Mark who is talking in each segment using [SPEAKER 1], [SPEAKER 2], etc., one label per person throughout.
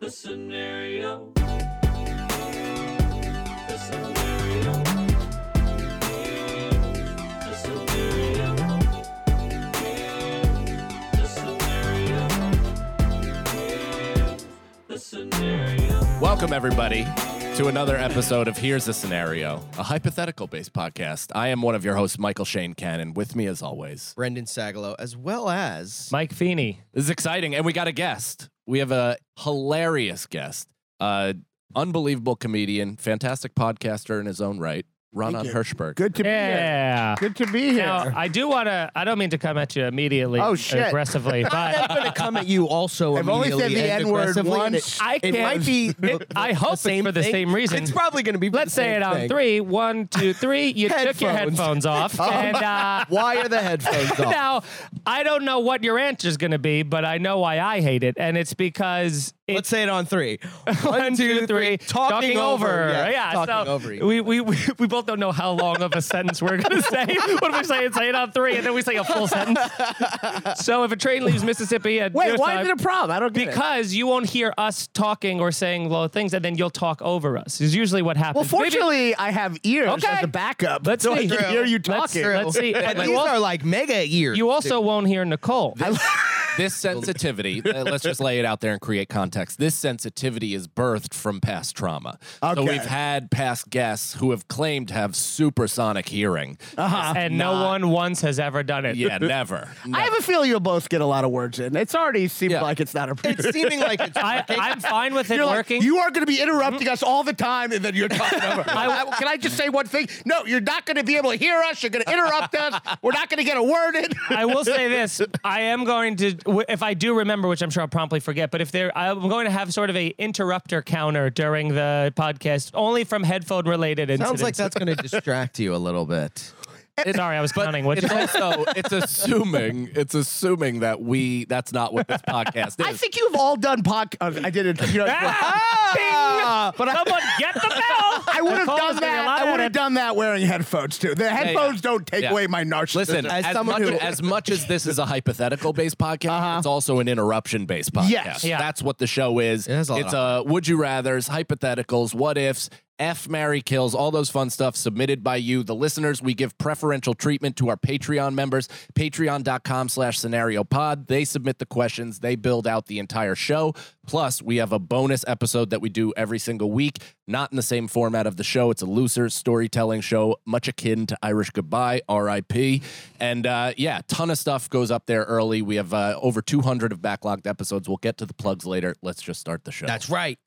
[SPEAKER 1] the scenario. Here's the scenario. The scenario. Here's the scenario. Here's the scenario. Here's the scenario.
[SPEAKER 2] Welcome, everybody, to another episode of Here's a Scenario, a hypothetical based podcast. I am one of your hosts, Michael Shane Cannon, with me as always.
[SPEAKER 3] Brendan Sagalow, as well as
[SPEAKER 4] Mike Feeney.
[SPEAKER 2] This is exciting, and we got a guest. We have a hilarious guest, uh, unbelievable comedian, fantastic podcaster in his own right, Ronan Hirschberg.
[SPEAKER 5] Good to
[SPEAKER 4] Yeah.
[SPEAKER 5] be here. Good to be here.
[SPEAKER 4] Now, I do want to, I don't mean to come at you immediately
[SPEAKER 5] Oh, shit.
[SPEAKER 4] aggressively, but
[SPEAKER 3] going to come at you also.
[SPEAKER 5] I've only said
[SPEAKER 3] immediately
[SPEAKER 5] the
[SPEAKER 3] and
[SPEAKER 5] N-word
[SPEAKER 3] aggressively, and
[SPEAKER 5] once.
[SPEAKER 3] It,
[SPEAKER 4] I
[SPEAKER 3] it
[SPEAKER 4] can't.
[SPEAKER 3] might be.
[SPEAKER 4] I hope it's for the
[SPEAKER 3] thing.
[SPEAKER 4] same reason.
[SPEAKER 3] It's probably going to be. for
[SPEAKER 4] let's
[SPEAKER 3] the same
[SPEAKER 4] say it on
[SPEAKER 3] thing.
[SPEAKER 4] three. One, two, three. You took your
[SPEAKER 3] Headphones.
[SPEAKER 4] headphones off. and uh,
[SPEAKER 3] Why are the headphones off?
[SPEAKER 4] now, I don't know what your answer is going to be, but I know why I hate it. And it's because
[SPEAKER 3] Let's
[SPEAKER 4] it's
[SPEAKER 3] say it on three.
[SPEAKER 4] one, two, three.
[SPEAKER 3] Talking, over.
[SPEAKER 4] Yeah.
[SPEAKER 3] talking
[SPEAKER 4] so
[SPEAKER 3] over. each
[SPEAKER 4] We, we, we, we both don't know how long of a sentence we're going to say. What if we say it's eight on three and then we say a full sentence? so if a train leaves Mississippi at
[SPEAKER 5] Wait,
[SPEAKER 4] dinner
[SPEAKER 5] why
[SPEAKER 4] time-
[SPEAKER 5] is it a problem? I don't get it.
[SPEAKER 4] because you won't hear us talking or saying low things, and then you'll talk over us. Is usually what happens.
[SPEAKER 5] Well,
[SPEAKER 4] Maybe-
[SPEAKER 5] fortunately, I have ears
[SPEAKER 4] Okay.
[SPEAKER 5] as a backup,
[SPEAKER 4] Let's
[SPEAKER 5] so
[SPEAKER 4] see.
[SPEAKER 5] I can hear you
[SPEAKER 4] Let's-
[SPEAKER 5] talking.
[SPEAKER 4] let's see.
[SPEAKER 3] But
[SPEAKER 4] Like,
[SPEAKER 3] these
[SPEAKER 4] well,
[SPEAKER 3] are like mega ears.
[SPEAKER 4] you also won't hear Nicole.
[SPEAKER 2] This sensitivity, uh, let's just lay it out there and create context. This sensitivity is birthed from past trauma. So
[SPEAKER 5] Okay.
[SPEAKER 2] we've had past guests who have claimed to have supersonic hearing.
[SPEAKER 4] and no one once has ever done it.
[SPEAKER 2] Yeah, never.
[SPEAKER 5] I have a feeling you'll both get a lot of words in. It's already seemed
[SPEAKER 2] Yeah.
[SPEAKER 5] like it's not a
[SPEAKER 3] It's seeming like it's
[SPEAKER 4] I, I'm fine with it
[SPEAKER 5] You're like,
[SPEAKER 4] working.
[SPEAKER 5] you are going to be interrupting us all the time, and then you're talking over. I, can I just say one thing? No, you're not going to be able to hear us. You're going to interrupt us. We're not going to get a word in.
[SPEAKER 4] I will say this: I am going to, w- if I do remember, which I'm sure I'll promptly forget, but if there, I'm going to have sort of a interrupter counter during the podcast, only from headphone related incidents.
[SPEAKER 3] sounds like that's going to distract you a little bit.
[SPEAKER 4] Sorry, I was counting. What
[SPEAKER 2] it's also it's assuming it's assuming that we that's not what this podcast is.
[SPEAKER 5] I think you've all done podcast. I did it. You know,
[SPEAKER 4] Ah,
[SPEAKER 5] but I-
[SPEAKER 4] Someone get the bell.
[SPEAKER 5] I would have
[SPEAKER 4] Nicole's
[SPEAKER 5] done
[SPEAKER 4] gonna
[SPEAKER 5] that.
[SPEAKER 4] laugh
[SPEAKER 5] I
[SPEAKER 4] at
[SPEAKER 5] would
[SPEAKER 4] it.
[SPEAKER 5] have done that wearing headphones too. The
[SPEAKER 2] yeah.
[SPEAKER 5] headphones don't take
[SPEAKER 2] Yeah.
[SPEAKER 5] away my narcissism.
[SPEAKER 2] Listen, as,
[SPEAKER 3] As someone
[SPEAKER 2] much,
[SPEAKER 3] who-
[SPEAKER 2] as much as this is a hypothetical based podcast, it's also an interruption based podcast.
[SPEAKER 5] Yes.
[SPEAKER 4] Yeah.
[SPEAKER 2] That's what the show is.
[SPEAKER 3] It has a lot
[SPEAKER 2] it's
[SPEAKER 3] of-
[SPEAKER 2] a uh, would you rathers, hypotheticals, what ifs, F Mary kills, all those fun stuff submitted by you, the listeners. We give preferential treatment to our Patreon members, patreon.com slash scenario pod. They submit the questions, they build out the entire show. Plus, we have a bonus episode that we do every single week, not in the same format of the show. It's a looser storytelling show, much akin to Irish Goodbye, RIP. And uh, yeah, ton of stuff goes up there early. We have uh, over 200 of backlogged episodes. We'll get to the plugs later. Let's just start the show.
[SPEAKER 3] That's right.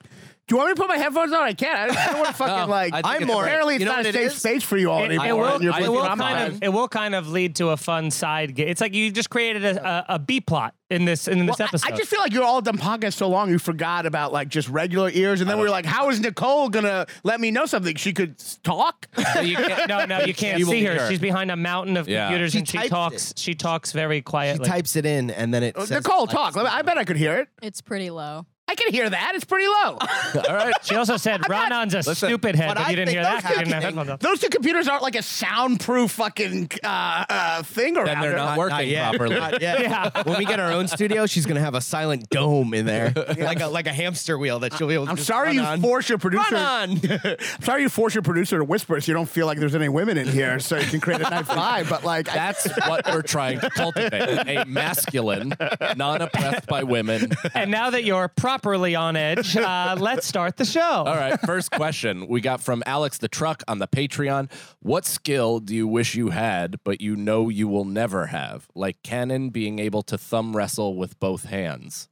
[SPEAKER 5] Do you want me to put my headphones on? I can't. I don't want to fucking like.
[SPEAKER 2] I think
[SPEAKER 3] I'm
[SPEAKER 2] it's
[SPEAKER 3] more-
[SPEAKER 2] great.
[SPEAKER 5] Apparently, it's
[SPEAKER 3] You know
[SPEAKER 5] not
[SPEAKER 3] what
[SPEAKER 5] a
[SPEAKER 3] it
[SPEAKER 5] safe
[SPEAKER 3] is?
[SPEAKER 5] space for you all
[SPEAKER 4] It, it
[SPEAKER 5] anymore.
[SPEAKER 4] will,
[SPEAKER 5] and you're
[SPEAKER 4] it
[SPEAKER 5] blinking
[SPEAKER 4] will
[SPEAKER 5] my
[SPEAKER 4] kind
[SPEAKER 5] eyes.
[SPEAKER 4] of, it will kind of lead to a fun side. Ga- it's like you just created a, a, a B plot in this in this
[SPEAKER 5] Well, I-
[SPEAKER 4] episode.
[SPEAKER 5] I, just feel like you're all done podcasts so long, you forgot about like just regular ears, and then we were like, "How is Nicole gonna let me know something? She could s- talk."
[SPEAKER 4] You can't- no, no, you can't
[SPEAKER 2] You won't
[SPEAKER 4] see her.
[SPEAKER 2] hear her.
[SPEAKER 4] She's behind a mountain of
[SPEAKER 2] Yeah.
[SPEAKER 4] computers,
[SPEAKER 3] She
[SPEAKER 4] and she
[SPEAKER 3] types
[SPEAKER 4] talks. She talks very
[SPEAKER 3] He
[SPEAKER 4] quietly.
[SPEAKER 3] types it in and then it says,
[SPEAKER 5] Oh, Nicole, talk. Let me- I bet I could hear it.
[SPEAKER 6] It's pretty low.
[SPEAKER 5] I can hear that. It's pretty low.
[SPEAKER 2] All right.
[SPEAKER 4] She also said, "Ronan's a
[SPEAKER 2] Listen,
[SPEAKER 4] stupid head."
[SPEAKER 3] what
[SPEAKER 4] If
[SPEAKER 3] I
[SPEAKER 4] you didn't
[SPEAKER 3] think
[SPEAKER 4] hear
[SPEAKER 3] was
[SPEAKER 4] that, you didn't have
[SPEAKER 3] happening-
[SPEAKER 4] headphones on.
[SPEAKER 5] Those two computers aren't like a soundproof fucking uh, uh, thing around.
[SPEAKER 2] Then they're
[SPEAKER 5] there.
[SPEAKER 2] not
[SPEAKER 3] Not-
[SPEAKER 2] working
[SPEAKER 3] not yet.
[SPEAKER 2] properly.
[SPEAKER 3] Not yet. When we get our own studio, she's gonna have a silent dome in there, like a like a hamster wheel that she'll be able. to
[SPEAKER 5] I'm
[SPEAKER 3] just
[SPEAKER 5] sorry
[SPEAKER 3] run
[SPEAKER 5] you
[SPEAKER 3] on.
[SPEAKER 5] force your producer.
[SPEAKER 3] Run on.
[SPEAKER 5] I'm sorry you force your producer to whisper so you don't feel like there's any women in here so you can create a nice vibe. But like, I-
[SPEAKER 2] That's what we're trying to cultivate a masculine, non oppressed by women.
[SPEAKER 4] And now that you're properly on edge, uh, let's start the show.
[SPEAKER 2] All right. First question we got from Alex the Truck on the Patreon. What skill do you wish you had, but you know you will never have? Like Cannon being able to thumb wrestle with both hands.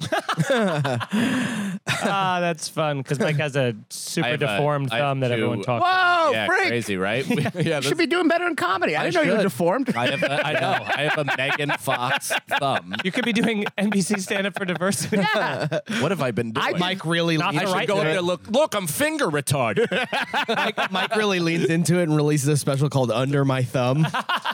[SPEAKER 4] Ah, that's fun because Mike has a
[SPEAKER 2] I
[SPEAKER 4] super
[SPEAKER 2] have a-
[SPEAKER 4] deformed
[SPEAKER 2] I have
[SPEAKER 4] thumb that
[SPEAKER 2] two-
[SPEAKER 4] everyone talks. about.
[SPEAKER 5] Whoa,
[SPEAKER 2] yeah,
[SPEAKER 5] Oh, freak!
[SPEAKER 2] crazy, right? We- yeah,
[SPEAKER 5] You should be doing better in comedy. I, didn't know you were deformed.
[SPEAKER 2] I have a, I know. I have a Megan Fox thumb.
[SPEAKER 4] You could be doing NBC stand up for diversity.
[SPEAKER 2] What have I been doing?
[SPEAKER 3] Mike really
[SPEAKER 4] Not
[SPEAKER 3] leans,
[SPEAKER 4] the
[SPEAKER 2] I should
[SPEAKER 4] right
[SPEAKER 2] go up
[SPEAKER 4] thing.
[SPEAKER 2] there. Look, look, I'm finger retarded.
[SPEAKER 3] Mike, Mike really leans into it and releases a special called Under My Thumb.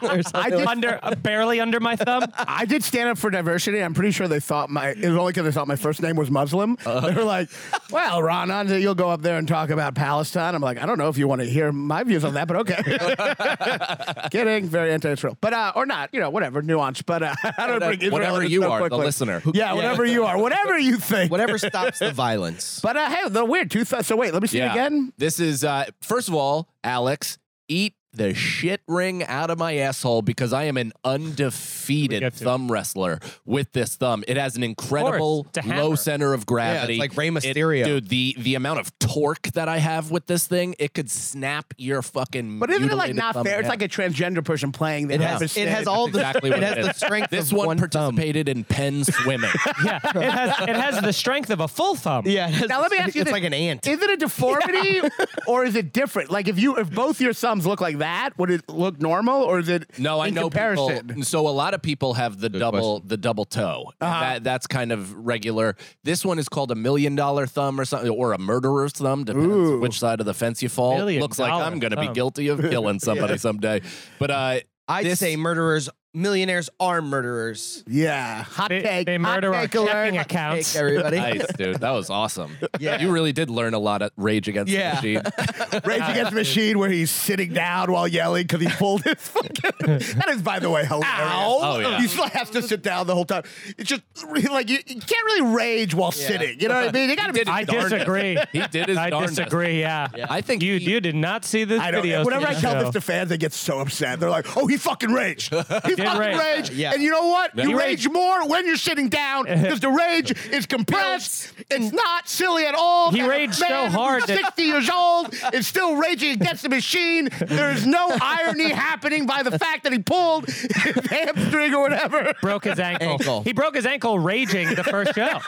[SPEAKER 3] or something.
[SPEAKER 5] I did,
[SPEAKER 4] under uh, barely under my thumb.
[SPEAKER 5] I did stand up for diversity. I'm pretty sure they thought my it was only because they thought my first name was Muslim.
[SPEAKER 2] Uh.
[SPEAKER 5] They were like, "Well, Rana, you'll go up there and talk about Palestine." I'm like, "I don't know if you want to hear my views on that, but okay." Kidding, very anti-Israel, but uh, or not, you know, whatever, nuance. But uh, I don't bring Israel
[SPEAKER 2] whatever
[SPEAKER 5] into
[SPEAKER 2] you
[SPEAKER 5] stuff
[SPEAKER 2] are, the
[SPEAKER 5] quickly.
[SPEAKER 2] listener. Who-
[SPEAKER 5] Yeah, whatever you are, whatever you think.
[SPEAKER 3] Whatever stops the violence.
[SPEAKER 5] But uh, hey, the weird two. Th- so wait, let me see it again.
[SPEAKER 2] This is uh, first of all, Alex, eat the shit ring out of my asshole because I am an undefeated
[SPEAKER 4] get to.
[SPEAKER 2] thumb wrestler with this thumb. It has an incredible
[SPEAKER 4] it's a hammer.
[SPEAKER 2] low center of gravity.
[SPEAKER 3] like Rey
[SPEAKER 2] It-
[SPEAKER 3] Mysterio.
[SPEAKER 2] dude, the the amount of torque that I have with this thing, it could snap your fucking.
[SPEAKER 5] But isn't it like
[SPEAKER 2] mutilated
[SPEAKER 5] not
[SPEAKER 2] thumb
[SPEAKER 5] fair?
[SPEAKER 2] in
[SPEAKER 5] It's
[SPEAKER 2] half.
[SPEAKER 5] like a transgender person playing. the
[SPEAKER 3] It has,
[SPEAKER 5] deficit.
[SPEAKER 3] it has all the,
[SPEAKER 2] exactly what
[SPEAKER 3] it has
[SPEAKER 2] it
[SPEAKER 3] the
[SPEAKER 2] is.
[SPEAKER 3] strength
[SPEAKER 2] This
[SPEAKER 3] of
[SPEAKER 2] one,
[SPEAKER 3] one thumb.
[SPEAKER 2] participated in pen swimming.
[SPEAKER 4] Yeah, it has it has the strength of a full thumb.
[SPEAKER 3] Yeah, it has-
[SPEAKER 5] Now let me ask you
[SPEAKER 3] It's
[SPEAKER 5] this.
[SPEAKER 3] like an ant.
[SPEAKER 5] Is it a deformity or is it different? Like if you if both your thumbs look like that, would it look normal or is it
[SPEAKER 2] No, I
[SPEAKER 5] in
[SPEAKER 2] know
[SPEAKER 5] comparison?
[SPEAKER 2] people. So a lot of people have the double the double toe.
[SPEAKER 3] Uh-huh.
[SPEAKER 2] That that's kind of regular. This one is called a million dollar thumb or something, or a murderer's thumb, depends which side of the fence you fall.
[SPEAKER 4] Million
[SPEAKER 2] Looks like
[SPEAKER 4] dollar
[SPEAKER 2] I'm going to be
[SPEAKER 4] thumb.
[SPEAKER 2] guilty of killing somebody someday. But uh,
[SPEAKER 3] I'd
[SPEAKER 2] this-
[SPEAKER 3] say murderers, millionaires are murderers.
[SPEAKER 5] Yeah. Hot
[SPEAKER 4] They,
[SPEAKER 5] take.
[SPEAKER 4] they
[SPEAKER 5] hot
[SPEAKER 4] murder our
[SPEAKER 5] take alert.
[SPEAKER 4] checking
[SPEAKER 3] Take
[SPEAKER 4] accounts.
[SPEAKER 3] everybody.
[SPEAKER 2] nice, dude. That was awesome.
[SPEAKER 3] Yeah.
[SPEAKER 2] you really did learn a lot of Rage Against
[SPEAKER 3] Yeah.
[SPEAKER 2] the Machine.
[SPEAKER 5] Rage Against the Machine where he's sitting down while yelling because he pulled his fucking That is by the way hilarious.
[SPEAKER 2] Oh, yeah.
[SPEAKER 5] He still has to sit down the whole time. It's just like you, you can't really rage while sitting. You know what I mean? You gotta be
[SPEAKER 4] I disagree.
[SPEAKER 2] He did his
[SPEAKER 4] I
[SPEAKER 2] darndest.
[SPEAKER 4] disagree. Yeah.
[SPEAKER 2] I think
[SPEAKER 4] you
[SPEAKER 2] he-
[SPEAKER 4] you did not see this
[SPEAKER 5] I don't.
[SPEAKER 4] video.
[SPEAKER 5] Whenever I tell this to fans, they get so upset. They're like, "Oh, he fucking raged. He fucking
[SPEAKER 4] rage.
[SPEAKER 5] raged."
[SPEAKER 3] Yeah.
[SPEAKER 5] And you know what? You
[SPEAKER 4] He
[SPEAKER 5] rage
[SPEAKER 4] raged.
[SPEAKER 5] more when you're sitting down because the rage is compressed. It's not silly at all.
[SPEAKER 4] He
[SPEAKER 5] And a
[SPEAKER 4] raged so
[SPEAKER 5] man who's
[SPEAKER 4] hard that-
[SPEAKER 5] Sixty years old is still raging against the machine. There's no irony happening by the fact that he pulled his hamstring or whatever.
[SPEAKER 4] broke his ankle.
[SPEAKER 3] Ankle.
[SPEAKER 4] He broke his ankle raging the first show.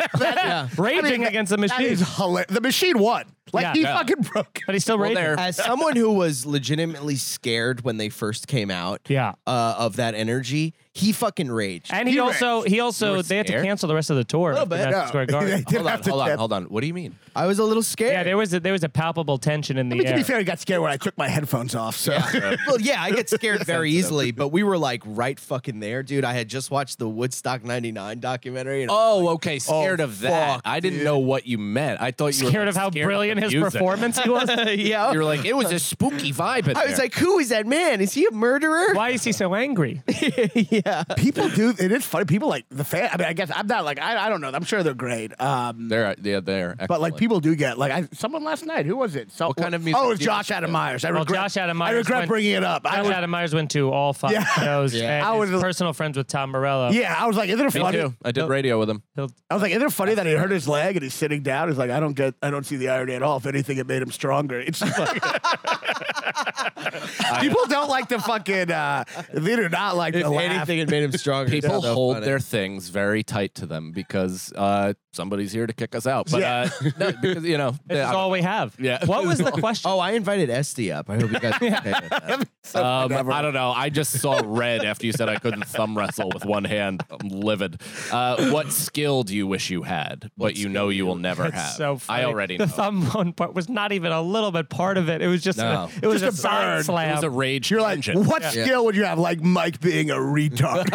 [SPEAKER 4] Raging against the
[SPEAKER 5] That
[SPEAKER 4] machine.
[SPEAKER 5] is hila- The machine won. Like
[SPEAKER 4] Yeah.
[SPEAKER 5] he
[SPEAKER 4] Yeah.
[SPEAKER 5] fucking broke.
[SPEAKER 4] But he's still
[SPEAKER 2] Well,
[SPEAKER 4] raging.
[SPEAKER 2] there.
[SPEAKER 3] As someone who was legitimately scared when they first came out,
[SPEAKER 4] Yeah.
[SPEAKER 3] uh, of that energy, he fucking raged.
[SPEAKER 4] And he,
[SPEAKER 5] He
[SPEAKER 4] also he also they had to
[SPEAKER 2] scared?
[SPEAKER 4] cancel the rest of the tour.
[SPEAKER 3] Little
[SPEAKER 4] at the
[SPEAKER 3] bit,
[SPEAKER 4] Madison
[SPEAKER 5] No.
[SPEAKER 4] Square
[SPEAKER 5] They
[SPEAKER 4] Garden.
[SPEAKER 5] did
[SPEAKER 2] Hold
[SPEAKER 5] have
[SPEAKER 2] on,
[SPEAKER 5] to
[SPEAKER 2] hold on,
[SPEAKER 5] test-
[SPEAKER 2] hold on. What do you mean?
[SPEAKER 3] I was a little scared.
[SPEAKER 4] Yeah, there was a, there was a palpable tension in the
[SPEAKER 5] I mean, to
[SPEAKER 4] air.
[SPEAKER 5] be fair, he got scared when I took my headphones off. So.
[SPEAKER 3] well, yeah, I get scared very easily, but we were like right fucking there, dude. I had just watched the Woodstock '99 documentary. And
[SPEAKER 2] Oh, okay. Scared of that.
[SPEAKER 3] fuck,
[SPEAKER 2] I didn't know what you meant. I thought you were
[SPEAKER 4] scared
[SPEAKER 2] like,
[SPEAKER 4] of how
[SPEAKER 2] scared
[SPEAKER 4] brilliant
[SPEAKER 2] the
[SPEAKER 4] his
[SPEAKER 2] music.
[SPEAKER 4] performance he was.
[SPEAKER 3] yeah,
[SPEAKER 2] You were like, it was a spooky vibe. In
[SPEAKER 3] I was
[SPEAKER 2] there.
[SPEAKER 3] like, who is that man? Is he a murderer?
[SPEAKER 4] Why is he so angry?
[SPEAKER 3] yeah,
[SPEAKER 5] people do it is funny people like the fan i mean i guess i'm not like i, I don't know i'm sure they're great um
[SPEAKER 2] They're uh, yeah, they're
[SPEAKER 5] but like
[SPEAKER 2] excellent.
[SPEAKER 5] people do get like I, someone last night who was it so,
[SPEAKER 2] What kind of music
[SPEAKER 5] oh it was
[SPEAKER 2] do you
[SPEAKER 5] josh
[SPEAKER 2] listen to?
[SPEAKER 5] adam myers i
[SPEAKER 4] Well,
[SPEAKER 5] regret
[SPEAKER 4] Josh Adam
[SPEAKER 5] i
[SPEAKER 4] Myers
[SPEAKER 5] regret
[SPEAKER 4] went-
[SPEAKER 5] bringing it up I
[SPEAKER 4] Josh
[SPEAKER 5] was,
[SPEAKER 4] Adam Myers went to all five
[SPEAKER 5] Yeah.
[SPEAKER 4] shows.
[SPEAKER 3] Yeah.
[SPEAKER 4] And
[SPEAKER 5] I
[SPEAKER 4] his
[SPEAKER 5] was-
[SPEAKER 4] personal friends with Tom Morello.
[SPEAKER 5] yeah i was like isn't it
[SPEAKER 2] Me
[SPEAKER 5] funny
[SPEAKER 2] too. I did radio with him.
[SPEAKER 4] He'll-
[SPEAKER 5] i was like isn't it funny that he hurt his leg and he's sitting down he's like i don't get i don't see the irony at all if anything it made him stronger it's just like people don't like the fucking uh they do not like
[SPEAKER 3] if
[SPEAKER 5] the laugh.
[SPEAKER 3] anything, it made him stronger.
[SPEAKER 2] People
[SPEAKER 3] So
[SPEAKER 2] hold
[SPEAKER 3] funny.
[SPEAKER 2] their things very tight to them because uh, somebody's here to kick us out. But
[SPEAKER 5] Yeah.
[SPEAKER 2] uh, no, because you know,
[SPEAKER 4] This is all we have.
[SPEAKER 2] Yeah.
[SPEAKER 4] What was the question?
[SPEAKER 3] Oh, I invited Esty up. I hope you guys. yeah. okay with that.
[SPEAKER 2] um, I don't know. I just saw red after you said I couldn't thumb wrestle with one hand. I'm livid. Uh, what skill do you wish you had, but you know you will never have?
[SPEAKER 4] so funny.
[SPEAKER 2] I already
[SPEAKER 4] the
[SPEAKER 2] know.
[SPEAKER 4] thumb one part was not even a little bit part of it. It was just
[SPEAKER 2] No.
[SPEAKER 4] a, it was
[SPEAKER 5] Just
[SPEAKER 4] a,
[SPEAKER 5] a
[SPEAKER 4] side
[SPEAKER 5] burn. It
[SPEAKER 4] slam.
[SPEAKER 2] It was a rage.
[SPEAKER 5] You're like,
[SPEAKER 2] engine.
[SPEAKER 5] what skill would you have? Like Mike being a retard.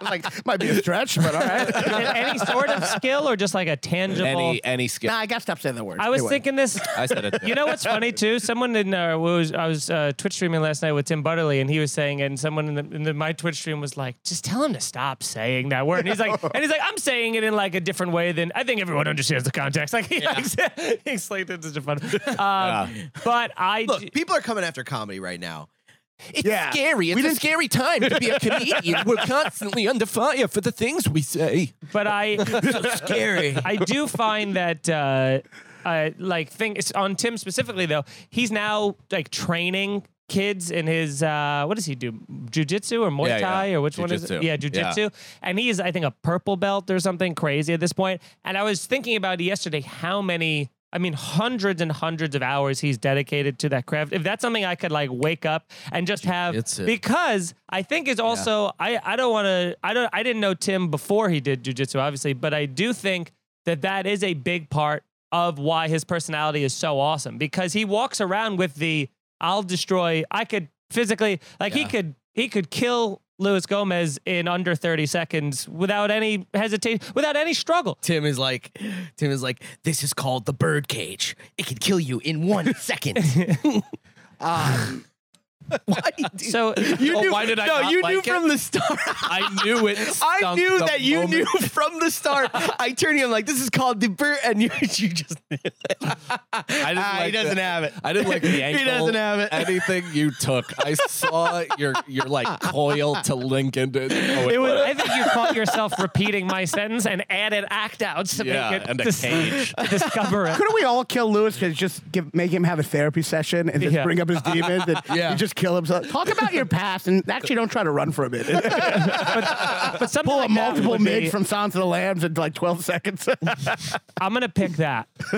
[SPEAKER 5] like, might be a stretch, but all right.
[SPEAKER 4] A- any sort of skill or just like a tangible.
[SPEAKER 2] any any skill?
[SPEAKER 5] nah, I gotta stop saying that word.
[SPEAKER 4] I was
[SPEAKER 5] Anyway.
[SPEAKER 4] thinking this.
[SPEAKER 2] I said it.
[SPEAKER 4] You know what's funny too? Someone in uh, was I was uh, Twitch streaming last night with Tim Butterly, and he was saying, and someone in, the, in the, my Twitch stream was like, "Just tell him to stop saying that word." And he's like, and he's like, "I'm saying it in like a different way than I think everyone understands the context." Like he, like, he explained it in such a fun. Um, But I d-
[SPEAKER 3] Look, people are coming after comedy right now.
[SPEAKER 2] It's
[SPEAKER 5] Yeah.
[SPEAKER 2] scary. It's a scary time to be a comedian. We're constantly under fire for the things we say.
[SPEAKER 4] but I
[SPEAKER 3] Scary.
[SPEAKER 4] I do find that uh, uh, like things on Tim specifically though, he's now like training kids in his uh, what does he do? Jiu-jitsu or Muay
[SPEAKER 2] Yeah, yeah.
[SPEAKER 4] Thai or which one is it?
[SPEAKER 2] Jiu-jitsu.
[SPEAKER 4] Yeah,
[SPEAKER 2] Yeah.
[SPEAKER 4] jiu-jitsu. And he is I think a purple belt or something crazy at this point. And I was thinking about it yesterday how many I mean hundreds and hundreds of hours he's dedicated to that craft. If that's something I could like wake up and just have
[SPEAKER 2] Jiu-jitsu.
[SPEAKER 4] because I think it's also I I don't want to I don't I didn't know Tim before he did jujitsu obviously, but I do think that that is a big part of why his personality is so awesome because he walks around with the I'll destroy I could physically like he could he could kill Luis Gomez in under 30 seconds without any hesitation without any struggle.
[SPEAKER 3] Tim is like, Tim is like, this is called the bird cage. It could kill you in one second. um, why do you do
[SPEAKER 4] So
[SPEAKER 3] You
[SPEAKER 2] Oh,
[SPEAKER 3] knew,
[SPEAKER 2] why did I
[SPEAKER 3] No,
[SPEAKER 2] not
[SPEAKER 3] you
[SPEAKER 2] like
[SPEAKER 3] knew
[SPEAKER 2] it?
[SPEAKER 3] from the start.
[SPEAKER 2] I knew it.
[SPEAKER 3] I
[SPEAKER 2] stunk
[SPEAKER 3] knew
[SPEAKER 2] the
[SPEAKER 3] that you
[SPEAKER 2] moment.
[SPEAKER 3] knew from the start. I turned to you. I'm like, this is called the bird, and you, you just.
[SPEAKER 2] I didn't
[SPEAKER 3] Ah, he
[SPEAKER 2] like
[SPEAKER 3] doesn't
[SPEAKER 2] the-
[SPEAKER 3] have it.
[SPEAKER 2] I didn't like
[SPEAKER 3] He
[SPEAKER 2] the ankle.
[SPEAKER 3] doesn't have it.
[SPEAKER 2] Anything you took, I saw your your like coil to Lincoln. To, oh,
[SPEAKER 4] It was, I think you caught yourself repeating my sentence and added act outs to
[SPEAKER 2] Yeah,
[SPEAKER 4] make it
[SPEAKER 2] and a
[SPEAKER 4] dis-
[SPEAKER 2] cage.
[SPEAKER 4] discover it.
[SPEAKER 5] Couldn't we all kill Lewis and just give, make him have a therapy session and just
[SPEAKER 4] Yeah.
[SPEAKER 5] bring up his demons and
[SPEAKER 2] Yeah.
[SPEAKER 5] he just kill himself? Talk about your past and actually don't try to run from it.
[SPEAKER 4] But something
[SPEAKER 5] Pull
[SPEAKER 4] like
[SPEAKER 5] a
[SPEAKER 4] that
[SPEAKER 5] multiple
[SPEAKER 4] would be-
[SPEAKER 5] mid from Silence of the Lambs in like 12 seconds.
[SPEAKER 4] I'm gonna pick that.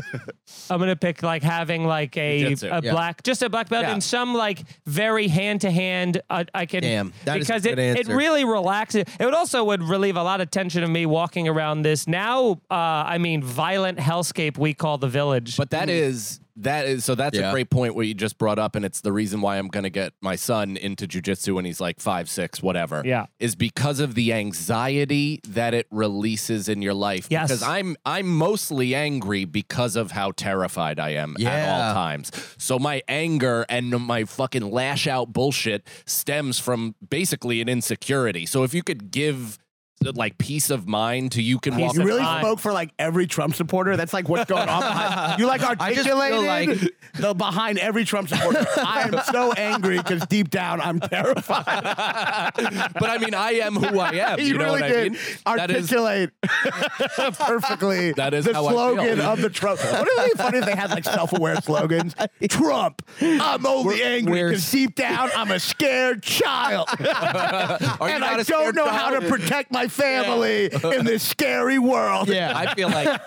[SPEAKER 4] I'm gonna pick like having like a,
[SPEAKER 2] Jiu-jitsu,
[SPEAKER 4] a
[SPEAKER 2] yeah.
[SPEAKER 4] black, just a black belt,
[SPEAKER 2] Yeah.
[SPEAKER 4] and some like very hand to hand. I I can
[SPEAKER 3] Damn, that is a
[SPEAKER 4] because
[SPEAKER 3] good
[SPEAKER 4] it
[SPEAKER 3] answer.
[SPEAKER 4] it really relaxes. It would also would relieve a lot of tension of me walking around this now. Uh, I mean, violent hellscape we call the village.
[SPEAKER 2] But that is that is so that's
[SPEAKER 3] Yeah.
[SPEAKER 2] a great point what you just brought up, and it's the reason why I'm gonna get my son into jujitsu when he's like five, six, whatever.
[SPEAKER 4] Yeah.
[SPEAKER 2] Is because of the anxiety that it releases in your life.
[SPEAKER 4] Yes.
[SPEAKER 2] Because I'm I'm mostly angry because of how terrified I am at
[SPEAKER 3] Yeah.
[SPEAKER 2] all times. So my anger and my fucking lash out bullshit stems from basically an insecurity. So if you could give like peace of mind to you can walk
[SPEAKER 5] you really
[SPEAKER 4] Fine.
[SPEAKER 5] spoke for like every Trump supporter. That's like what's going on. Behind, you like
[SPEAKER 3] I just feel
[SPEAKER 5] articulated the behind every Trump supporter. I am so angry because deep down I'm terrified.
[SPEAKER 2] but I mean, I am who I am. You,
[SPEAKER 5] you,
[SPEAKER 2] know
[SPEAKER 5] really
[SPEAKER 2] what I
[SPEAKER 5] did
[SPEAKER 2] mean? That is-
[SPEAKER 5] articulate perfectly.
[SPEAKER 2] That is
[SPEAKER 5] the
[SPEAKER 2] how I
[SPEAKER 5] slogan
[SPEAKER 2] feel.
[SPEAKER 5] of the Trump. Wouldn't it be funny if they had like self-aware slogans? Trump, I'm only angry
[SPEAKER 3] we're-
[SPEAKER 5] because deep down I'm a scared child,
[SPEAKER 2] Are you
[SPEAKER 5] and
[SPEAKER 2] not
[SPEAKER 5] I
[SPEAKER 2] a scared
[SPEAKER 5] don't know how
[SPEAKER 2] child?
[SPEAKER 5] to protect my family in this scary world.
[SPEAKER 2] I feel like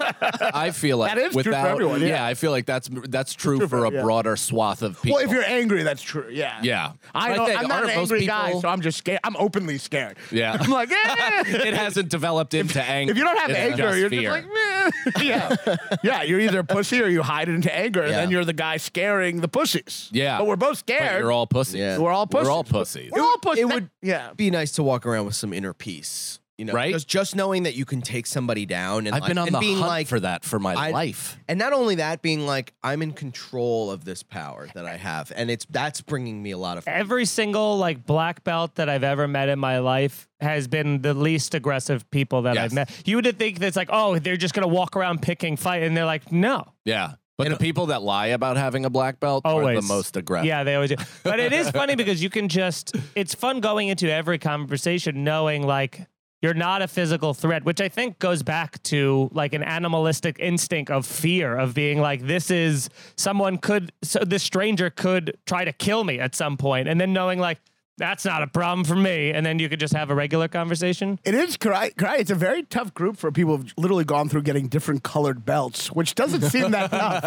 [SPEAKER 2] I feel like
[SPEAKER 5] That is true for
[SPEAKER 2] without,
[SPEAKER 5] everyone, yeah.
[SPEAKER 2] I feel like that's that's true, for a
[SPEAKER 5] yeah.
[SPEAKER 2] broader swath of people.
[SPEAKER 5] Well, if you're angry, that's true. Yeah.
[SPEAKER 2] Yeah.
[SPEAKER 5] I
[SPEAKER 2] But
[SPEAKER 5] don't,
[SPEAKER 2] then
[SPEAKER 5] I'm not an
[SPEAKER 2] aren't most
[SPEAKER 5] angry guy,
[SPEAKER 2] people-
[SPEAKER 5] so I'm just scared. I'm openly scared.
[SPEAKER 2] Yeah.
[SPEAKER 5] I'm like, eh.
[SPEAKER 2] it hasn't developed into anger.
[SPEAKER 5] If you don't have
[SPEAKER 2] It's
[SPEAKER 5] anger, you're
[SPEAKER 2] fear.
[SPEAKER 5] just like, meh. yeah, yeah. You're either a pussy or you hide it into anger, and
[SPEAKER 3] Yeah.
[SPEAKER 5] then you're the guy scaring the pussies.
[SPEAKER 2] Yeah.
[SPEAKER 5] but we're both scared.
[SPEAKER 2] But you're all pussies.
[SPEAKER 3] Yeah.
[SPEAKER 5] we're all pussies.
[SPEAKER 2] We're all pussies.
[SPEAKER 5] We're all pussies.
[SPEAKER 3] it would-
[SPEAKER 5] yeah.
[SPEAKER 3] be nice to walk around with some inner peace, you know,
[SPEAKER 2] Right?
[SPEAKER 3] Just, just knowing that you can take somebody down, and
[SPEAKER 2] I've
[SPEAKER 3] like-
[SPEAKER 2] been on
[SPEAKER 3] and
[SPEAKER 2] the
[SPEAKER 3] being
[SPEAKER 2] hunt
[SPEAKER 3] like,
[SPEAKER 2] for that for my
[SPEAKER 3] I-
[SPEAKER 2] life.
[SPEAKER 3] and not only that, being like, I'm in control of this power that I have, and it's that's bringing me a lot of.
[SPEAKER 4] every single like black belt that I've ever met in my life has been the least aggressive people that
[SPEAKER 2] Yes.
[SPEAKER 4] I've met. You would think that's like, oh, they're just gonna walk around picking fight, and they're like, no.
[SPEAKER 2] Yeah. But the people that lie about having a black belt are
[SPEAKER 4] Always.
[SPEAKER 2] the most aggressive.
[SPEAKER 4] Yeah, they always do. But it is funny because you can just, it's fun going into every conversation knowing like you're not a physical threat, which I think goes back to like an animalistic instinct of fear of being like, this is someone could, so this stranger could try to kill me at some point, And then knowing like, that's not a problem for me. And then you could just have a regular conversation.
[SPEAKER 5] It is karate. Karate. It's a very tough group for people who've literally gone through getting different colored belts, which doesn't seem that tough.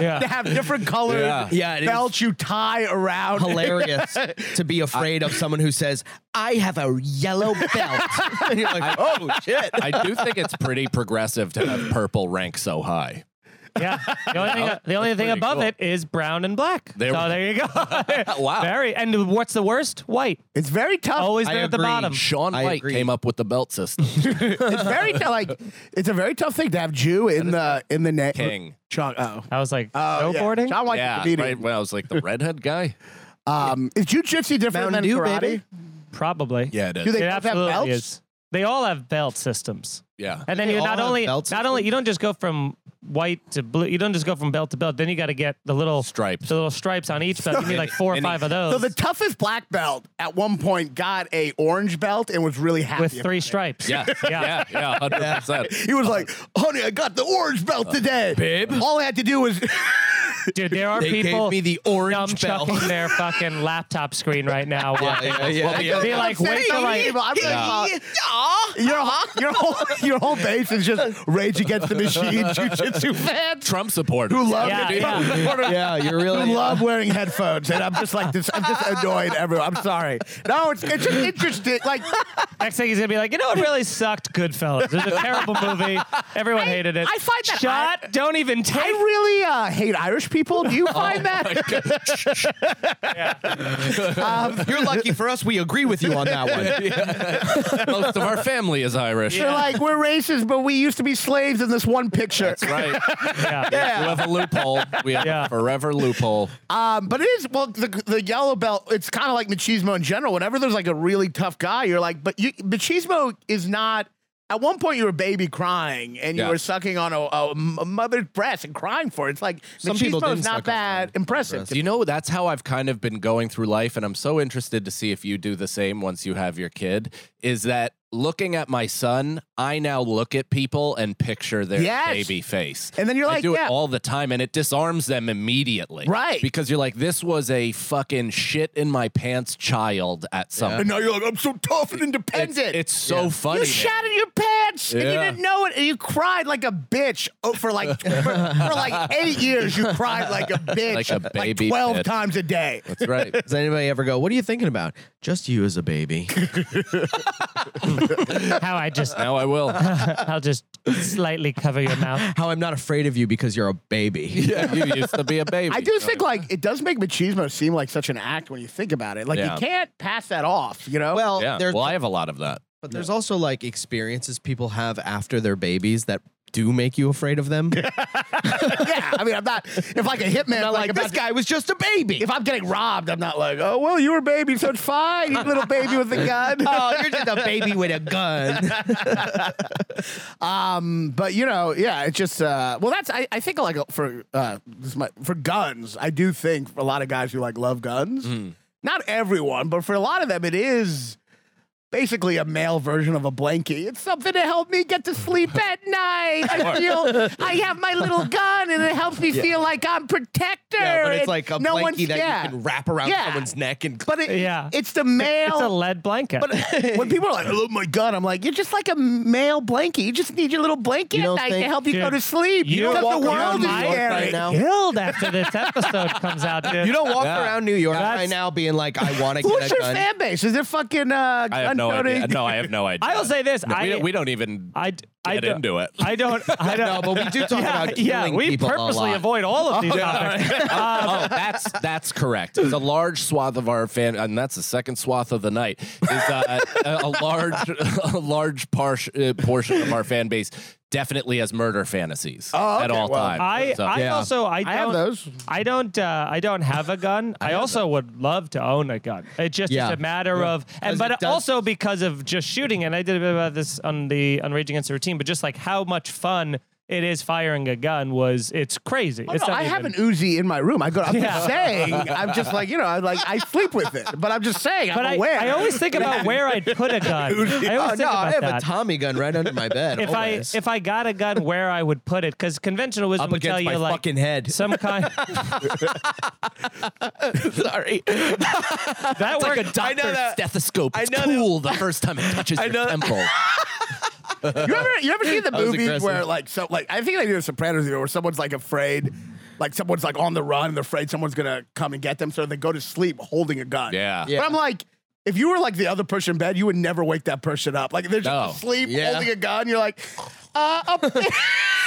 [SPEAKER 4] Yeah.
[SPEAKER 5] to have different colored
[SPEAKER 2] Yeah.
[SPEAKER 3] Yeah, it is.
[SPEAKER 5] belts you tie around.
[SPEAKER 3] Hilarious to be afraid of someone who says, "I have a yellow belt." and you're like, "Oh shit!"
[SPEAKER 2] I do think it's pretty progressive to have purple rank so high.
[SPEAKER 4] Yeah. The only thing, the only thing
[SPEAKER 2] pretty
[SPEAKER 4] above
[SPEAKER 2] cool.
[SPEAKER 4] it is brown and black.
[SPEAKER 2] There
[SPEAKER 4] so
[SPEAKER 2] we-
[SPEAKER 4] there you
[SPEAKER 3] Oh,
[SPEAKER 4] go.
[SPEAKER 2] Wow.
[SPEAKER 4] Very. And what's the worst? White.
[SPEAKER 5] It's very tough.
[SPEAKER 4] Always
[SPEAKER 3] I
[SPEAKER 4] been at the
[SPEAKER 3] agree.
[SPEAKER 4] bottom.
[SPEAKER 2] Sean
[SPEAKER 3] I
[SPEAKER 2] White
[SPEAKER 3] agree.
[SPEAKER 2] came up with the belt system.
[SPEAKER 5] it's very t- like it's a very tough thing to have Jew in the in the name.
[SPEAKER 2] King.
[SPEAKER 5] Chong, oh.
[SPEAKER 4] I was like,
[SPEAKER 5] Oh, yeah.
[SPEAKER 4] snowboarding?
[SPEAKER 5] John White
[SPEAKER 2] yeah.
[SPEAKER 5] comedian.
[SPEAKER 2] Right when I was like the redhead guy.
[SPEAKER 5] Um, is jujitsu different
[SPEAKER 3] Mountain
[SPEAKER 5] than
[SPEAKER 3] Dew,
[SPEAKER 5] karate?
[SPEAKER 3] baby.
[SPEAKER 4] Probably.
[SPEAKER 2] Yeah, it is.
[SPEAKER 5] Do they
[SPEAKER 4] it
[SPEAKER 5] both have
[SPEAKER 4] absolutely
[SPEAKER 5] belts?
[SPEAKER 4] is. They all have belt systems.
[SPEAKER 2] yeah.
[SPEAKER 4] And then
[SPEAKER 3] They
[SPEAKER 4] you
[SPEAKER 3] all
[SPEAKER 4] not
[SPEAKER 3] have
[SPEAKER 4] only
[SPEAKER 3] belt
[SPEAKER 4] not only you don't just go from white to blue, you don't just go from belt to belt. Then you got to get the little
[SPEAKER 2] Stripes.
[SPEAKER 4] the little stripes on each belt. You need like four or
[SPEAKER 2] And-
[SPEAKER 4] five of those
[SPEAKER 5] So the toughest black belt at one point got a orange belt and was really happy.
[SPEAKER 4] with
[SPEAKER 5] about
[SPEAKER 4] three
[SPEAKER 5] it.
[SPEAKER 4] stripes.
[SPEAKER 2] Yeah, yeah, yeah, hundred percent.
[SPEAKER 5] He was like, "Honey, I got the orange belt today,
[SPEAKER 2] babe."
[SPEAKER 5] All I had to do was
[SPEAKER 4] Dude, there are
[SPEAKER 3] They gave
[SPEAKER 4] people
[SPEAKER 3] me the orange bell.
[SPEAKER 4] dumb chucking their fucking laptop screen right now. watching
[SPEAKER 3] yeah,
[SPEAKER 4] us.
[SPEAKER 3] yeah.
[SPEAKER 4] Well,
[SPEAKER 3] Yeah.
[SPEAKER 4] Be like,
[SPEAKER 5] I'm
[SPEAKER 4] wait till
[SPEAKER 5] saying,
[SPEAKER 4] like,
[SPEAKER 5] I'm like, uh, your, whole- your whole your whole base is just rage against the machine jujitsu fans
[SPEAKER 2] Trump supporter.
[SPEAKER 5] who love
[SPEAKER 4] Yeah,
[SPEAKER 5] it.
[SPEAKER 4] yeah.
[SPEAKER 3] yeah, you're
[SPEAKER 5] I
[SPEAKER 3] really
[SPEAKER 5] love wearing headphones, and I'm just like this. I'm just annoying everyone. I'm sorry. No, it's, it's just interesting. Like,
[SPEAKER 4] next thing he's gonna be like, you know, it really sucked. Goodfellas. It was a terrible movie. Everyone hated it.
[SPEAKER 5] I find that
[SPEAKER 4] shot. don't even take.
[SPEAKER 5] I really uh, hate Irish people.
[SPEAKER 3] Oh
[SPEAKER 5] Do you find that? Um,
[SPEAKER 3] You're lucky for us. We agree with you on that one.
[SPEAKER 2] Most of our family is Irish.
[SPEAKER 5] They're like, we're racist, but we used to be slaves in this one picture.
[SPEAKER 2] That's right.
[SPEAKER 4] yeah.
[SPEAKER 2] We have a loophole. We have
[SPEAKER 4] Yeah.
[SPEAKER 2] a forever loophole.
[SPEAKER 5] Um, but it is well the, the yellow belt. It's kind of like machismo in general. Whenever there's like a really tough guy, you're like, but you, machismo is not. At one point, you were a baby crying and
[SPEAKER 2] Yeah.
[SPEAKER 5] you were sucking on a, a m- a mother's breast and crying for it. It's like
[SPEAKER 3] Some people
[SPEAKER 5] machismo
[SPEAKER 3] didn't
[SPEAKER 5] is
[SPEAKER 3] suck on
[SPEAKER 5] not that impressive.
[SPEAKER 2] Do you know that's how I've kind of been going through life, and I'm so interested to see if you do the same once you have your kid. Is that looking at my son, I now look at people and picture their
[SPEAKER 5] Yes.
[SPEAKER 2] baby face,
[SPEAKER 5] And then you're
[SPEAKER 2] I
[SPEAKER 5] like,
[SPEAKER 2] do
[SPEAKER 5] yeah.
[SPEAKER 2] it all the time, and it disarms them immediately,
[SPEAKER 5] Right.
[SPEAKER 2] Because you're like, this was a fucking shit in my pants child at some.
[SPEAKER 5] And now you're like, I'm so tough and
[SPEAKER 2] It's,
[SPEAKER 5] independent.
[SPEAKER 2] it's so funny.
[SPEAKER 5] you
[SPEAKER 2] man.
[SPEAKER 5] shat in your pants and you
[SPEAKER 2] Yeah.
[SPEAKER 5] didn't know it, and you cried like a bitch oh, for like for, for like eight years. You cried like a bitch,
[SPEAKER 2] Like a baby
[SPEAKER 5] twelve
[SPEAKER 2] bitch.
[SPEAKER 5] times a day.
[SPEAKER 2] That's right.
[SPEAKER 3] Does anybody ever go, What are you thinking about? Just you as a baby.
[SPEAKER 4] How I just,
[SPEAKER 2] Now I will.
[SPEAKER 4] I'll just slightly cover your mouth.
[SPEAKER 3] How I'm not afraid of you because you're a baby.
[SPEAKER 2] yeah, you used to be a baby.
[SPEAKER 5] I do think like it does make machismo seem like such an act when you think about it. Like
[SPEAKER 2] Yeah.
[SPEAKER 5] you can't pass that off, you know?
[SPEAKER 3] Well,
[SPEAKER 2] Yeah.
[SPEAKER 3] there's
[SPEAKER 2] Well, I have a lot of that.
[SPEAKER 3] but there's also like experiences people have after their babies that do make you afraid of them.
[SPEAKER 5] yeah. I mean, I'm not if like a hitman,
[SPEAKER 3] Not
[SPEAKER 5] like,
[SPEAKER 3] like this
[SPEAKER 5] about,
[SPEAKER 3] guy was just a baby.
[SPEAKER 5] If I'm getting robbed, I'm not like, oh well, you were a baby, so it's fine. You little baby with a gun.
[SPEAKER 3] oh, you're just a baby with a gun.
[SPEAKER 5] Um, but you know, yeah, it's just uh, well, that's I, I think like for uh, this might, for guns, I do think a lot of guys who like love guns,
[SPEAKER 3] Hmm.
[SPEAKER 5] not everyone, but for a lot of them, it is basically a male version of a blankie. It's something to help me get to sleep at night. I feel I have my little gun, and it helps me feel like I'm protector.
[SPEAKER 3] yeah, but
[SPEAKER 5] and
[SPEAKER 3] it's like a
[SPEAKER 5] no one's-
[SPEAKER 3] blankie that
[SPEAKER 5] yeah.
[SPEAKER 3] you can wrap around
[SPEAKER 5] Yeah.
[SPEAKER 3] someone's neck and
[SPEAKER 5] But it,
[SPEAKER 4] Yeah.
[SPEAKER 5] it's the male.
[SPEAKER 4] It's a lead blanket.
[SPEAKER 5] But when people are like, "I love my gun," I'm like, "You're just like a male blankie. You just need your little blankie
[SPEAKER 3] You
[SPEAKER 5] at
[SPEAKER 3] don't
[SPEAKER 5] night to
[SPEAKER 3] think-
[SPEAKER 5] help you go
[SPEAKER 4] Dude,
[SPEAKER 5] to sleep."
[SPEAKER 4] you
[SPEAKER 5] because
[SPEAKER 3] walk
[SPEAKER 5] the
[SPEAKER 3] around
[SPEAKER 5] world is
[SPEAKER 3] New York
[SPEAKER 5] scary.
[SPEAKER 3] right now.
[SPEAKER 4] killed after this episode comes out, dude.
[SPEAKER 3] you don't walk
[SPEAKER 2] Yeah.
[SPEAKER 3] around New York
[SPEAKER 4] That's-
[SPEAKER 3] right now being like, I want to
[SPEAKER 5] Who's
[SPEAKER 3] get a
[SPEAKER 5] your
[SPEAKER 3] gun.
[SPEAKER 5] fan base? Is there fucking uh,
[SPEAKER 2] I have
[SPEAKER 5] gun
[SPEAKER 2] no
[SPEAKER 5] toting?
[SPEAKER 2] idea. No, I have no idea.
[SPEAKER 4] I will say this.
[SPEAKER 2] No, we,
[SPEAKER 4] I,
[SPEAKER 2] don't- we don't even
[SPEAKER 4] I, I
[SPEAKER 2] get
[SPEAKER 4] don't-
[SPEAKER 2] into it.
[SPEAKER 4] I don't. I don't.
[SPEAKER 3] No, but we do talk
[SPEAKER 4] yeah,
[SPEAKER 3] about
[SPEAKER 4] yeah,
[SPEAKER 3] killing
[SPEAKER 4] we
[SPEAKER 3] people a
[SPEAKER 4] purposely
[SPEAKER 3] lot.
[SPEAKER 4] avoid all of these topics.
[SPEAKER 2] oh, that's that's correct. It's a large swath of our fan, and that's the second swath of the night. Is uh, a, a large, a large par- uh, portion of our fan base definitely has murder fantasies
[SPEAKER 5] Oh,
[SPEAKER 2] at
[SPEAKER 5] okay,
[SPEAKER 2] all
[SPEAKER 5] well,
[SPEAKER 2] times.
[SPEAKER 4] I,
[SPEAKER 2] So-
[SPEAKER 4] I
[SPEAKER 3] Yeah.
[SPEAKER 4] also I don't
[SPEAKER 5] I have those.
[SPEAKER 4] I don't uh, I don't have a gun. I, also would love to own a gun. It just
[SPEAKER 3] Yeah.
[SPEAKER 4] is a matter
[SPEAKER 3] Yeah.
[SPEAKER 4] of and
[SPEAKER 3] Because
[SPEAKER 4] but
[SPEAKER 3] it does-
[SPEAKER 4] also because of just shooting. And I did a bit about this on the on Rage Against the Routine, but just like how much fun it is firing a gun was it's crazy.
[SPEAKER 5] Oh,
[SPEAKER 4] it's
[SPEAKER 5] no,
[SPEAKER 4] not
[SPEAKER 5] I
[SPEAKER 4] even-
[SPEAKER 5] have an Uzi in my room. I go. I'm
[SPEAKER 4] Yeah.
[SPEAKER 5] just saying. I'm just like you know. I like I sleep with it, but I'm just saying.
[SPEAKER 4] But
[SPEAKER 5] I'm
[SPEAKER 4] I,
[SPEAKER 5] aware.
[SPEAKER 4] I always think about where I'd put a gun. I always think
[SPEAKER 3] Oh,
[SPEAKER 4] about
[SPEAKER 3] no, I have
[SPEAKER 4] that.
[SPEAKER 3] a Tommy gun right under my bed.
[SPEAKER 4] if I
[SPEAKER 3] always.
[SPEAKER 4] if I got a gun, where I would put it? Because conventional wisdom
[SPEAKER 3] Up
[SPEAKER 4] would tell
[SPEAKER 3] against
[SPEAKER 4] you
[SPEAKER 3] my
[SPEAKER 4] like
[SPEAKER 3] fucking head.
[SPEAKER 4] some kind.
[SPEAKER 3] Sorry.
[SPEAKER 4] That
[SPEAKER 2] like a
[SPEAKER 4] worked.
[SPEAKER 3] I know
[SPEAKER 2] doctor's
[SPEAKER 3] that-
[SPEAKER 2] stethoscope.
[SPEAKER 3] I
[SPEAKER 2] It's
[SPEAKER 3] know that-
[SPEAKER 2] cool the first time it touches your
[SPEAKER 3] know that-
[SPEAKER 2] temple.
[SPEAKER 5] You ever you ever see the
[SPEAKER 3] was
[SPEAKER 5] movies
[SPEAKER 3] aggressive.
[SPEAKER 5] where like so like I think they do the Sopranos you know, where someone's like afraid, like someone's like on the run and they're afraid someone's gonna come and get them, so they go to sleep holding a gun.
[SPEAKER 2] Yeah.
[SPEAKER 3] Yeah.
[SPEAKER 5] But I'm like, if you were like the other person in bed, you would never wake that person up. Like they're just
[SPEAKER 2] No.
[SPEAKER 5] asleep
[SPEAKER 3] Yeah.
[SPEAKER 5] holding a gun. You're like, uh, up.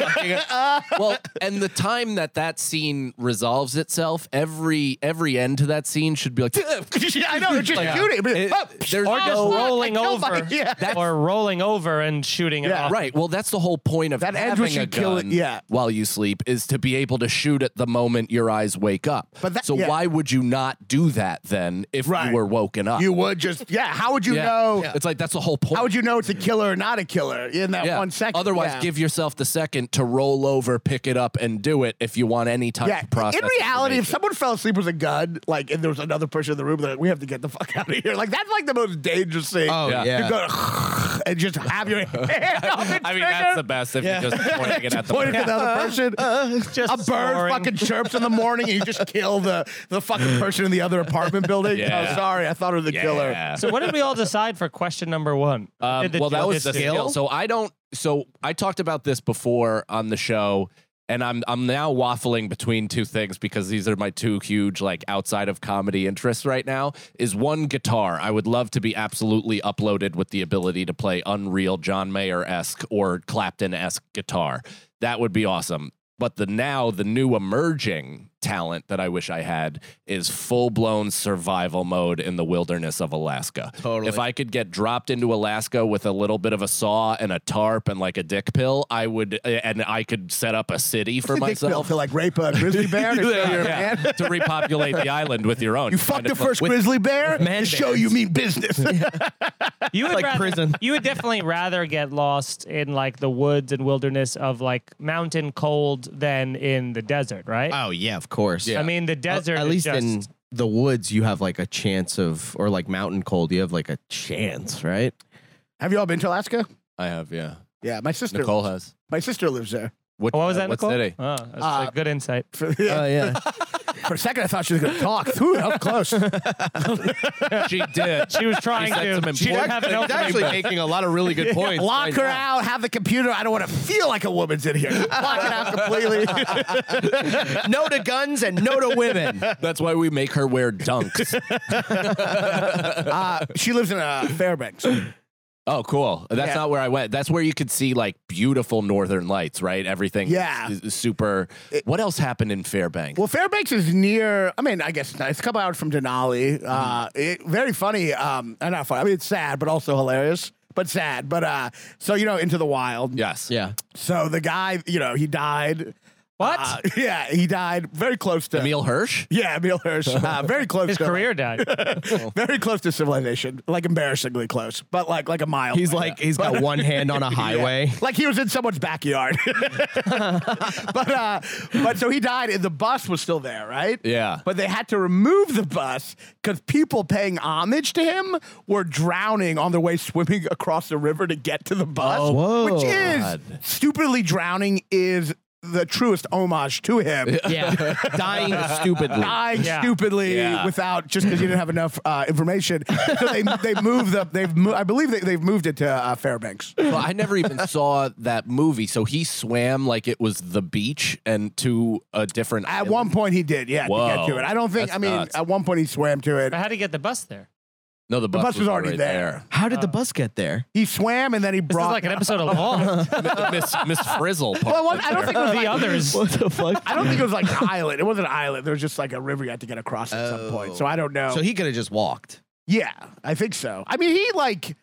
[SPEAKER 2] well, and the time that that scene resolves itself, every every end to that scene should be like.
[SPEAKER 5] yeah, I know. They're just
[SPEAKER 2] Like,
[SPEAKER 5] shooting.
[SPEAKER 2] it-
[SPEAKER 5] Oh,
[SPEAKER 2] there's
[SPEAKER 4] or just
[SPEAKER 2] no-
[SPEAKER 5] look, I
[SPEAKER 4] rolling
[SPEAKER 5] killed my-
[SPEAKER 4] over,
[SPEAKER 5] yeah.
[SPEAKER 4] or rolling over and shooting it
[SPEAKER 5] Yeah.
[SPEAKER 4] off.
[SPEAKER 2] Right. Well, that's the whole point of
[SPEAKER 5] That ends
[SPEAKER 2] having
[SPEAKER 5] when you
[SPEAKER 2] a
[SPEAKER 5] kill it-
[SPEAKER 2] gun
[SPEAKER 5] yeah.
[SPEAKER 2] while you sleep is to be able to shoot at the moment your eyes wake up.
[SPEAKER 5] But that-
[SPEAKER 2] so
[SPEAKER 5] yeah.
[SPEAKER 2] why would you not do that then if
[SPEAKER 5] Right.
[SPEAKER 2] you were woken up?
[SPEAKER 5] you would just yeah. How would you
[SPEAKER 2] Ah. Yeah.
[SPEAKER 5] know?
[SPEAKER 2] It's like that's the whole point.
[SPEAKER 5] How would you know it's a killer or not a killer in that
[SPEAKER 2] yeah.
[SPEAKER 5] one second?
[SPEAKER 2] Otherwise,
[SPEAKER 5] Yeah.
[SPEAKER 2] give yourself the second to roll over, pick it up, and do it if you want any type
[SPEAKER 5] Yeah,
[SPEAKER 2] of process.
[SPEAKER 5] in reality, if
[SPEAKER 2] information.
[SPEAKER 5] someone fell asleep with a gun, like, and there was another person in the room, they're like, we have to get the fuck out of here. Like, that's like the most dangerous thing.
[SPEAKER 3] Oh,
[SPEAKER 2] Yeah.
[SPEAKER 3] yeah.
[SPEAKER 5] You go, and just have your hand on the
[SPEAKER 2] I mean,
[SPEAKER 5] trigger.
[SPEAKER 2] that's the best if you're just pointing it at the
[SPEAKER 5] Point it to the other person.
[SPEAKER 4] just
[SPEAKER 5] a bird
[SPEAKER 4] Uh, snoring.
[SPEAKER 5] fucking chirps in the morning, and you just kill the, the fucking person in the other apartment building.
[SPEAKER 2] Yeah.
[SPEAKER 5] Oh, sorry, I thought her the killer.
[SPEAKER 2] Yeah.
[SPEAKER 4] So what did we all decide for question number one?
[SPEAKER 2] Um,
[SPEAKER 4] Did the
[SPEAKER 2] well, that was the
[SPEAKER 4] judges
[SPEAKER 2] skill?
[SPEAKER 4] do?
[SPEAKER 2] So I don't. So I talked about this before on the show, and I'm I'm now waffling between two things because these are my two huge like outside of comedy interests right now. Is one guitar. I would love to be absolutely uploaded with the ability to play unreal John Mayer esque or Clapton esque guitar. That would be awesome. But the now the new emerging talent that I wish I had is full blown survival mode in the wilderness of Alaska.
[SPEAKER 3] Totally.
[SPEAKER 2] If I could get dropped into Alaska with a little bit of a saw and a tarp and like a dick pill, I would, eh, and I could set up a city for
[SPEAKER 5] Dick pill
[SPEAKER 2] myself.
[SPEAKER 5] to like rape a grizzly bear to show you're a
[SPEAKER 2] Yeah,
[SPEAKER 5] man.
[SPEAKER 2] to repopulate the island with your own.
[SPEAKER 5] You
[SPEAKER 2] Kind
[SPEAKER 5] fucked the
[SPEAKER 2] of-
[SPEAKER 5] first grizzly bear
[SPEAKER 3] man
[SPEAKER 5] to show you mean business.
[SPEAKER 4] you would
[SPEAKER 3] like
[SPEAKER 4] rather,
[SPEAKER 3] prison.
[SPEAKER 4] You would definitely rather get lost in like the woods and wilderness of like mountain cold than in the desert, right?
[SPEAKER 3] Oh yeah, of course.
[SPEAKER 4] I mean, the
[SPEAKER 3] At-
[SPEAKER 4] desert
[SPEAKER 3] At,
[SPEAKER 4] is
[SPEAKER 3] least
[SPEAKER 4] just,
[SPEAKER 3] in the woods, you have like a chance of, or like mountain cold, you have like a chance, right?
[SPEAKER 5] Have you all been to Alaska?
[SPEAKER 2] I have, yeah.
[SPEAKER 5] Yeah, my sister.
[SPEAKER 2] Nicole has.
[SPEAKER 5] My sister lives there.
[SPEAKER 4] What
[SPEAKER 2] uh,
[SPEAKER 4] was that, Nicole?
[SPEAKER 2] city?
[SPEAKER 4] Oh, that's
[SPEAKER 5] Uh,
[SPEAKER 4] a good insight.
[SPEAKER 5] For, yeah.
[SPEAKER 3] Oh, yeah.
[SPEAKER 5] For a second, I thought she was going to talk. Ooh, up close.
[SPEAKER 2] She did.
[SPEAKER 4] She was trying
[SPEAKER 2] said some
[SPEAKER 4] to. She didn't
[SPEAKER 2] important
[SPEAKER 4] have an
[SPEAKER 2] things.
[SPEAKER 4] opening.
[SPEAKER 3] actually making a lot of really good points.
[SPEAKER 5] Lock her out. Have the computer. I don't want to feel like a woman's in here. Lock it out completely.
[SPEAKER 3] No to guns and no to women.
[SPEAKER 2] That's why we make her wear dunks.
[SPEAKER 5] Uh, she lives in uh, Fairbanks.
[SPEAKER 2] Oh, cool. That's
[SPEAKER 5] Yeah.
[SPEAKER 2] not where I went. That's where you could see like beautiful northern lights, right? Everything
[SPEAKER 5] Yeah.
[SPEAKER 2] is, is super. what else happened in Fairbanks?
[SPEAKER 5] Well, Fairbanks is near. I mean, I guess it's, nice. It's a couple hours from Denali. Uh,
[SPEAKER 4] Mm-hmm.
[SPEAKER 5] it, very funny. Um, uh, not funny. I mean, it's sad, but also hilarious. But sad. But uh, so you know, into the wild.
[SPEAKER 2] yes.
[SPEAKER 3] Yeah.
[SPEAKER 5] So the guy, you know, he died.
[SPEAKER 4] What?
[SPEAKER 5] Uh, yeah, he died very close to.
[SPEAKER 2] Emil Hirsch?
[SPEAKER 5] Yeah, Emil Hirsch. Uh, very close.
[SPEAKER 4] His
[SPEAKER 5] to,
[SPEAKER 4] career died.
[SPEAKER 5] Very close to civilization. Like embarrassingly close, but like like a mile.
[SPEAKER 3] He's like, he's got one hand on a highway.
[SPEAKER 5] Like he was in someone's backyard. but uh but so he died and the bus was still there, right?
[SPEAKER 2] Yeah.
[SPEAKER 5] But they had to remove the bus because people paying homage to him were drowning on their way swimming across the river to get to the bus.
[SPEAKER 3] Oh, whoa.
[SPEAKER 5] Which is
[SPEAKER 2] God.
[SPEAKER 5] stupidly drowning is the truest homage to him.
[SPEAKER 3] Yeah. Dying stupidly.
[SPEAKER 5] Dying
[SPEAKER 4] Yeah.
[SPEAKER 5] stupidly
[SPEAKER 2] Yeah.
[SPEAKER 5] without just because you didn't have enough uh, information. So they they moved the they've mo- I believe they, they've moved it to uh, Fairbanks.
[SPEAKER 2] Well, I never even saw that movie. So he swam like it was the beach and to a different.
[SPEAKER 5] At
[SPEAKER 2] island.
[SPEAKER 5] one point, he did. Yeah, to
[SPEAKER 2] Whoa.
[SPEAKER 5] get to it. I don't think.
[SPEAKER 2] That's
[SPEAKER 5] I mean,
[SPEAKER 2] nuts.
[SPEAKER 5] at one point, he swam to it.
[SPEAKER 4] But how did he get the bus there?
[SPEAKER 2] no, the
[SPEAKER 5] The
[SPEAKER 2] bus,
[SPEAKER 5] bus was already there.
[SPEAKER 3] How did the bus get there?
[SPEAKER 5] He swam and then he
[SPEAKER 4] This is
[SPEAKER 5] brought.
[SPEAKER 4] like an episode of Lost.
[SPEAKER 2] there. Miss Miss Frizzle. Part
[SPEAKER 5] well, it wasn't- I don't think it was
[SPEAKER 4] the others.
[SPEAKER 3] What the fuck?
[SPEAKER 5] I don't think it was like an island. It wasn't an island. There was just like a river you had to get across at some point. So I don't know.
[SPEAKER 3] So he could have just walked.
[SPEAKER 5] yeah, I think so. I mean, he like.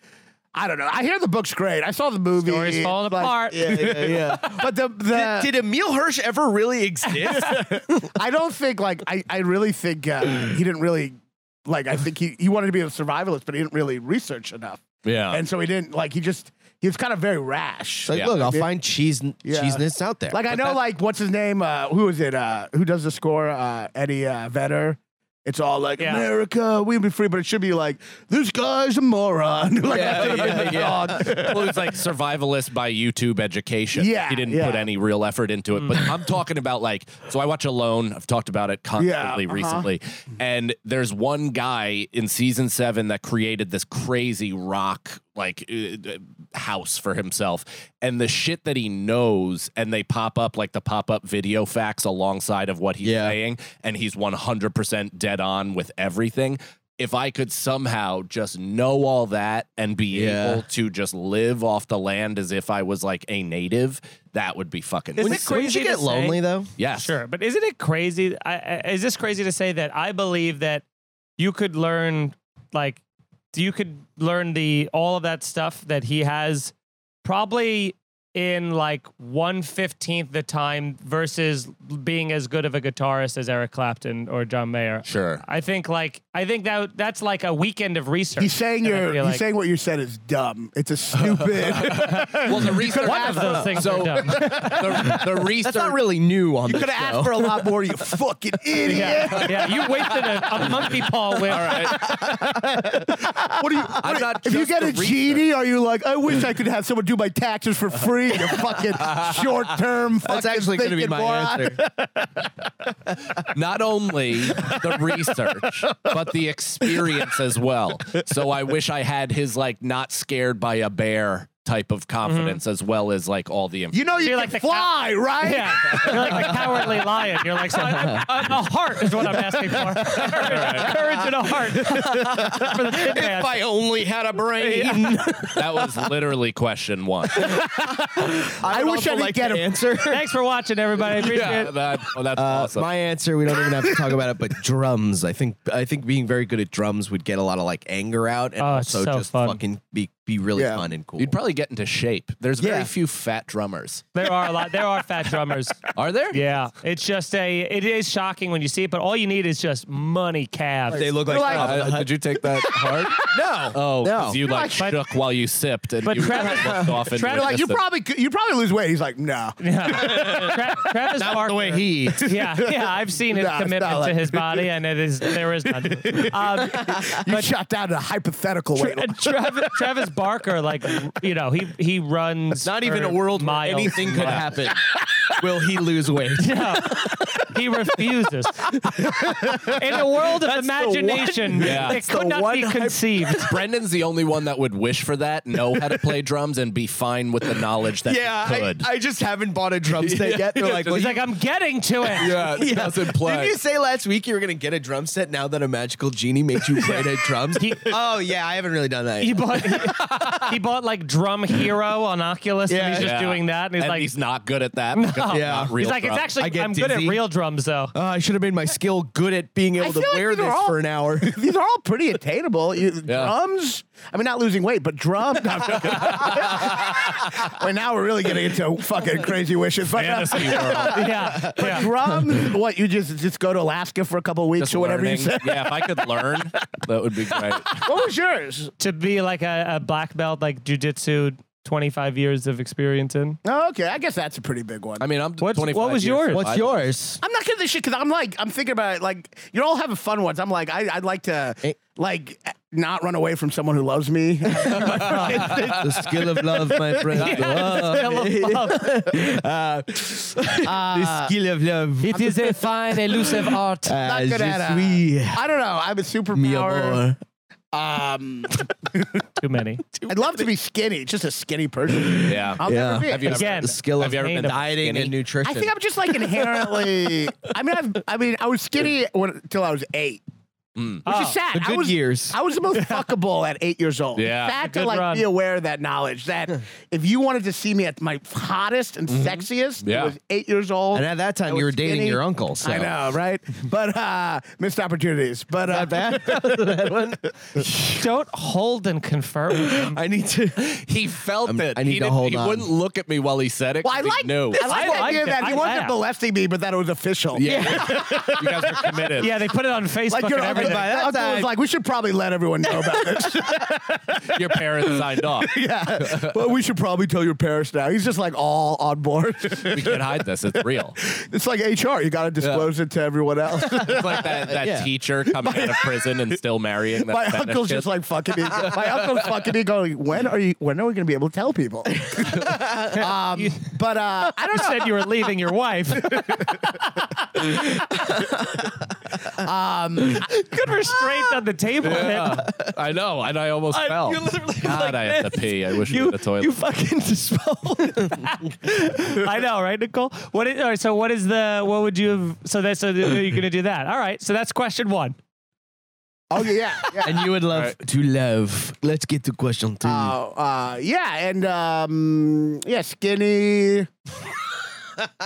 [SPEAKER 5] I don't know. I hear the book's great. I saw the movie.
[SPEAKER 4] Story's falling
[SPEAKER 5] Like,
[SPEAKER 4] apart.
[SPEAKER 3] yeah, yeah.
[SPEAKER 5] But the, the
[SPEAKER 3] did Emil Hirsch ever really exist?
[SPEAKER 5] I don't think like I, I really think uh, he didn't really like I think he, he wanted to be a survivalist, but he didn't really research enough.
[SPEAKER 2] Yeah.
[SPEAKER 5] And so he didn't like he just he was kind of very rash.
[SPEAKER 3] like,
[SPEAKER 2] Yeah.
[SPEAKER 3] look, I'll find cheese
[SPEAKER 5] Yeah.
[SPEAKER 3] cheese nits out there.
[SPEAKER 5] Like I
[SPEAKER 3] But
[SPEAKER 5] know,
[SPEAKER 3] that-
[SPEAKER 5] like what's his name? Uh, who is it? Uh, who does the score? Uh, Eddie uh, Vedder. It's all like
[SPEAKER 4] Yeah.
[SPEAKER 5] America, we be free, but it should be like this guy's a moron. like, that should've been the song.
[SPEAKER 2] well, it's like survivalist by YouTube education.
[SPEAKER 5] Yeah,
[SPEAKER 2] he didn't
[SPEAKER 5] yeah. Mm.
[SPEAKER 2] put any real effort into it. But I'm talking about like, so I watch Alone. I've talked about it constantly
[SPEAKER 5] uh-huh.
[SPEAKER 2] recently, and there's one guy in season seven that created this crazy rock like uh, uh, house for himself, and the shit that he knows, and they pop up like the pop up video facts alongside of what he's
[SPEAKER 3] Yeah.
[SPEAKER 2] saying, and he's 100 percent dead on with everything. If I could somehow just know all that and be
[SPEAKER 3] Yeah.
[SPEAKER 2] able to just live off the land as if I was like a native, that would be fucking.
[SPEAKER 4] Is
[SPEAKER 3] Wouldn't-
[SPEAKER 4] it
[SPEAKER 3] wouldn't
[SPEAKER 4] crazy
[SPEAKER 3] you
[SPEAKER 4] to
[SPEAKER 3] get
[SPEAKER 4] say-
[SPEAKER 3] lonely though?
[SPEAKER 2] yes,
[SPEAKER 4] Sure, but isn't it crazy? I, I- is this crazy to say that I believe that you could learn, like, you could learn the all of that stuff that he has, probably in like one fifteenth the time versus being as good of a guitarist as Eric Clapton or John Mayer.
[SPEAKER 2] Sure.
[SPEAKER 4] I think like I think that that's like a weekend of research.
[SPEAKER 5] He's saying
[SPEAKER 4] that I
[SPEAKER 5] you're.
[SPEAKER 4] feel
[SPEAKER 5] He's
[SPEAKER 4] like
[SPEAKER 5] saying what you said is dumb. It's a stupid.
[SPEAKER 2] Well, the research.
[SPEAKER 4] one of those things
[SPEAKER 2] So
[SPEAKER 4] are dumb.
[SPEAKER 2] the, the research.
[SPEAKER 3] That's not really new on
[SPEAKER 5] you
[SPEAKER 3] this
[SPEAKER 5] could have
[SPEAKER 3] show.
[SPEAKER 5] asked for a lot more. You fucking idiot.
[SPEAKER 4] Yeah, yeah, you wasted a, a monkey paw with.
[SPEAKER 2] All right.
[SPEAKER 5] What do you?
[SPEAKER 2] I'm not.
[SPEAKER 5] If you
[SPEAKER 2] just
[SPEAKER 5] get
[SPEAKER 2] the
[SPEAKER 5] a
[SPEAKER 2] research.
[SPEAKER 5] genie, are you like, I wish I could have someone do my taxes for free? You fucking short term.
[SPEAKER 3] That's actually going to be my answer.
[SPEAKER 2] not only the research, but the experience as well. So I wish I had his like not scared by a bear type of
[SPEAKER 4] Mm-hmm.
[SPEAKER 2] confidence as well as like all the
[SPEAKER 5] You know you
[SPEAKER 4] You're
[SPEAKER 5] can
[SPEAKER 4] like the
[SPEAKER 5] fly, right?
[SPEAKER 4] Yeah, you're like the cowardly lion. You're like, so I, I, a heart is what I'm asking for. Courage, courage and a heart for the Tin Man.
[SPEAKER 3] I only had a brain.
[SPEAKER 2] that was literally question one.
[SPEAKER 5] I
[SPEAKER 3] would
[SPEAKER 5] wish I
[SPEAKER 3] also
[SPEAKER 5] could
[SPEAKER 3] like
[SPEAKER 5] get
[SPEAKER 3] to
[SPEAKER 5] him.
[SPEAKER 3] answer.
[SPEAKER 4] Thanks for watching, everybody. Appreciate
[SPEAKER 2] yeah,
[SPEAKER 4] it.
[SPEAKER 2] that, oh, that's
[SPEAKER 3] Uh,
[SPEAKER 2] awesome.
[SPEAKER 3] My answer, we don't even have to talk about it, but drums. I think I think being very good at drums would get a lot of like anger out and
[SPEAKER 4] Oh, it's
[SPEAKER 3] also
[SPEAKER 4] so
[SPEAKER 3] just
[SPEAKER 4] fun.
[SPEAKER 3] fucking be be really
[SPEAKER 5] Yeah.
[SPEAKER 3] fun and cool.
[SPEAKER 2] You'd probably get into shape. There's
[SPEAKER 5] Yeah.
[SPEAKER 2] very few fat drummers.
[SPEAKER 4] There are a lot. There are fat drummers.
[SPEAKER 2] Are there?
[SPEAKER 4] Yeah, it's just a. It is shocking when you see it, but all you need is just money calves.
[SPEAKER 3] they look like,
[SPEAKER 5] like-
[SPEAKER 3] Jabba the
[SPEAKER 2] Uh,
[SPEAKER 3] Hutt.
[SPEAKER 2] did you take that hard?
[SPEAKER 3] no.
[SPEAKER 2] Oh,
[SPEAKER 3] No.
[SPEAKER 2] 'cause you like
[SPEAKER 4] But-
[SPEAKER 2] shook while you sipped and
[SPEAKER 4] but
[SPEAKER 2] you
[SPEAKER 4] Travis-
[SPEAKER 2] looked off into
[SPEAKER 4] Travis-
[SPEAKER 5] You're like, you
[SPEAKER 2] existence.
[SPEAKER 5] probably could, you probably lose weight. He's like, nah.
[SPEAKER 4] Yeah. Tra- Travis Barker.
[SPEAKER 3] he eats.
[SPEAKER 4] Yeah, yeah. I've seen his
[SPEAKER 5] Nah, it's not
[SPEAKER 4] commitment to
[SPEAKER 5] like-
[SPEAKER 4] his body, and it is there is none. Um,
[SPEAKER 5] You shot down to hypothetical weight.
[SPEAKER 4] and Travis, Travis Barker, like you know, he he runs
[SPEAKER 3] Not even
[SPEAKER 4] for
[SPEAKER 3] a world where
[SPEAKER 4] miles.
[SPEAKER 3] anything could happen. Will he lose weight?
[SPEAKER 4] No, he refuses. In a world of imagination,
[SPEAKER 2] Yeah.
[SPEAKER 4] it
[SPEAKER 2] That's
[SPEAKER 4] could
[SPEAKER 3] the
[SPEAKER 4] not
[SPEAKER 3] one
[SPEAKER 4] be
[SPEAKER 3] hypo-
[SPEAKER 4] conceived.
[SPEAKER 2] Brendan's the only one that would wish for that, know how to play drums, and be fine with the knowledge that
[SPEAKER 3] Yeah,
[SPEAKER 2] he
[SPEAKER 3] I,
[SPEAKER 2] could.
[SPEAKER 3] I just haven't bought a drum set
[SPEAKER 2] Yeah.
[SPEAKER 3] yet. They're like, well,
[SPEAKER 4] He's
[SPEAKER 3] you-
[SPEAKER 4] like, I'm getting to it.
[SPEAKER 2] yeah, it doesn't
[SPEAKER 3] Didn't
[SPEAKER 2] play.
[SPEAKER 3] you say last week you were gonna get a drum set now that a magical genie made you play at drums? oh yeah, I haven't really done that.
[SPEAKER 4] He
[SPEAKER 3] Yet.
[SPEAKER 4] bought he, bought like Drum Hero on Oculus,
[SPEAKER 3] Yeah.
[SPEAKER 4] and he's just
[SPEAKER 2] Yeah.
[SPEAKER 4] doing that, and he's
[SPEAKER 2] and
[SPEAKER 4] like,
[SPEAKER 2] he's not good at that. because they're
[SPEAKER 3] Yeah.
[SPEAKER 2] not
[SPEAKER 3] He's
[SPEAKER 2] real
[SPEAKER 4] he's like, it's
[SPEAKER 2] drums.
[SPEAKER 4] actually
[SPEAKER 3] I get
[SPEAKER 4] I'm good at
[SPEAKER 3] dizzy.
[SPEAKER 4] real drums though.
[SPEAKER 3] Uh, I should have made my skill good at being able to
[SPEAKER 5] feel like
[SPEAKER 3] wear
[SPEAKER 5] they're
[SPEAKER 3] this
[SPEAKER 5] all-
[SPEAKER 3] for an hour.
[SPEAKER 5] These are all pretty attainable. You, Drums. I mean, not losing weight, but drums. well, now we're really getting into fucking crazy wishes. But, uh,
[SPEAKER 2] fantasy world.
[SPEAKER 4] yeah, yeah.
[SPEAKER 5] drums. What you just just go to Alaska for a couple weeks
[SPEAKER 2] Just
[SPEAKER 5] or whatever
[SPEAKER 2] learning.
[SPEAKER 5] you said.
[SPEAKER 2] Yeah, if I could learn, that would be great.
[SPEAKER 5] What was yours?
[SPEAKER 4] to be like a, a black belt, like jujitsu, 25 years of experience in.
[SPEAKER 5] Oh, okay, I guess that's a pretty big one.
[SPEAKER 2] I mean, I'm
[SPEAKER 4] What's-
[SPEAKER 2] 25
[SPEAKER 4] what was
[SPEAKER 2] years
[SPEAKER 4] yours?
[SPEAKER 2] old.
[SPEAKER 4] What's
[SPEAKER 2] I-
[SPEAKER 3] yours?
[SPEAKER 5] I'm not good at this shit because I'm like I'm thinking about it. Like you're all having fun ones. I'm like I, I'd like to
[SPEAKER 2] Eh.
[SPEAKER 5] like not run away from someone who loves me.
[SPEAKER 3] the skill of love, my friend. Oh, Uh, the skill of love.
[SPEAKER 4] It is a fine, elusive art.
[SPEAKER 5] Ah. not
[SPEAKER 3] Uh,
[SPEAKER 5] good
[SPEAKER 3] je
[SPEAKER 5] at. Uh,
[SPEAKER 3] suis
[SPEAKER 5] I don't know. I'm a
[SPEAKER 3] mi
[SPEAKER 5] superpower.
[SPEAKER 3] amor.
[SPEAKER 5] Um,
[SPEAKER 4] Too many.
[SPEAKER 5] I'd love to be skinny, just a skinny person.
[SPEAKER 2] Yeah.
[SPEAKER 5] I'll
[SPEAKER 3] Yeah.
[SPEAKER 5] never be.
[SPEAKER 2] Have you ever-
[SPEAKER 4] Again,
[SPEAKER 3] The skill
[SPEAKER 2] Have
[SPEAKER 3] of
[SPEAKER 2] you ever
[SPEAKER 4] been to
[SPEAKER 3] dieting and nutrition.
[SPEAKER 5] I think I'm just like inherently. I mean, I've, I mean, I was skinny when, until I was eight,
[SPEAKER 3] Mm.
[SPEAKER 4] Ah,
[SPEAKER 5] which is sad.
[SPEAKER 3] the good
[SPEAKER 5] I was,
[SPEAKER 3] years.
[SPEAKER 5] I was the most fuckable at eight years old.
[SPEAKER 2] Yeah.
[SPEAKER 5] sad to
[SPEAKER 4] Good
[SPEAKER 5] like
[SPEAKER 4] run.
[SPEAKER 5] be aware of that knowledge that if you wanted to see me at my hottest and sexiest,
[SPEAKER 2] Yeah.
[SPEAKER 5] I was eight years old.
[SPEAKER 3] Mm-hmm. and at that
[SPEAKER 5] I
[SPEAKER 3] time,
[SPEAKER 5] was
[SPEAKER 3] you were dating
[SPEAKER 5] skinny.
[SPEAKER 3] your uncle. So.
[SPEAKER 5] I know, right? But uh, missed opportunities. But uh,
[SPEAKER 3] Not bad. That one.
[SPEAKER 4] Don't hold and confer with him.
[SPEAKER 3] I need to.
[SPEAKER 2] He felt
[SPEAKER 3] I'm-
[SPEAKER 2] it.
[SPEAKER 3] I need
[SPEAKER 2] he
[SPEAKER 3] to
[SPEAKER 2] didn't-
[SPEAKER 3] hold
[SPEAKER 2] He
[SPEAKER 3] on.
[SPEAKER 2] wouldn't look at me while he said it.
[SPEAKER 5] well, I
[SPEAKER 2] 'cause he
[SPEAKER 5] like
[SPEAKER 2] knew.
[SPEAKER 5] I like
[SPEAKER 4] I
[SPEAKER 5] the
[SPEAKER 4] liked
[SPEAKER 5] idea
[SPEAKER 4] it.
[SPEAKER 5] that he
[SPEAKER 4] I
[SPEAKER 5] wasn't
[SPEAKER 4] laughed.
[SPEAKER 5] molesting me, but that it was official.
[SPEAKER 2] Yeah. you guys are committed.
[SPEAKER 4] Yeah, they put it on Facebook
[SPEAKER 5] Like your
[SPEAKER 4] and
[SPEAKER 5] uncle,
[SPEAKER 4] everything.
[SPEAKER 3] by that
[SPEAKER 5] uncle was
[SPEAKER 3] time-
[SPEAKER 5] like, we should probably let everyone know about this.
[SPEAKER 2] Your parents signed off.
[SPEAKER 5] yeah. Well, we should probably tell your parents now. He's just like all on board.
[SPEAKER 2] We can't hide this. It's real.
[SPEAKER 5] it's like HR. You got to disclose it to everyone else.
[SPEAKER 2] It's like that, that
[SPEAKER 3] Yeah.
[SPEAKER 2] teacher coming out of prison and still marrying that
[SPEAKER 5] My
[SPEAKER 2] Spanish
[SPEAKER 5] uncle's
[SPEAKER 2] kid.
[SPEAKER 5] just like fucking me. My uncle's fucking me going, when are you, when are we going to be able to tell people? um, but uh, I
[SPEAKER 4] You
[SPEAKER 5] don't know.
[SPEAKER 4] said you were leaving your wife. Um, Good restraint on the table. man.
[SPEAKER 2] I know, and I almost fell.
[SPEAKER 3] you literally
[SPEAKER 2] God,
[SPEAKER 3] like
[SPEAKER 2] I have to pee. I wish we
[SPEAKER 3] You,
[SPEAKER 2] had a toilet.
[SPEAKER 3] you fucking dispelled.
[SPEAKER 4] I know, right, Nicole? What is, all right, so what is the what would you have so that so you're gonna do that? All right, so that's question one.
[SPEAKER 5] Oh yeah, yeah.
[SPEAKER 3] and you would love to love. Let's get to question two.
[SPEAKER 5] Uh, uh, yeah, and um, yeah, skinny. uh,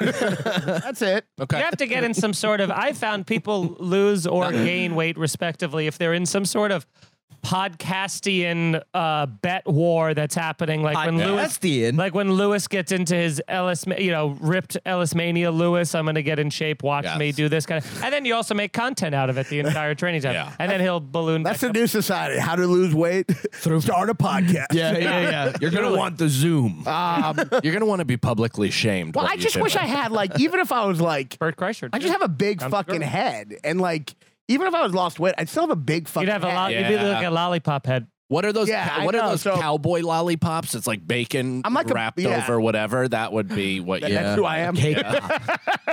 [SPEAKER 5] that's it.
[SPEAKER 2] okay.
[SPEAKER 4] You have to get in some sort of. I found people lose or gain weight respectively if they're in some sort of podcastian uh, bet war that's happening. Like when Lewis,
[SPEAKER 3] Podcastian?
[SPEAKER 4] like when Lewis gets into his Ellis, you know, ripped Ellis mania. Lewis, I'm gonna get in shape. Watch
[SPEAKER 2] Yes.
[SPEAKER 4] me do this kind of, and then you also make content out of it the entire training time,
[SPEAKER 2] Yeah.
[SPEAKER 4] and then he'll balloon.
[SPEAKER 5] That's
[SPEAKER 4] back
[SPEAKER 5] the new society. How to lose weight? Start a podcast.
[SPEAKER 3] yeah, yeah, yeah. You're gonna want the Zoom.
[SPEAKER 2] You're gonna want to be publicly shamed.
[SPEAKER 5] Um, Well,
[SPEAKER 2] when
[SPEAKER 5] I
[SPEAKER 2] you
[SPEAKER 5] just
[SPEAKER 2] do
[SPEAKER 5] wish
[SPEAKER 2] that.
[SPEAKER 5] I had like, even if I was like,
[SPEAKER 4] Bert Kreischer.
[SPEAKER 5] I just have a big
[SPEAKER 4] I'm
[SPEAKER 5] fucking
[SPEAKER 4] sure.
[SPEAKER 5] head, and like, even if I was lost weight, I'd still have a big fucking.
[SPEAKER 4] You'd have a
[SPEAKER 5] head.
[SPEAKER 4] lot.
[SPEAKER 2] Yeah.
[SPEAKER 4] You'd be like a lollipop head.
[SPEAKER 2] What are those?
[SPEAKER 5] Yeah,
[SPEAKER 2] cow-
[SPEAKER 5] I
[SPEAKER 2] what are
[SPEAKER 5] know,
[SPEAKER 2] those
[SPEAKER 5] so-
[SPEAKER 2] cowboy lollipops? It's like bacon
[SPEAKER 5] I'm like a-
[SPEAKER 2] wrapped
[SPEAKER 5] yeah.
[SPEAKER 2] over whatever. That would be what.
[SPEAKER 5] That-
[SPEAKER 2] you,
[SPEAKER 5] That's who I am.
[SPEAKER 3] Cake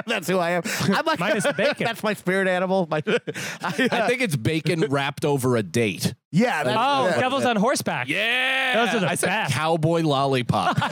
[SPEAKER 5] That's who I am. I'm like
[SPEAKER 4] Minus the bacon.
[SPEAKER 5] That's my spirit animal. My, I, uh,
[SPEAKER 2] I think it's bacon wrapped over a date.
[SPEAKER 5] yeah. That's,
[SPEAKER 4] Oh,
[SPEAKER 5] yeah.
[SPEAKER 4] Devil's on horseback.
[SPEAKER 2] Yeah,
[SPEAKER 4] Those are the
[SPEAKER 2] I said
[SPEAKER 4] best.
[SPEAKER 2] cowboy lollipop.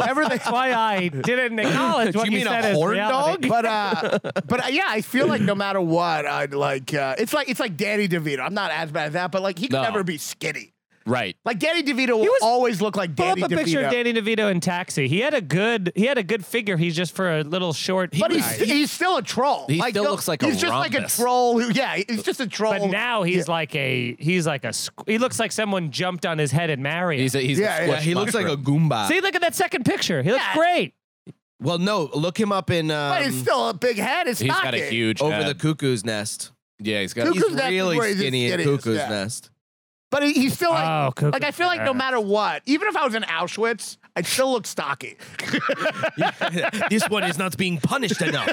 [SPEAKER 5] everything.
[SPEAKER 4] That's why I didn't acknowledge
[SPEAKER 2] Do
[SPEAKER 4] what
[SPEAKER 2] you
[SPEAKER 4] you,
[SPEAKER 2] mean a
[SPEAKER 4] said as
[SPEAKER 2] horn
[SPEAKER 4] reality.
[SPEAKER 5] But uh, but uh, yeah, I feel like no matter what, I'd like uh, it's like it's like Danny DeVito. I'm not as bad as that, but like he could
[SPEAKER 2] No.
[SPEAKER 5] never be skinny.
[SPEAKER 2] right.
[SPEAKER 5] Like Danny DeVito will
[SPEAKER 4] was-
[SPEAKER 5] always look like
[SPEAKER 4] Pull up
[SPEAKER 5] Danny
[SPEAKER 4] a
[SPEAKER 5] DeVito.
[SPEAKER 4] picture of Danny DeVito in Taxi. He had a good he had a good figure. He's just for a little short.
[SPEAKER 5] but he's he's still a troll.
[SPEAKER 2] He
[SPEAKER 5] like,
[SPEAKER 2] still
[SPEAKER 5] no-
[SPEAKER 2] looks like a
[SPEAKER 5] he's just like a
[SPEAKER 2] rhombus.
[SPEAKER 5] troll. Who, yeah, he's just a troll.
[SPEAKER 4] but now he's like a he's like a squ- he looks like someone jumped on his head and married.
[SPEAKER 2] He's
[SPEAKER 4] him.
[SPEAKER 2] a, he's
[SPEAKER 5] Yeah,
[SPEAKER 2] a
[SPEAKER 5] yeah,
[SPEAKER 2] squish
[SPEAKER 3] yeah, he looks like a
[SPEAKER 2] mushroom.
[SPEAKER 5] Uh,
[SPEAKER 3] Goomba.
[SPEAKER 4] See, look at that second picture. He looks great.
[SPEAKER 3] Well, no, look him up in um,
[SPEAKER 5] but it's still a big head. It's
[SPEAKER 2] He's
[SPEAKER 5] not
[SPEAKER 2] got a
[SPEAKER 5] it.
[SPEAKER 2] huge
[SPEAKER 3] over
[SPEAKER 2] head.
[SPEAKER 3] the cuckoo's nest.
[SPEAKER 2] yeah. He's got.
[SPEAKER 5] Cuckoo-
[SPEAKER 3] He's
[SPEAKER 5] Cuckoo's nest is
[SPEAKER 3] really
[SPEAKER 5] where he's the
[SPEAKER 3] skinny at
[SPEAKER 5] skinniest,
[SPEAKER 3] cuckoo's
[SPEAKER 5] yeah.
[SPEAKER 3] nest.
[SPEAKER 5] But he, he's still like,
[SPEAKER 4] Oh, cuckoo.
[SPEAKER 5] like I feel like no matter what, even if I was in Auschwitz, I'd still look stocky.
[SPEAKER 3] this one is not being punished enough.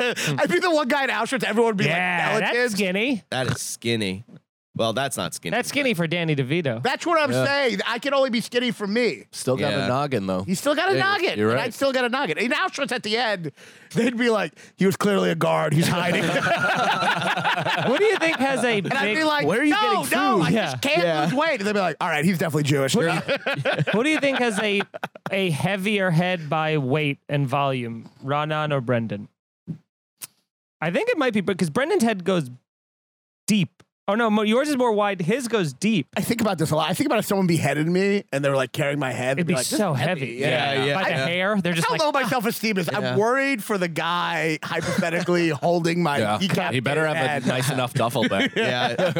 [SPEAKER 5] I'd be the one guy in Auschwitz. Everyone would be
[SPEAKER 4] Yeah, that's
[SPEAKER 5] like relatives. That's,
[SPEAKER 4] skinny.
[SPEAKER 3] That is skinny. Well, that's not skinny.
[SPEAKER 4] That's skinny for Danny DeVito.
[SPEAKER 5] what I'm saying. I can only be skinny for me.
[SPEAKER 2] Still got
[SPEAKER 3] Yeah.
[SPEAKER 2] a noggin though.
[SPEAKER 5] You still got a noggin.
[SPEAKER 2] you're
[SPEAKER 5] and
[SPEAKER 2] right.
[SPEAKER 5] I'd still got a noggin. In Auschwitz at the end, they'd be like, he was clearly a guard. He's hiding. and
[SPEAKER 4] what do you think has a big?
[SPEAKER 5] I'd be like,
[SPEAKER 3] Where are you
[SPEAKER 5] no,
[SPEAKER 3] getting
[SPEAKER 5] no,
[SPEAKER 3] food?"
[SPEAKER 5] I
[SPEAKER 4] Yeah.
[SPEAKER 5] just can't
[SPEAKER 3] Yeah.
[SPEAKER 5] lose weight. And they'd be like, all right, he's definitely Jewish.
[SPEAKER 4] who do you think has a a heavier head by weight and volume, Ronan or Brendan? I think it might be because Brendan's head goes deep. Oh no, mo- yours is more wide. His goes deep.
[SPEAKER 5] I think about this a lot. I think about if someone beheaded me and they were like carrying my head.
[SPEAKER 4] It'd
[SPEAKER 5] they'd
[SPEAKER 4] be
[SPEAKER 5] like, "This
[SPEAKER 4] so
[SPEAKER 5] is
[SPEAKER 4] heavy.
[SPEAKER 3] Yeah, yeah,
[SPEAKER 4] By the
[SPEAKER 3] yeah.
[SPEAKER 4] hair, they're just
[SPEAKER 5] How
[SPEAKER 4] like "Ah."
[SPEAKER 5] low my self esteem is.
[SPEAKER 3] Yeah.
[SPEAKER 5] I'm worried for the guy hypothetically holding my
[SPEAKER 2] Yeah.
[SPEAKER 5] decapitated
[SPEAKER 2] He better have
[SPEAKER 5] head.
[SPEAKER 2] a nice enough duffel bag.
[SPEAKER 3] yeah,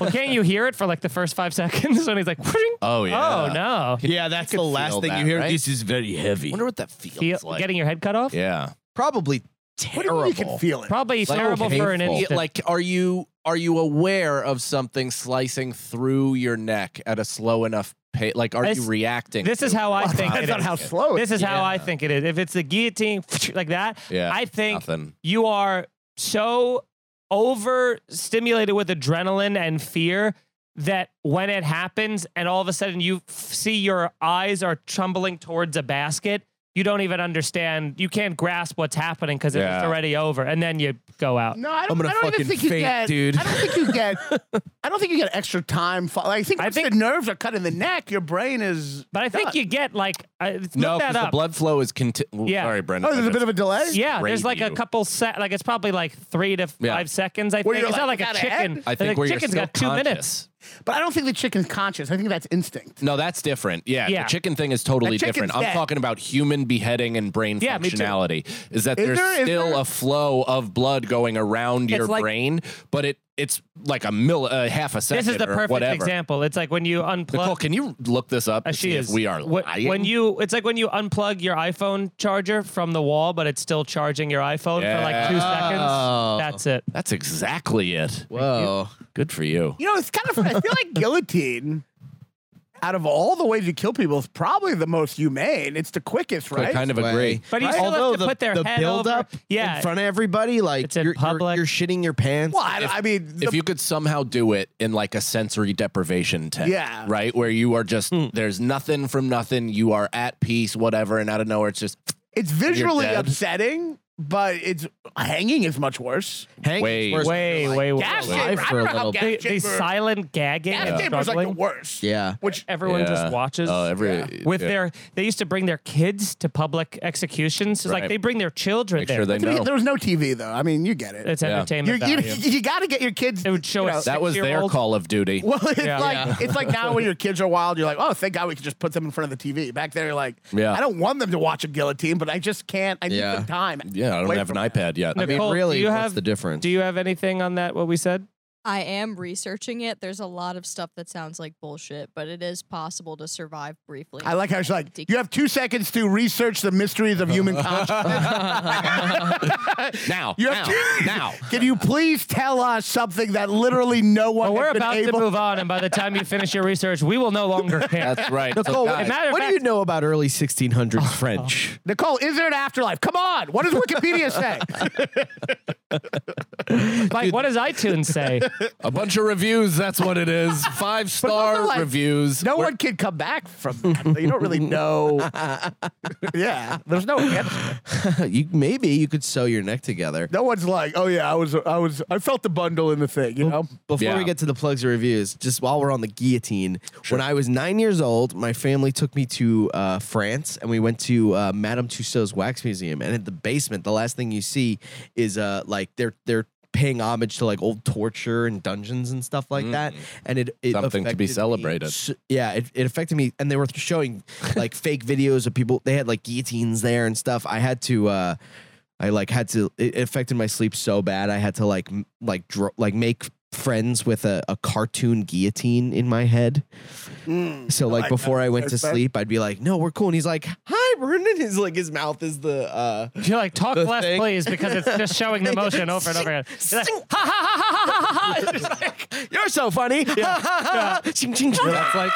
[SPEAKER 4] Well, can't you hear it for like the first five seconds when he's like,
[SPEAKER 2] Oh yeah.
[SPEAKER 4] oh no,
[SPEAKER 3] yeah. That's the last
[SPEAKER 2] feel
[SPEAKER 3] thing
[SPEAKER 2] that,
[SPEAKER 3] you hear.
[SPEAKER 2] right?
[SPEAKER 3] This is very heavy.
[SPEAKER 2] Wonder what that feels
[SPEAKER 4] Feel-
[SPEAKER 2] like.
[SPEAKER 4] getting your head cut off,
[SPEAKER 2] yeah.
[SPEAKER 3] Probably
[SPEAKER 5] What do you
[SPEAKER 3] terrible.
[SPEAKER 5] mean you can feel it?
[SPEAKER 4] probably
[SPEAKER 2] Like,
[SPEAKER 4] terrible for an
[SPEAKER 2] painful.
[SPEAKER 4] instant.
[SPEAKER 2] Like, are you are you aware of something slicing through your neck at a slow enough pace? Like, are
[SPEAKER 4] This-
[SPEAKER 2] you reacting?
[SPEAKER 4] this is
[SPEAKER 2] to
[SPEAKER 4] how
[SPEAKER 2] it?
[SPEAKER 4] I think
[SPEAKER 5] That's
[SPEAKER 4] it
[SPEAKER 5] not
[SPEAKER 4] is.
[SPEAKER 5] how slow it
[SPEAKER 4] This
[SPEAKER 5] is.
[SPEAKER 4] is how I think it is. If it's a guillotine like that,
[SPEAKER 2] Yeah,
[SPEAKER 4] I think
[SPEAKER 2] nothing.
[SPEAKER 4] you are so overstimulated with adrenaline and fear that when it happens and all of a sudden you f- see your eyes are tumbling towards a basket you don't even understand you can't grasp what's happening because it's
[SPEAKER 2] Yeah.
[SPEAKER 4] already over and then you go out
[SPEAKER 5] No, I don't,
[SPEAKER 3] I'm gonna
[SPEAKER 5] I don't
[SPEAKER 3] fucking
[SPEAKER 5] even think you
[SPEAKER 3] faint,
[SPEAKER 5] get.
[SPEAKER 3] dude.
[SPEAKER 5] I don't think you get. I don't think you get extra time. For, like, I think
[SPEAKER 4] I
[SPEAKER 5] once
[SPEAKER 4] think-
[SPEAKER 5] the nerves are cut in the neck, your brain is.
[SPEAKER 4] but i think you get like uh, look
[SPEAKER 2] No,
[SPEAKER 4] that
[SPEAKER 2] because the
[SPEAKER 4] up
[SPEAKER 2] blood flow is continuing.
[SPEAKER 4] Yeah.
[SPEAKER 2] Sorry, Brendan.
[SPEAKER 5] Oh, there's a bit of a delay.
[SPEAKER 4] yeah there's like a
[SPEAKER 2] you.
[SPEAKER 4] couple set like it's probably like three to
[SPEAKER 2] Yeah.
[SPEAKER 4] five seconds i
[SPEAKER 5] Where
[SPEAKER 4] think
[SPEAKER 5] you're
[SPEAKER 4] it's not
[SPEAKER 5] like,
[SPEAKER 4] like a
[SPEAKER 5] "I gotta
[SPEAKER 4] chicken
[SPEAKER 5] end."
[SPEAKER 2] I think where
[SPEAKER 4] the
[SPEAKER 2] you're
[SPEAKER 4] chicken's
[SPEAKER 2] still
[SPEAKER 4] got two
[SPEAKER 2] conscious.
[SPEAKER 4] minutes
[SPEAKER 5] But I don't think the chicken's conscious. I think that's instinct.
[SPEAKER 2] No, that's different. Yeah,
[SPEAKER 4] Yeah.
[SPEAKER 2] the chicken thing is totally
[SPEAKER 5] The chicken's
[SPEAKER 2] different. I'm
[SPEAKER 5] dead.
[SPEAKER 2] talking about human beheading and brain
[SPEAKER 4] Yeah, me too.
[SPEAKER 2] functionality. Is that
[SPEAKER 5] Is
[SPEAKER 2] there's
[SPEAKER 5] there- is
[SPEAKER 2] still
[SPEAKER 5] there-
[SPEAKER 2] a flow of blood going around your
[SPEAKER 4] like-
[SPEAKER 2] brain, but it it's like a mill, uh, half a second.
[SPEAKER 4] this is the
[SPEAKER 2] or
[SPEAKER 4] perfect
[SPEAKER 2] whatever.
[SPEAKER 4] example it's like when you unplug
[SPEAKER 2] Nicole, can you look this up?
[SPEAKER 4] Uh,
[SPEAKER 2] to
[SPEAKER 4] she
[SPEAKER 2] see
[SPEAKER 4] is.
[SPEAKER 2] If we are
[SPEAKER 4] Wh-
[SPEAKER 2] lying.
[SPEAKER 4] When you, it's like when you unplug your iPhone charger from the wall, but it's still charging your iPhone for like two
[SPEAKER 3] Yeah.
[SPEAKER 4] seconds. That's it.
[SPEAKER 2] That's exactly it.
[SPEAKER 3] Whoa.
[SPEAKER 2] Good for you.
[SPEAKER 5] You know, it's kind of. I feel like guillotine. Out of all the ways you kill people, is probably the most humane. It's the quickest,
[SPEAKER 2] I
[SPEAKER 5] right?
[SPEAKER 2] kind of
[SPEAKER 3] Way.
[SPEAKER 2] agree.
[SPEAKER 4] But you still
[SPEAKER 3] Although
[SPEAKER 4] have to
[SPEAKER 3] the,
[SPEAKER 4] put their
[SPEAKER 3] the
[SPEAKER 4] head
[SPEAKER 3] build
[SPEAKER 4] over.
[SPEAKER 3] up
[SPEAKER 4] Yeah.
[SPEAKER 3] in front of everybody, like
[SPEAKER 4] It's in
[SPEAKER 3] you're, you're-
[SPEAKER 4] public.
[SPEAKER 3] you're shitting your pants.
[SPEAKER 5] well, I, I mean, the
[SPEAKER 2] if you could somehow do it in like a sensory deprivation tent,
[SPEAKER 5] Yeah.
[SPEAKER 2] right, where you are just there's nothing from nothing, you are at peace, whatever, and out of nowhere it's just
[SPEAKER 5] It's visually
[SPEAKER 2] dead.
[SPEAKER 5] upsetting, but it's hanging is much worse.
[SPEAKER 3] Hang
[SPEAKER 2] Way,
[SPEAKER 3] worse.
[SPEAKER 4] Way, way, way.
[SPEAKER 5] Gas
[SPEAKER 4] way.
[SPEAKER 5] chamber. I
[SPEAKER 3] Alive for a
[SPEAKER 5] don't know how
[SPEAKER 3] little
[SPEAKER 5] gas
[SPEAKER 4] The,
[SPEAKER 5] chamber.
[SPEAKER 4] the silent gagging
[SPEAKER 5] gas
[SPEAKER 4] and
[SPEAKER 5] chamber's like the
[SPEAKER 4] struggling,
[SPEAKER 5] worst.
[SPEAKER 3] Yeah.
[SPEAKER 4] which everyone
[SPEAKER 2] Yeah.
[SPEAKER 4] just watches.
[SPEAKER 2] Oh, every
[SPEAKER 4] with
[SPEAKER 2] yeah.
[SPEAKER 4] their, they used to bring their kids to public executions. It's
[SPEAKER 2] Right.
[SPEAKER 4] Like they bring their children
[SPEAKER 2] make
[SPEAKER 4] there.
[SPEAKER 2] sure they
[SPEAKER 5] There-
[SPEAKER 2] know
[SPEAKER 5] There was no TV though. I mean, you get it.
[SPEAKER 4] it's
[SPEAKER 2] Yeah.
[SPEAKER 5] you
[SPEAKER 4] entertainment
[SPEAKER 5] you,
[SPEAKER 4] value.
[SPEAKER 5] got to get your kids.
[SPEAKER 4] It would show
[SPEAKER 5] you know,
[SPEAKER 4] us-
[SPEAKER 2] that was their
[SPEAKER 4] Six-year-old.
[SPEAKER 2] Call of Duty.
[SPEAKER 5] Well, it's
[SPEAKER 4] Yeah.
[SPEAKER 5] like
[SPEAKER 3] Yeah.
[SPEAKER 5] it's like now when your kids are wild, you're like, oh, thank God we could just put them in front of the TV. Back there, you're like,
[SPEAKER 2] Yeah.
[SPEAKER 5] I don't want them to watch a guillotine, but I just can't. I need
[SPEAKER 3] Yeah.
[SPEAKER 5] some time.
[SPEAKER 2] Yeah, I don't
[SPEAKER 5] away
[SPEAKER 2] have an
[SPEAKER 5] from it.
[SPEAKER 2] iPad yet.
[SPEAKER 4] No.
[SPEAKER 3] I mean,
[SPEAKER 4] Nicole, do
[SPEAKER 3] really,
[SPEAKER 4] you
[SPEAKER 3] what's
[SPEAKER 4] have-
[SPEAKER 3] the difference?
[SPEAKER 4] Do you have anything on that? What we said?
[SPEAKER 6] I am researching it. There's a lot of stuff that sounds like bullshit, but it is possible to survive briefly.
[SPEAKER 5] I like how she's like, you have two seconds to research the mysteries of human consciousness.
[SPEAKER 2] Now,
[SPEAKER 5] You
[SPEAKER 2] now,
[SPEAKER 5] have to-
[SPEAKER 2] now.
[SPEAKER 5] Can you please tell us something that literally no one
[SPEAKER 4] But we're
[SPEAKER 5] has Oh, been
[SPEAKER 4] about to
[SPEAKER 5] able
[SPEAKER 4] move on, and by the time you finish your research, we will no longer care.
[SPEAKER 2] That's right. So
[SPEAKER 3] Nicole,
[SPEAKER 2] guys,
[SPEAKER 4] Oh, matter of
[SPEAKER 3] what do
[SPEAKER 4] fact-
[SPEAKER 3] you know about early 1600s French?
[SPEAKER 5] Nicole, is there an afterlife? Come on. What does Wikipedia say?
[SPEAKER 4] Like, what does iTunes say?
[SPEAKER 2] a bunch of reviews. That's what it is. Five star
[SPEAKER 5] like,
[SPEAKER 2] reviews.
[SPEAKER 5] No one can come back from that. You don't really know. yeah. There's no answer.
[SPEAKER 3] you maybe you could sew your neck together.
[SPEAKER 5] No one's like, oh yeah, I was I was I felt the bundle in the thing, you know?
[SPEAKER 3] Before
[SPEAKER 2] Yeah.
[SPEAKER 3] we get to the plugs and reviews, just while we're on the guillotine, when I was nine years old, my family took me to uh, France and we went to uh, Madame Tussauds Wax Museum. And in the basement, the last thing you see is uh, like they're they're paying homage to like old torture and dungeons and stuff like that. And it, it
[SPEAKER 2] Something to be
[SPEAKER 3] affected me
[SPEAKER 2] celebrated.
[SPEAKER 3] s- yeah, it, it affected me. And they were showing like fake videos of people. They had like guillotines there and stuff. I had to, uh, I like had to. It it affected my sleep so bad. I had to like m- like dro- like make friends with a, a cartoon guillotine in my head. so like,
[SPEAKER 5] like
[SPEAKER 3] before
[SPEAKER 5] that.
[SPEAKER 3] I went to
[SPEAKER 5] That's fair.
[SPEAKER 3] sleep, I'd be like, "No, we're cool." And he's like, "Hi, Brendan." His like his mouth is the uh,
[SPEAKER 4] You're like, talk
[SPEAKER 3] The
[SPEAKER 4] less,
[SPEAKER 3] thing.
[SPEAKER 4] please, because it's just showing the motion over and over again. You're like, ha ha ha ha ha ha ha. It's just like-
[SPEAKER 3] "You're so funny." Ching, ching, ching.
[SPEAKER 2] That's like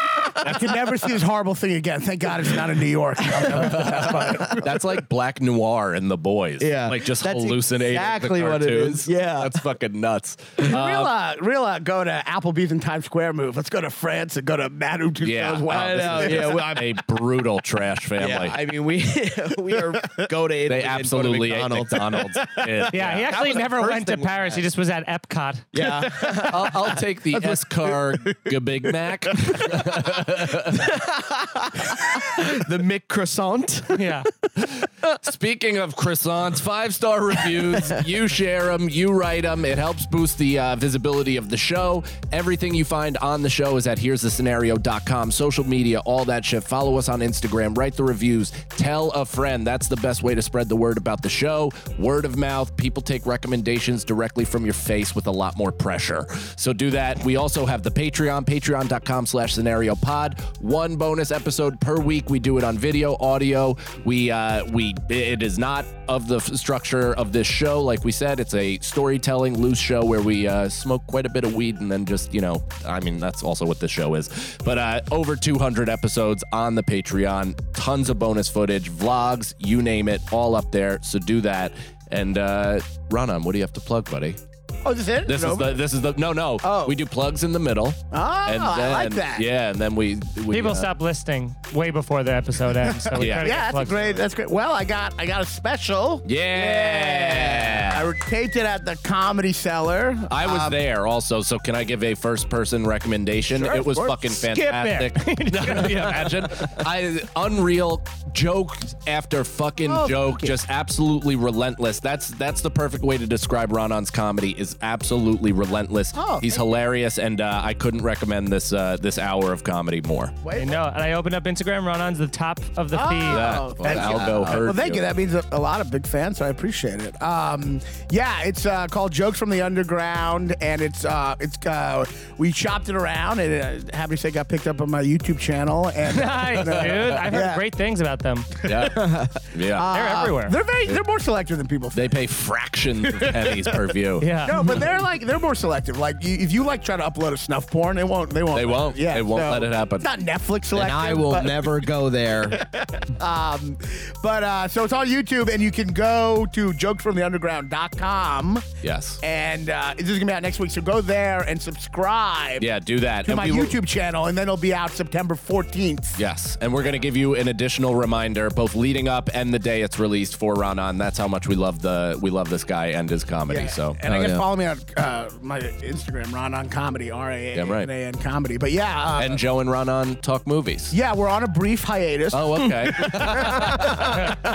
[SPEAKER 5] I can never see this horrible thing again. Thank God it's not in New York.
[SPEAKER 2] that's like black noir and the boys.
[SPEAKER 3] Yeah.
[SPEAKER 2] like just
[SPEAKER 3] That's
[SPEAKER 2] hallucinating
[SPEAKER 3] exactly
[SPEAKER 2] the
[SPEAKER 3] what
[SPEAKER 2] cartoons.
[SPEAKER 3] it is. Yeah.
[SPEAKER 2] that's fucking nuts.
[SPEAKER 5] real, uh, real uh, go to Applebee's and Times Square move. Let's go to France and go to Madame Tussauds.
[SPEAKER 2] Yeah,
[SPEAKER 5] Wow,
[SPEAKER 2] wow,
[SPEAKER 5] this
[SPEAKER 2] this
[SPEAKER 5] is-
[SPEAKER 2] is just a brutal trash family.
[SPEAKER 3] Yeah, I mean we we are go to Italy
[SPEAKER 2] they
[SPEAKER 3] and go to
[SPEAKER 2] absolutely ate
[SPEAKER 3] McDonald's.
[SPEAKER 2] McDonald's. yeah,
[SPEAKER 4] Yeah, he actually
[SPEAKER 3] was the
[SPEAKER 4] never
[SPEAKER 3] first
[SPEAKER 4] went to
[SPEAKER 3] thing we
[SPEAKER 4] Paris. He
[SPEAKER 3] had.
[SPEAKER 4] just was at Epcot.
[SPEAKER 3] Yeah.
[SPEAKER 2] I'll, I'll take the S car Big Mac.
[SPEAKER 3] the Mick croissant.
[SPEAKER 4] Yeah.
[SPEAKER 2] Speaking of croissants, five star reviews. You share them, you write them. It helps boost the uh, visibility of the show. Everything you find on the show is at here's the scenario.com, social media, all that shit. Follow us on Instagram, write the reviews, tell a friend. That's the best way to spread the word about the show. Word of mouth, people take recommendations directly from your face with a lot more pressure. So do that. We also have the Patreon, patreon.com slash scenario pod. One bonus episode per week. We do it on video, audio. We uh we it is not of the f- structure of this show. Like we said, it's a storytelling loose show where we uh smoke quite a bit of weed and then just, you know, I mean that's also what this show is. But uh over 200 episodes on the Patreon, tons of bonus footage, vlogs, you name it, all up there. So do that. And uh Ronan, what do you have to plug, buddy?
[SPEAKER 5] oh, this is it?
[SPEAKER 2] This
[SPEAKER 5] It's
[SPEAKER 2] is
[SPEAKER 5] over?
[SPEAKER 2] the this is the no no.
[SPEAKER 5] Oh.
[SPEAKER 2] We do plugs in the middle.
[SPEAKER 5] Oh, I like that.
[SPEAKER 2] Yeah, and then we, we
[SPEAKER 4] People
[SPEAKER 2] uh,
[SPEAKER 4] stop listening way before the episode ends. So we
[SPEAKER 2] Yeah.
[SPEAKER 4] try to get
[SPEAKER 5] Yeah, that's
[SPEAKER 4] plugs.
[SPEAKER 5] a great. That's great. Well, I got I got a special. I
[SPEAKER 2] Yeah.
[SPEAKER 5] re- taped it at the Comedy Cellar. Uh,
[SPEAKER 2] I was
[SPEAKER 5] Um,
[SPEAKER 2] there also, so can I give a first person recommendation?
[SPEAKER 5] Sure,
[SPEAKER 2] it
[SPEAKER 5] of
[SPEAKER 2] was
[SPEAKER 5] course.
[SPEAKER 2] fucking
[SPEAKER 4] Skip
[SPEAKER 2] fantastic.
[SPEAKER 4] it.
[SPEAKER 2] Yeah, Imagine. I unreal joke after fucking
[SPEAKER 5] Oh,
[SPEAKER 2] joke,
[SPEAKER 5] thank you.
[SPEAKER 2] just absolutely relentless. That's that's the perfect way to describe Ronan's comedy is absolutely relentless.
[SPEAKER 5] Oh,
[SPEAKER 2] He's hilarious and uh, I couldn't recommend this uh, this hour of comedy more.
[SPEAKER 4] You know, and I opened up Instagram. Ronan's the top of the
[SPEAKER 5] Oh.
[SPEAKER 4] feed.
[SPEAKER 2] That,
[SPEAKER 5] thank you.
[SPEAKER 2] Aldo heard
[SPEAKER 5] well, thank you. That means a, a lot of big fans, so I appreciate it. Um, yeah, it's uh, called Jokes from the Underground, and it's uh, it's uh, we chopped it around, and uh, happy to say, it got picked up on my YouTube channel. And
[SPEAKER 4] Nice, dude. I've heard
[SPEAKER 5] Yeah. Uh,
[SPEAKER 4] great things about them.
[SPEAKER 2] Yeah. yeah.
[SPEAKER 4] They're everywhere.
[SPEAKER 5] They're very they're more selective than people. think.
[SPEAKER 2] They pay fractions of pennies per view.
[SPEAKER 4] yeah.
[SPEAKER 5] no, but they're like they're more selective. Like y- if you like try to upload a snuff porn, they won't. They won't.
[SPEAKER 2] They
[SPEAKER 5] let it.
[SPEAKER 2] won't.
[SPEAKER 5] Yeah,
[SPEAKER 2] They won't
[SPEAKER 5] so
[SPEAKER 2] let it happen.
[SPEAKER 5] It's not Netflix selective.
[SPEAKER 3] and I will
[SPEAKER 5] but-
[SPEAKER 3] never go there.
[SPEAKER 5] Um, but uh, so it's on YouTube, and you can go to jokesfromtheunderground.com.
[SPEAKER 2] Yes.
[SPEAKER 5] And uh, this is gonna be out next week, so go there and subscribe
[SPEAKER 2] Yeah, do that.
[SPEAKER 5] to my
[SPEAKER 2] we will-
[SPEAKER 5] YouTube channel, and then it'll be out September 14th.
[SPEAKER 2] Yes, and we're going to give you an additional reminder, both leading up and the day it's released for Ronan. That's how much we love the we love this guy and his comedy.
[SPEAKER 5] Yeah.
[SPEAKER 2] So
[SPEAKER 5] and
[SPEAKER 3] Oh,
[SPEAKER 5] I can
[SPEAKER 3] yeah.
[SPEAKER 5] follow me on uh, my Instagram, Ron on Comedy, R A
[SPEAKER 2] Damn right.
[SPEAKER 5] N A N Comedy. But yeah, uh,
[SPEAKER 2] and Joe and Ronan talk movies.
[SPEAKER 5] yeah, we're on a brief hiatus.
[SPEAKER 2] Oh, okay.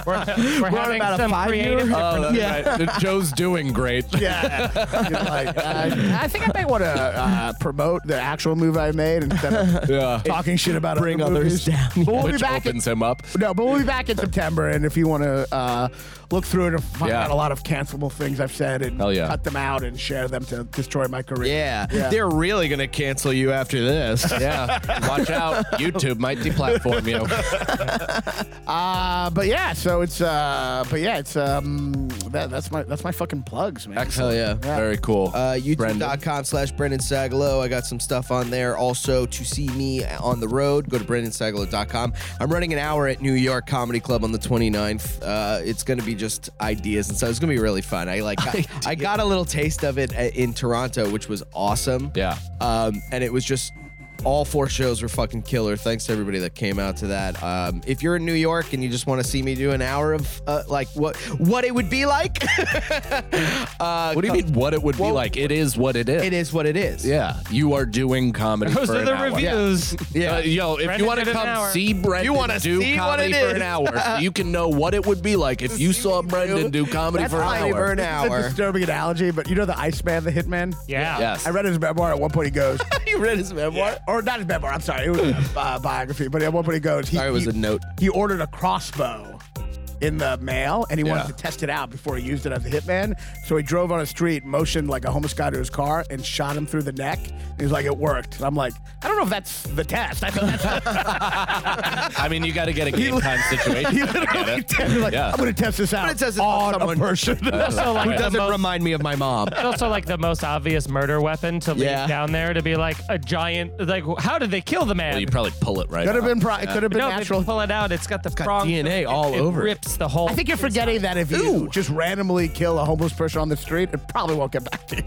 [SPEAKER 4] We're, we're having
[SPEAKER 3] about a
[SPEAKER 4] some
[SPEAKER 3] five-year-
[SPEAKER 4] creative.
[SPEAKER 2] oh, that's right. Joe's doing great.
[SPEAKER 5] Yeah, You know, like, uh, I think I might want to uh, promote the actual move I made instead of
[SPEAKER 2] Yeah.
[SPEAKER 5] talking shit about
[SPEAKER 3] Bring
[SPEAKER 5] other
[SPEAKER 3] others
[SPEAKER 5] movies.
[SPEAKER 3] down.
[SPEAKER 5] But we'll be
[SPEAKER 2] Which
[SPEAKER 5] back. in-
[SPEAKER 2] opens him up.
[SPEAKER 5] No, but we'll be back in September, and if you want to uh, look through it and find
[SPEAKER 2] Yeah.
[SPEAKER 5] out a lot of cancelable things I've said and
[SPEAKER 2] Hell yeah.
[SPEAKER 5] cut them out, and share them to destroy my career.
[SPEAKER 3] Yeah. They're really going to cancel you after this.
[SPEAKER 2] Yeah, watch out. YouTube might deplatform you.
[SPEAKER 5] Uh, but yeah, so it's uh, but yeah, it's um, that, that's my that's my fucking plugs, man.
[SPEAKER 2] Excellent.
[SPEAKER 3] Hell
[SPEAKER 5] yeah.
[SPEAKER 2] Very cool.
[SPEAKER 3] Uh,
[SPEAKER 2] Brendan.
[SPEAKER 3] YouTube.com slash Brendan Sagalow. I got some stuff on there. Also, to see me on the road, go to BrendanSagalow.com. I'm running an hour at New York Comedy Club on the 29th. Uh, it's going to be just ideas and stuff. It's going to be really fun. I like. I, I got a little taste of it a- in Toronto, which was awesome.
[SPEAKER 2] Yeah.
[SPEAKER 3] Um, and it was just all four shows were fucking killer. Thanks to everybody that came out to that. Um, if you're in New York and you just want to see me do an hour of uh, like what what it would be like, uh,
[SPEAKER 2] What do you mean? What it would be
[SPEAKER 3] Well,
[SPEAKER 2] like? It is what it is.
[SPEAKER 3] It is what it is.
[SPEAKER 2] Yeah, you are doing comedy.
[SPEAKER 4] Those
[SPEAKER 2] for
[SPEAKER 4] are
[SPEAKER 2] an
[SPEAKER 4] the
[SPEAKER 2] hour.
[SPEAKER 4] reviews.
[SPEAKER 2] Uh, yo, if
[SPEAKER 4] Brendan
[SPEAKER 2] you want
[SPEAKER 4] did
[SPEAKER 2] to
[SPEAKER 4] an
[SPEAKER 2] come
[SPEAKER 4] hour.
[SPEAKER 2] see Brendan
[SPEAKER 3] You wanna
[SPEAKER 2] do
[SPEAKER 3] see what
[SPEAKER 2] comedy
[SPEAKER 3] it
[SPEAKER 2] for an
[SPEAKER 3] is.
[SPEAKER 2] hour, so you can know what it would be like if you saw Brendan do comedy
[SPEAKER 3] That's
[SPEAKER 2] for an
[SPEAKER 3] comedy
[SPEAKER 2] hour.
[SPEAKER 3] for an
[SPEAKER 5] It's a
[SPEAKER 3] hour.
[SPEAKER 5] disturbing analogy, but you know the Iceman, the Hitman.
[SPEAKER 4] Yeah.
[SPEAKER 2] Yes.
[SPEAKER 5] I read his memoir. At one point, he goes,
[SPEAKER 3] you read his memoir.
[SPEAKER 5] or not his memoir. I'm sorry, it was a bi- biography. But at one point, he goes, he,
[SPEAKER 3] Sorry, it was
[SPEAKER 5] he-
[SPEAKER 3] a note.
[SPEAKER 5] He ordered a crossbow in the mail, and he
[SPEAKER 2] Yeah.
[SPEAKER 5] wanted to test it out before he used it as a hitman. So he drove on a street, motioned like a homeless guy to his car, and shot him through the neck. He was like, "It worked." And I'm like, I don't know if that's the test. I think that's
[SPEAKER 2] I mean, you got to get a game time situation.
[SPEAKER 5] He literally tested, like,
[SPEAKER 2] Yeah. Uh,
[SPEAKER 5] I'm going to test this out
[SPEAKER 3] gonna test this out
[SPEAKER 5] on
[SPEAKER 3] someone."
[SPEAKER 5] a person.
[SPEAKER 4] Also, like the most-
[SPEAKER 3] remind me of my mom.
[SPEAKER 4] It's also like the most obvious murder weapon to leave
[SPEAKER 3] Yeah.
[SPEAKER 4] down there to be like a giant. Like, how did they kill the man?
[SPEAKER 2] you probably pull it right.
[SPEAKER 5] could have
[SPEAKER 2] out.
[SPEAKER 5] been, pro- it could have been
[SPEAKER 4] no, if you
[SPEAKER 5] natural.
[SPEAKER 4] pull it out. It's got the prong
[SPEAKER 3] DNA
[SPEAKER 4] it-
[SPEAKER 3] all
[SPEAKER 4] it
[SPEAKER 3] over it.
[SPEAKER 4] Rips the whole.
[SPEAKER 5] I think you're forgetting that if you just randomly kill a homeless person on the street, it probably won't get back to you.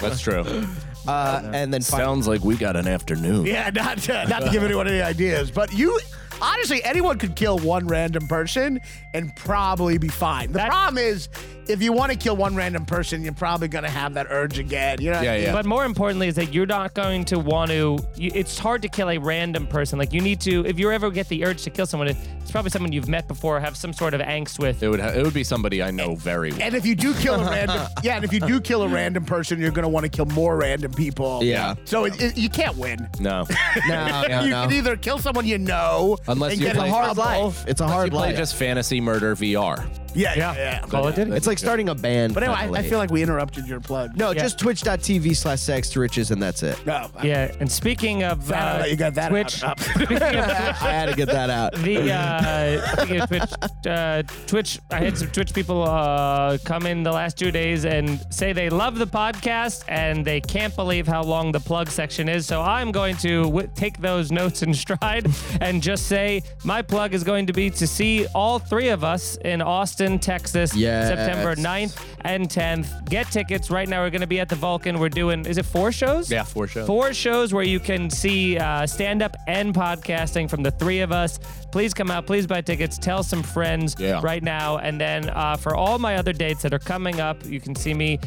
[SPEAKER 2] That's true.
[SPEAKER 3] Uh, and then finally,
[SPEAKER 2] Sounds like we got an afternoon.
[SPEAKER 5] Yeah, not to, not to give anyone any ideas, but you honestly, anyone could kill one random person and probably be fine. The
[SPEAKER 4] That-
[SPEAKER 5] problem is, if you want to kill one random person, you're probably gonna have that urge again. You know?
[SPEAKER 2] Yeah, yeah.
[SPEAKER 4] But more importantly, is that you're not going to want to. You, it's hard to kill a random person. Like you need to, if you ever get the urge to kill someone, it's probably someone you've met before, have some sort of angst with.
[SPEAKER 2] It would. Ha- it would be somebody I know very well.
[SPEAKER 5] And if you do kill a random, yeah, and if you do kill a random person, you're gonna want to kill more random people.
[SPEAKER 3] Yeah.
[SPEAKER 5] So it, it, you can't win.
[SPEAKER 2] No,
[SPEAKER 3] no, no,
[SPEAKER 5] you
[SPEAKER 3] no.
[SPEAKER 5] can either kill someone you know,
[SPEAKER 2] Unless
[SPEAKER 5] and
[SPEAKER 2] you
[SPEAKER 5] get
[SPEAKER 2] play-
[SPEAKER 5] in
[SPEAKER 2] It's a hard
[SPEAKER 5] trouble.
[SPEAKER 3] It's a
[SPEAKER 2] you
[SPEAKER 3] hard
[SPEAKER 2] play
[SPEAKER 3] life.
[SPEAKER 2] just fantasy murder VR.
[SPEAKER 5] Yeah, yeah, yeah.
[SPEAKER 4] Call it
[SPEAKER 3] it's like starting a band.
[SPEAKER 5] But anyway, I, I
[SPEAKER 3] finally.
[SPEAKER 5] feel like we interrupted your plug.
[SPEAKER 3] no,
[SPEAKER 4] Yeah.
[SPEAKER 3] just twitch.tv slash sex to riches, and that's it.
[SPEAKER 5] no, I-
[SPEAKER 4] Yeah. And speaking of uh,
[SPEAKER 5] I don't know, you got that
[SPEAKER 4] Twitch.
[SPEAKER 5] out- up.
[SPEAKER 4] speaking of
[SPEAKER 3] I
[SPEAKER 4] Twitch,
[SPEAKER 3] had to get that out.
[SPEAKER 4] the uh, speaking of Twitch, uh, Twitch. I had some Twitch people uh, come in the last two days and say they love the podcast and they can't believe how long the plug section is. So I'm going to w- take those notes in stride and just say my plug is going to be to see all three of us in Austin, Texas,
[SPEAKER 3] Yes.
[SPEAKER 4] September 9th and 10th. Get tickets right now. We're going to be at the Vulcan. We're doing is it four shows?
[SPEAKER 2] Yeah, four shows.
[SPEAKER 4] Four shows where you can see uh, stand up and podcasting from the three of us. Please come out. Please buy tickets. Tell some friends
[SPEAKER 2] Yeah.
[SPEAKER 4] right now. And then uh, for all my other dates that are coming up, you can see me,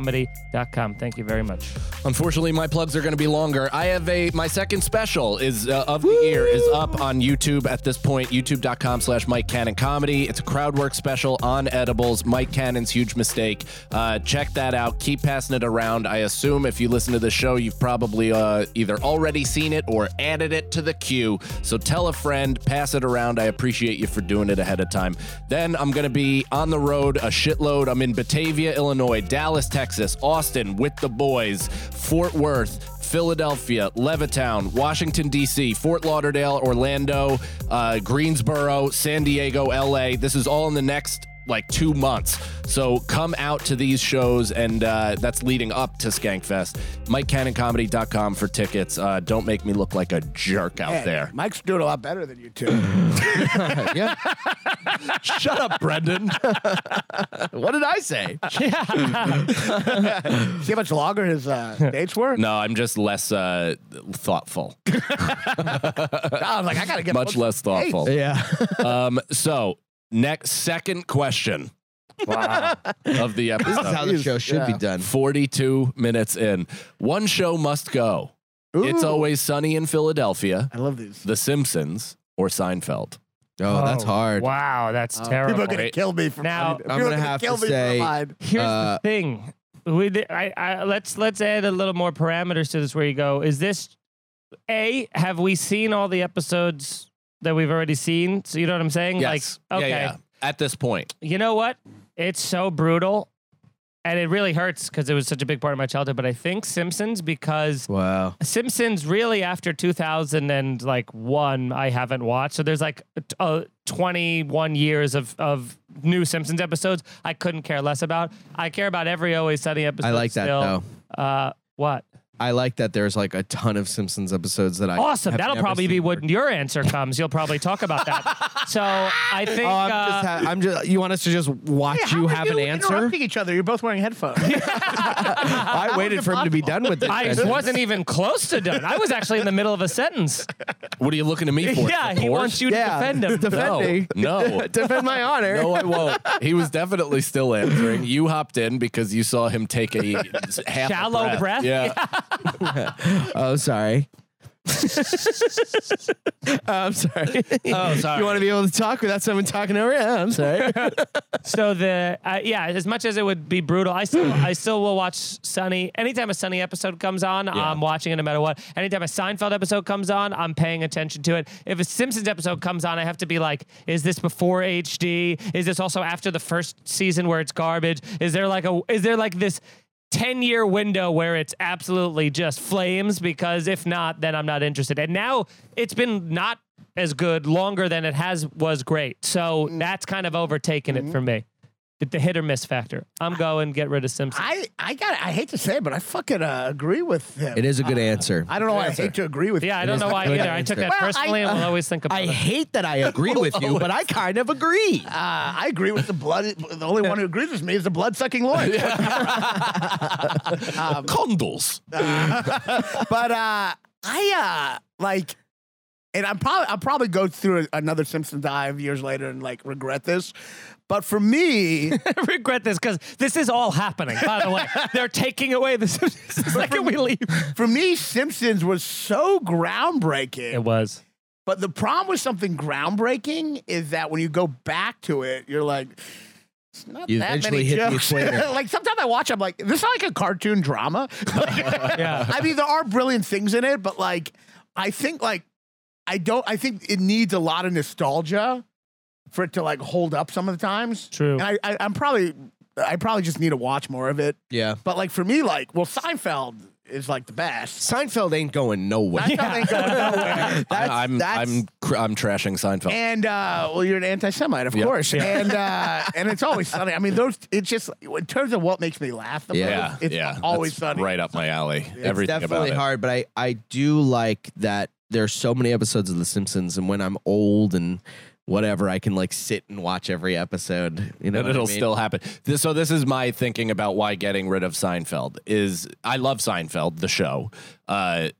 [SPEAKER 4] MikeFeeneyComedy.com. Thank you very much.
[SPEAKER 2] Unfortunately, my plugs are going to be longer. I have a my second special is uh, of the year is up on YouTube at this point. YouTube.com/slash Mike Cannon Comedy. It's a crowd work special on edibles. Mike Cannon's huge mistake. Uh, check that out. Keep passing it around. I assume if you listen to the show, you've probably uh, either already seen it or added it to the queue. So tell a friend, pass it around. I appreciate you for doing it ahead of time. Then I'm going to be on the road a shitload. I'm in Batavia, Illinois, Dallas, Texas, Austin with the boys, Fort Worth. Philadelphia, Levittown, Washington, D.C., Fort Lauderdale, Orlando, uh, Greensboro, San Diego, L.A. This is all in the next like two months. So come out to these shows, and uh, that's leading up to Skankfest. MikeCannonComedy.com for tickets. Uh, don't make me look like a jerk out
[SPEAKER 5] Man,
[SPEAKER 2] there.
[SPEAKER 5] Mike's doing a lot better than you two.
[SPEAKER 3] yeah.
[SPEAKER 2] Shut up, Brendan.
[SPEAKER 3] What did I say?
[SPEAKER 5] See how much longer his uh, dates were?
[SPEAKER 2] no, I'm just less uh, thoughtful.
[SPEAKER 5] I was like, I gotta get
[SPEAKER 2] Much
[SPEAKER 5] one-
[SPEAKER 2] less thoughtful.
[SPEAKER 3] yeah.
[SPEAKER 2] Um, so next, second question of the
[SPEAKER 3] This is
[SPEAKER 2] episode.
[SPEAKER 3] how the show should be done.
[SPEAKER 2] 42 minutes in. One show must go. It's
[SPEAKER 5] Ooh.
[SPEAKER 2] always sunny in Philadelphia,
[SPEAKER 5] I love these.
[SPEAKER 2] The Simpsons, or Seinfeld.
[SPEAKER 3] Oh, that's hard. Oh.
[SPEAKER 4] Wow, that's terrible.
[SPEAKER 5] People are gonna kill me for
[SPEAKER 4] Now-
[SPEAKER 5] people
[SPEAKER 3] I'm
[SPEAKER 5] are
[SPEAKER 3] gonna have
[SPEAKER 5] kill
[SPEAKER 3] to
[SPEAKER 5] me for
[SPEAKER 3] say-
[SPEAKER 5] mine.
[SPEAKER 4] Here's
[SPEAKER 3] Uh,
[SPEAKER 4] the thing. We, th- I, I, let's let's add a little more parameters to this. Where you go is this? A have we seen all the episodes that we've already seen? So you know what I'm saying?
[SPEAKER 2] Yes.
[SPEAKER 4] Like, okay,
[SPEAKER 2] Yeah, yeah. At this point.
[SPEAKER 4] you know what? It's so brutal. and it really hurts because it was such a big part of my childhood. But I think Simpsons because
[SPEAKER 3] Wow.
[SPEAKER 4] Simpsons really after 2000 and like one I haven't watched. So there's like t- uh, 21 years of of new Simpsons episodes I couldn't care less about. I care about every Always Sunny episode.
[SPEAKER 3] I like that,
[SPEAKER 4] still. Uh, what?
[SPEAKER 3] I like that there's like a ton of Simpsons episodes that I
[SPEAKER 4] Awesome.
[SPEAKER 3] have
[SPEAKER 4] That'll
[SPEAKER 3] never
[SPEAKER 4] probably
[SPEAKER 3] seen
[SPEAKER 4] be
[SPEAKER 3] or-
[SPEAKER 4] when your answer comes. You'll probably talk about that. so I think
[SPEAKER 3] Oh, I'm
[SPEAKER 4] uh,
[SPEAKER 3] just. Ha- I'm just. You want us to just watch
[SPEAKER 5] Hey, how
[SPEAKER 3] you
[SPEAKER 5] are
[SPEAKER 3] have an answer?
[SPEAKER 5] interrupting each other. You're both wearing headphones.
[SPEAKER 3] I waited for him to be done with this.
[SPEAKER 4] I
[SPEAKER 3] sentence.
[SPEAKER 4] wasn't even close to done. I was actually in the middle of a sentence.
[SPEAKER 2] What are you looking at me for?
[SPEAKER 4] yeah, he
[SPEAKER 2] Support?
[SPEAKER 4] wants you to
[SPEAKER 3] Yeah.
[SPEAKER 4] defend him.
[SPEAKER 3] Defend me.
[SPEAKER 2] No.
[SPEAKER 3] defend my honor.
[SPEAKER 2] No, I won't. He was definitely still answering. You hopped in because you saw him take a half a
[SPEAKER 4] Shallow
[SPEAKER 2] breath.
[SPEAKER 4] breath?
[SPEAKER 2] Yeah.
[SPEAKER 3] Oh, sorry. I'm sorry.
[SPEAKER 4] Oh, sorry.
[SPEAKER 3] You want to be able to talk without someone talking over you? I'm sorry.
[SPEAKER 4] So the uh, yeah, as much as it would be brutal, I still I still will watch Sunny. Anytime a Sunny episode comes on, I'm watching it no matter what. Anytime a Seinfeld episode comes on, I'm paying attention to it. If a Simpsons episode comes on, I have to be like, is this before HD? Is this also after the first season where it's garbage? Is there like a is there like this 10 year window where it's absolutely just flames because if not then I'm not interested. And now it's been not as good longer than it has was great. So that's kind of overtaken it for me. The- The hit or miss factor. I'm going get rid of Simpson.
[SPEAKER 5] I, I got. I hate to say it, but I fucking uh, agree with him.
[SPEAKER 3] It is a good answer.
[SPEAKER 5] I don't know. why I hate to agree with.
[SPEAKER 4] Yeah, I
[SPEAKER 5] him.
[SPEAKER 4] don't know why
[SPEAKER 3] good
[SPEAKER 4] either. I took
[SPEAKER 3] answer.
[SPEAKER 4] that personally and will always think about
[SPEAKER 3] I
[SPEAKER 4] it.
[SPEAKER 3] hate that I agree with you, but I kind of agree.
[SPEAKER 5] Uh, I agree with the blood. The only one who agrees with me is the blood sucking Lawrence.
[SPEAKER 2] Condors.
[SPEAKER 5] but uh, I uh, like, and I'm probably I'll probably go through another Simpson dive years later and like regret this. But for me,
[SPEAKER 4] I regret this because this is all happening. By the way, they're taking away the Simpsons the second we leave.
[SPEAKER 5] for me, Simpsons was so groundbreaking.
[SPEAKER 4] It was.
[SPEAKER 5] But the problem with something groundbreaking is that when you go back to it, you're like, it's not
[SPEAKER 3] You
[SPEAKER 5] that
[SPEAKER 3] eventually
[SPEAKER 5] many
[SPEAKER 3] hit the
[SPEAKER 5] jokes.
[SPEAKER 3] equator.
[SPEAKER 5] like sometimes I watch, I'm like, this is like a cartoon drama.
[SPEAKER 4] Yeah.
[SPEAKER 5] I mean, there are brilliant things in it, but like, I think like, I don't. I think it needs a lot of nostalgia for it to like hold up some of the times.
[SPEAKER 4] True.
[SPEAKER 5] And I, I I'm probably, I probably just need to watch more of it.
[SPEAKER 3] Yeah.
[SPEAKER 5] But like for me, like, well, Seinfeld is like the best.
[SPEAKER 3] Seinfeld ain't going nowhere.
[SPEAKER 5] Seinfeld ain't going nowhere.
[SPEAKER 3] That's-
[SPEAKER 2] I- I'm
[SPEAKER 3] that's-
[SPEAKER 2] I'm cr- I'm trashing Seinfeld.
[SPEAKER 5] And uh, well, you're an anti-Semite, of
[SPEAKER 2] Oh. Yeah.
[SPEAKER 5] course. And uh, and it's always sunny. I mean, those. It's just in terms of what makes me laugh. The
[SPEAKER 3] Yeah,
[SPEAKER 5] most, it's
[SPEAKER 2] yeah,
[SPEAKER 5] always
[SPEAKER 2] that's
[SPEAKER 5] sunny.
[SPEAKER 2] Right up my alley.
[SPEAKER 5] It's
[SPEAKER 2] Everything
[SPEAKER 3] it's definitely
[SPEAKER 2] about it.
[SPEAKER 3] hard, but I I do like that there are so many episodes of The Simpsons, and when I'm old and whatever, I can like sit and watch every episode. You know,
[SPEAKER 2] And
[SPEAKER 3] what I
[SPEAKER 2] it'll
[SPEAKER 3] mean?
[SPEAKER 2] still happen. This, so this is my thinking about why getting rid of Seinfeld is. I love Seinfeld, the show, uh,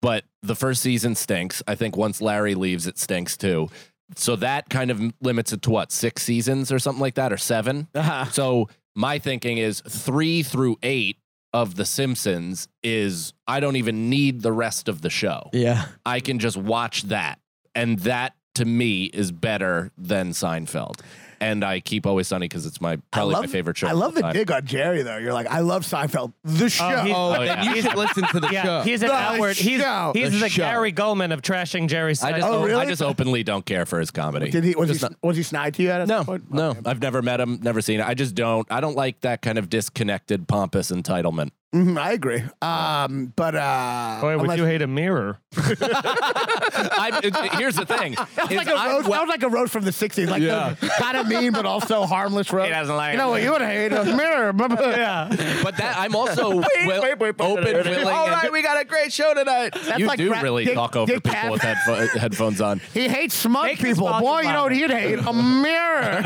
[SPEAKER 2] but the first season stinks. I think once Larry leaves, it stinks too. So that kind of limits it to what six seasons or something like that, or 7
[SPEAKER 5] Uh-huh.
[SPEAKER 2] So my thinking is three through eight of The Simpsons is I don't even need the rest of the show.
[SPEAKER 3] Yeah.
[SPEAKER 2] I can just watch that. And that to me is better than Seinfeld. And I keep Always Sunny because it's my probably my favorite show.
[SPEAKER 5] I
[SPEAKER 2] of
[SPEAKER 5] love
[SPEAKER 2] all
[SPEAKER 5] the
[SPEAKER 2] time.
[SPEAKER 5] dig on Jerry though. You're like, I love Seinfeld, the show.
[SPEAKER 4] he-
[SPEAKER 3] Oh,
[SPEAKER 2] Oh,
[SPEAKER 3] then
[SPEAKER 2] yeah.
[SPEAKER 3] you should listen to the
[SPEAKER 4] Yeah,
[SPEAKER 3] show.
[SPEAKER 4] he's an
[SPEAKER 5] The
[SPEAKER 4] outward. He's
[SPEAKER 5] show.
[SPEAKER 4] he's
[SPEAKER 3] The
[SPEAKER 4] the,
[SPEAKER 3] show.
[SPEAKER 4] Gary Goldman of trashing Jerry
[SPEAKER 2] I
[SPEAKER 4] Seinfeld.
[SPEAKER 2] just,
[SPEAKER 5] Oh, really?
[SPEAKER 2] I just openly don't care for his comedy.
[SPEAKER 5] Did he was he, was he snide to you at that
[SPEAKER 2] no,
[SPEAKER 5] point?
[SPEAKER 2] no,
[SPEAKER 5] Okay.
[SPEAKER 2] I've never met him, never seen it. I just don't. I don't like that kind of disconnected, pompous entitlement.
[SPEAKER 5] Mhm, I agree. Um, but uh,
[SPEAKER 4] Boy, would
[SPEAKER 5] unless-
[SPEAKER 4] you hate a mirror?
[SPEAKER 2] I, it- it- here's the thing:
[SPEAKER 5] that was,
[SPEAKER 2] is
[SPEAKER 5] like a
[SPEAKER 2] I'm
[SPEAKER 5] roast, that
[SPEAKER 2] wel-
[SPEAKER 5] was like a roast from the '60s, like kind of mean but also harmless roast.
[SPEAKER 2] He doesn't like
[SPEAKER 5] You know what you would hate? A mirror.
[SPEAKER 4] Yeah.
[SPEAKER 2] but that I'm also wel-
[SPEAKER 5] wait, wait, wait.
[SPEAKER 2] open, willing.
[SPEAKER 3] All
[SPEAKER 2] and-
[SPEAKER 3] right, we got a great show tonight.
[SPEAKER 2] you
[SPEAKER 5] like
[SPEAKER 2] do
[SPEAKER 5] Brad-
[SPEAKER 2] really
[SPEAKER 5] Dick-
[SPEAKER 2] talk over
[SPEAKER 5] Dick
[SPEAKER 2] people with headpho- headphones on.
[SPEAKER 5] He hates smug
[SPEAKER 4] Make his
[SPEAKER 5] people.
[SPEAKER 4] body
[SPEAKER 5] Boy, you know what
[SPEAKER 4] violent.
[SPEAKER 5] he'd hate? A mirror.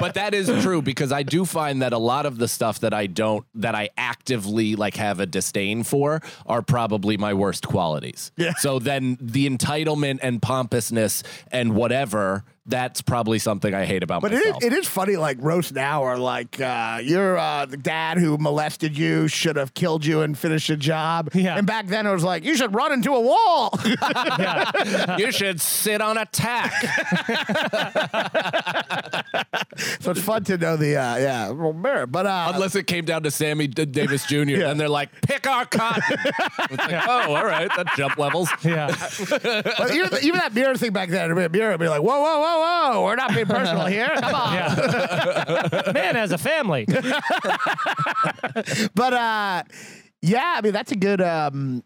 [SPEAKER 2] but that is true because I do find that a lot of the stuff that I don't that I actively like have a disdain for are probably my worst qualities. Yeah. So then the entitlement and pompousness and whatever that's probably something I hate about
[SPEAKER 5] But it is,
[SPEAKER 2] myself.
[SPEAKER 5] it is funny, like roast now or like uh, your uh, the dad who molested you should have killed you and finished a job.
[SPEAKER 4] Yeah.
[SPEAKER 5] And back then it was like you should run into a wall.
[SPEAKER 2] you should sit on a tack.
[SPEAKER 5] So it's fun to know the uh, yeah, well, mirror. But uh,
[SPEAKER 2] Unless it came down to Sammy D- Davis Jr. and they're like, pick our cotton. it's like, oh, all right, that jump levels.
[SPEAKER 4] Yeah.
[SPEAKER 5] but even, even that mirror thing back then, a mirror would be like, whoa, whoa, whoa, whoa, we're not being personal here. Come on.
[SPEAKER 4] Yeah. Man has a family.
[SPEAKER 5] But uh, yeah, I mean that's a good. Um,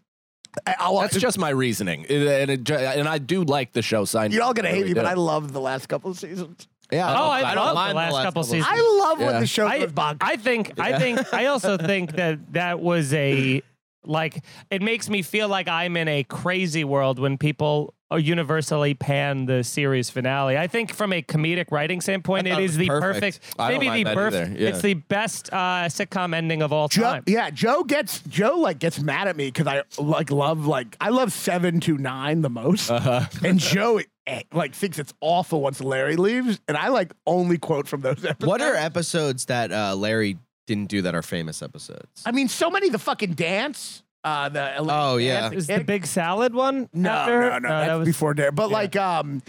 [SPEAKER 5] I, I'll,
[SPEAKER 2] That's just my reasoning, Uh, and it, ju- and I do like the show. Sign.
[SPEAKER 5] you're all gonna hate
[SPEAKER 2] really
[SPEAKER 5] me, but
[SPEAKER 2] do.
[SPEAKER 5] I love the last couple of seasons.
[SPEAKER 3] Yeah.
[SPEAKER 4] Oh, I,
[SPEAKER 2] I don't
[SPEAKER 4] love
[SPEAKER 2] mind
[SPEAKER 4] the last, couple seasons.
[SPEAKER 5] I love
[SPEAKER 2] Yeah.
[SPEAKER 5] when the show
[SPEAKER 4] I,
[SPEAKER 5] goes bonkers.
[SPEAKER 4] I think I think I also think that that was a like it makes me feel like I'm in a crazy world when people are universally pan the series finale. I think from a comedic writing standpoint,
[SPEAKER 2] I
[SPEAKER 4] it
[SPEAKER 2] thought it
[SPEAKER 4] is
[SPEAKER 2] was
[SPEAKER 4] the
[SPEAKER 2] perfect.
[SPEAKER 4] perfect,
[SPEAKER 2] I don't
[SPEAKER 4] maybe
[SPEAKER 2] mind
[SPEAKER 4] the
[SPEAKER 2] that
[SPEAKER 4] perfect.
[SPEAKER 2] either, yeah.
[SPEAKER 4] It's the best uh, sitcom ending of all
[SPEAKER 5] Joe,
[SPEAKER 4] time.
[SPEAKER 5] yeah, Joe gets Joe like gets mad at me because I like love like I love seven to nine the most, and Joe eh, like thinks it's awful once Larry leaves, and I like only quote from those episodes.
[SPEAKER 3] what are episodes that uh, Larry didn't do that are famous episodes?
[SPEAKER 5] I mean, so many the fucking dance. Uh, the
[SPEAKER 3] Oh, yeah.
[SPEAKER 4] Is the big salad one?
[SPEAKER 5] No,
[SPEAKER 4] after?
[SPEAKER 5] no, no, That's
[SPEAKER 4] that was
[SPEAKER 5] before Dare. But like, um,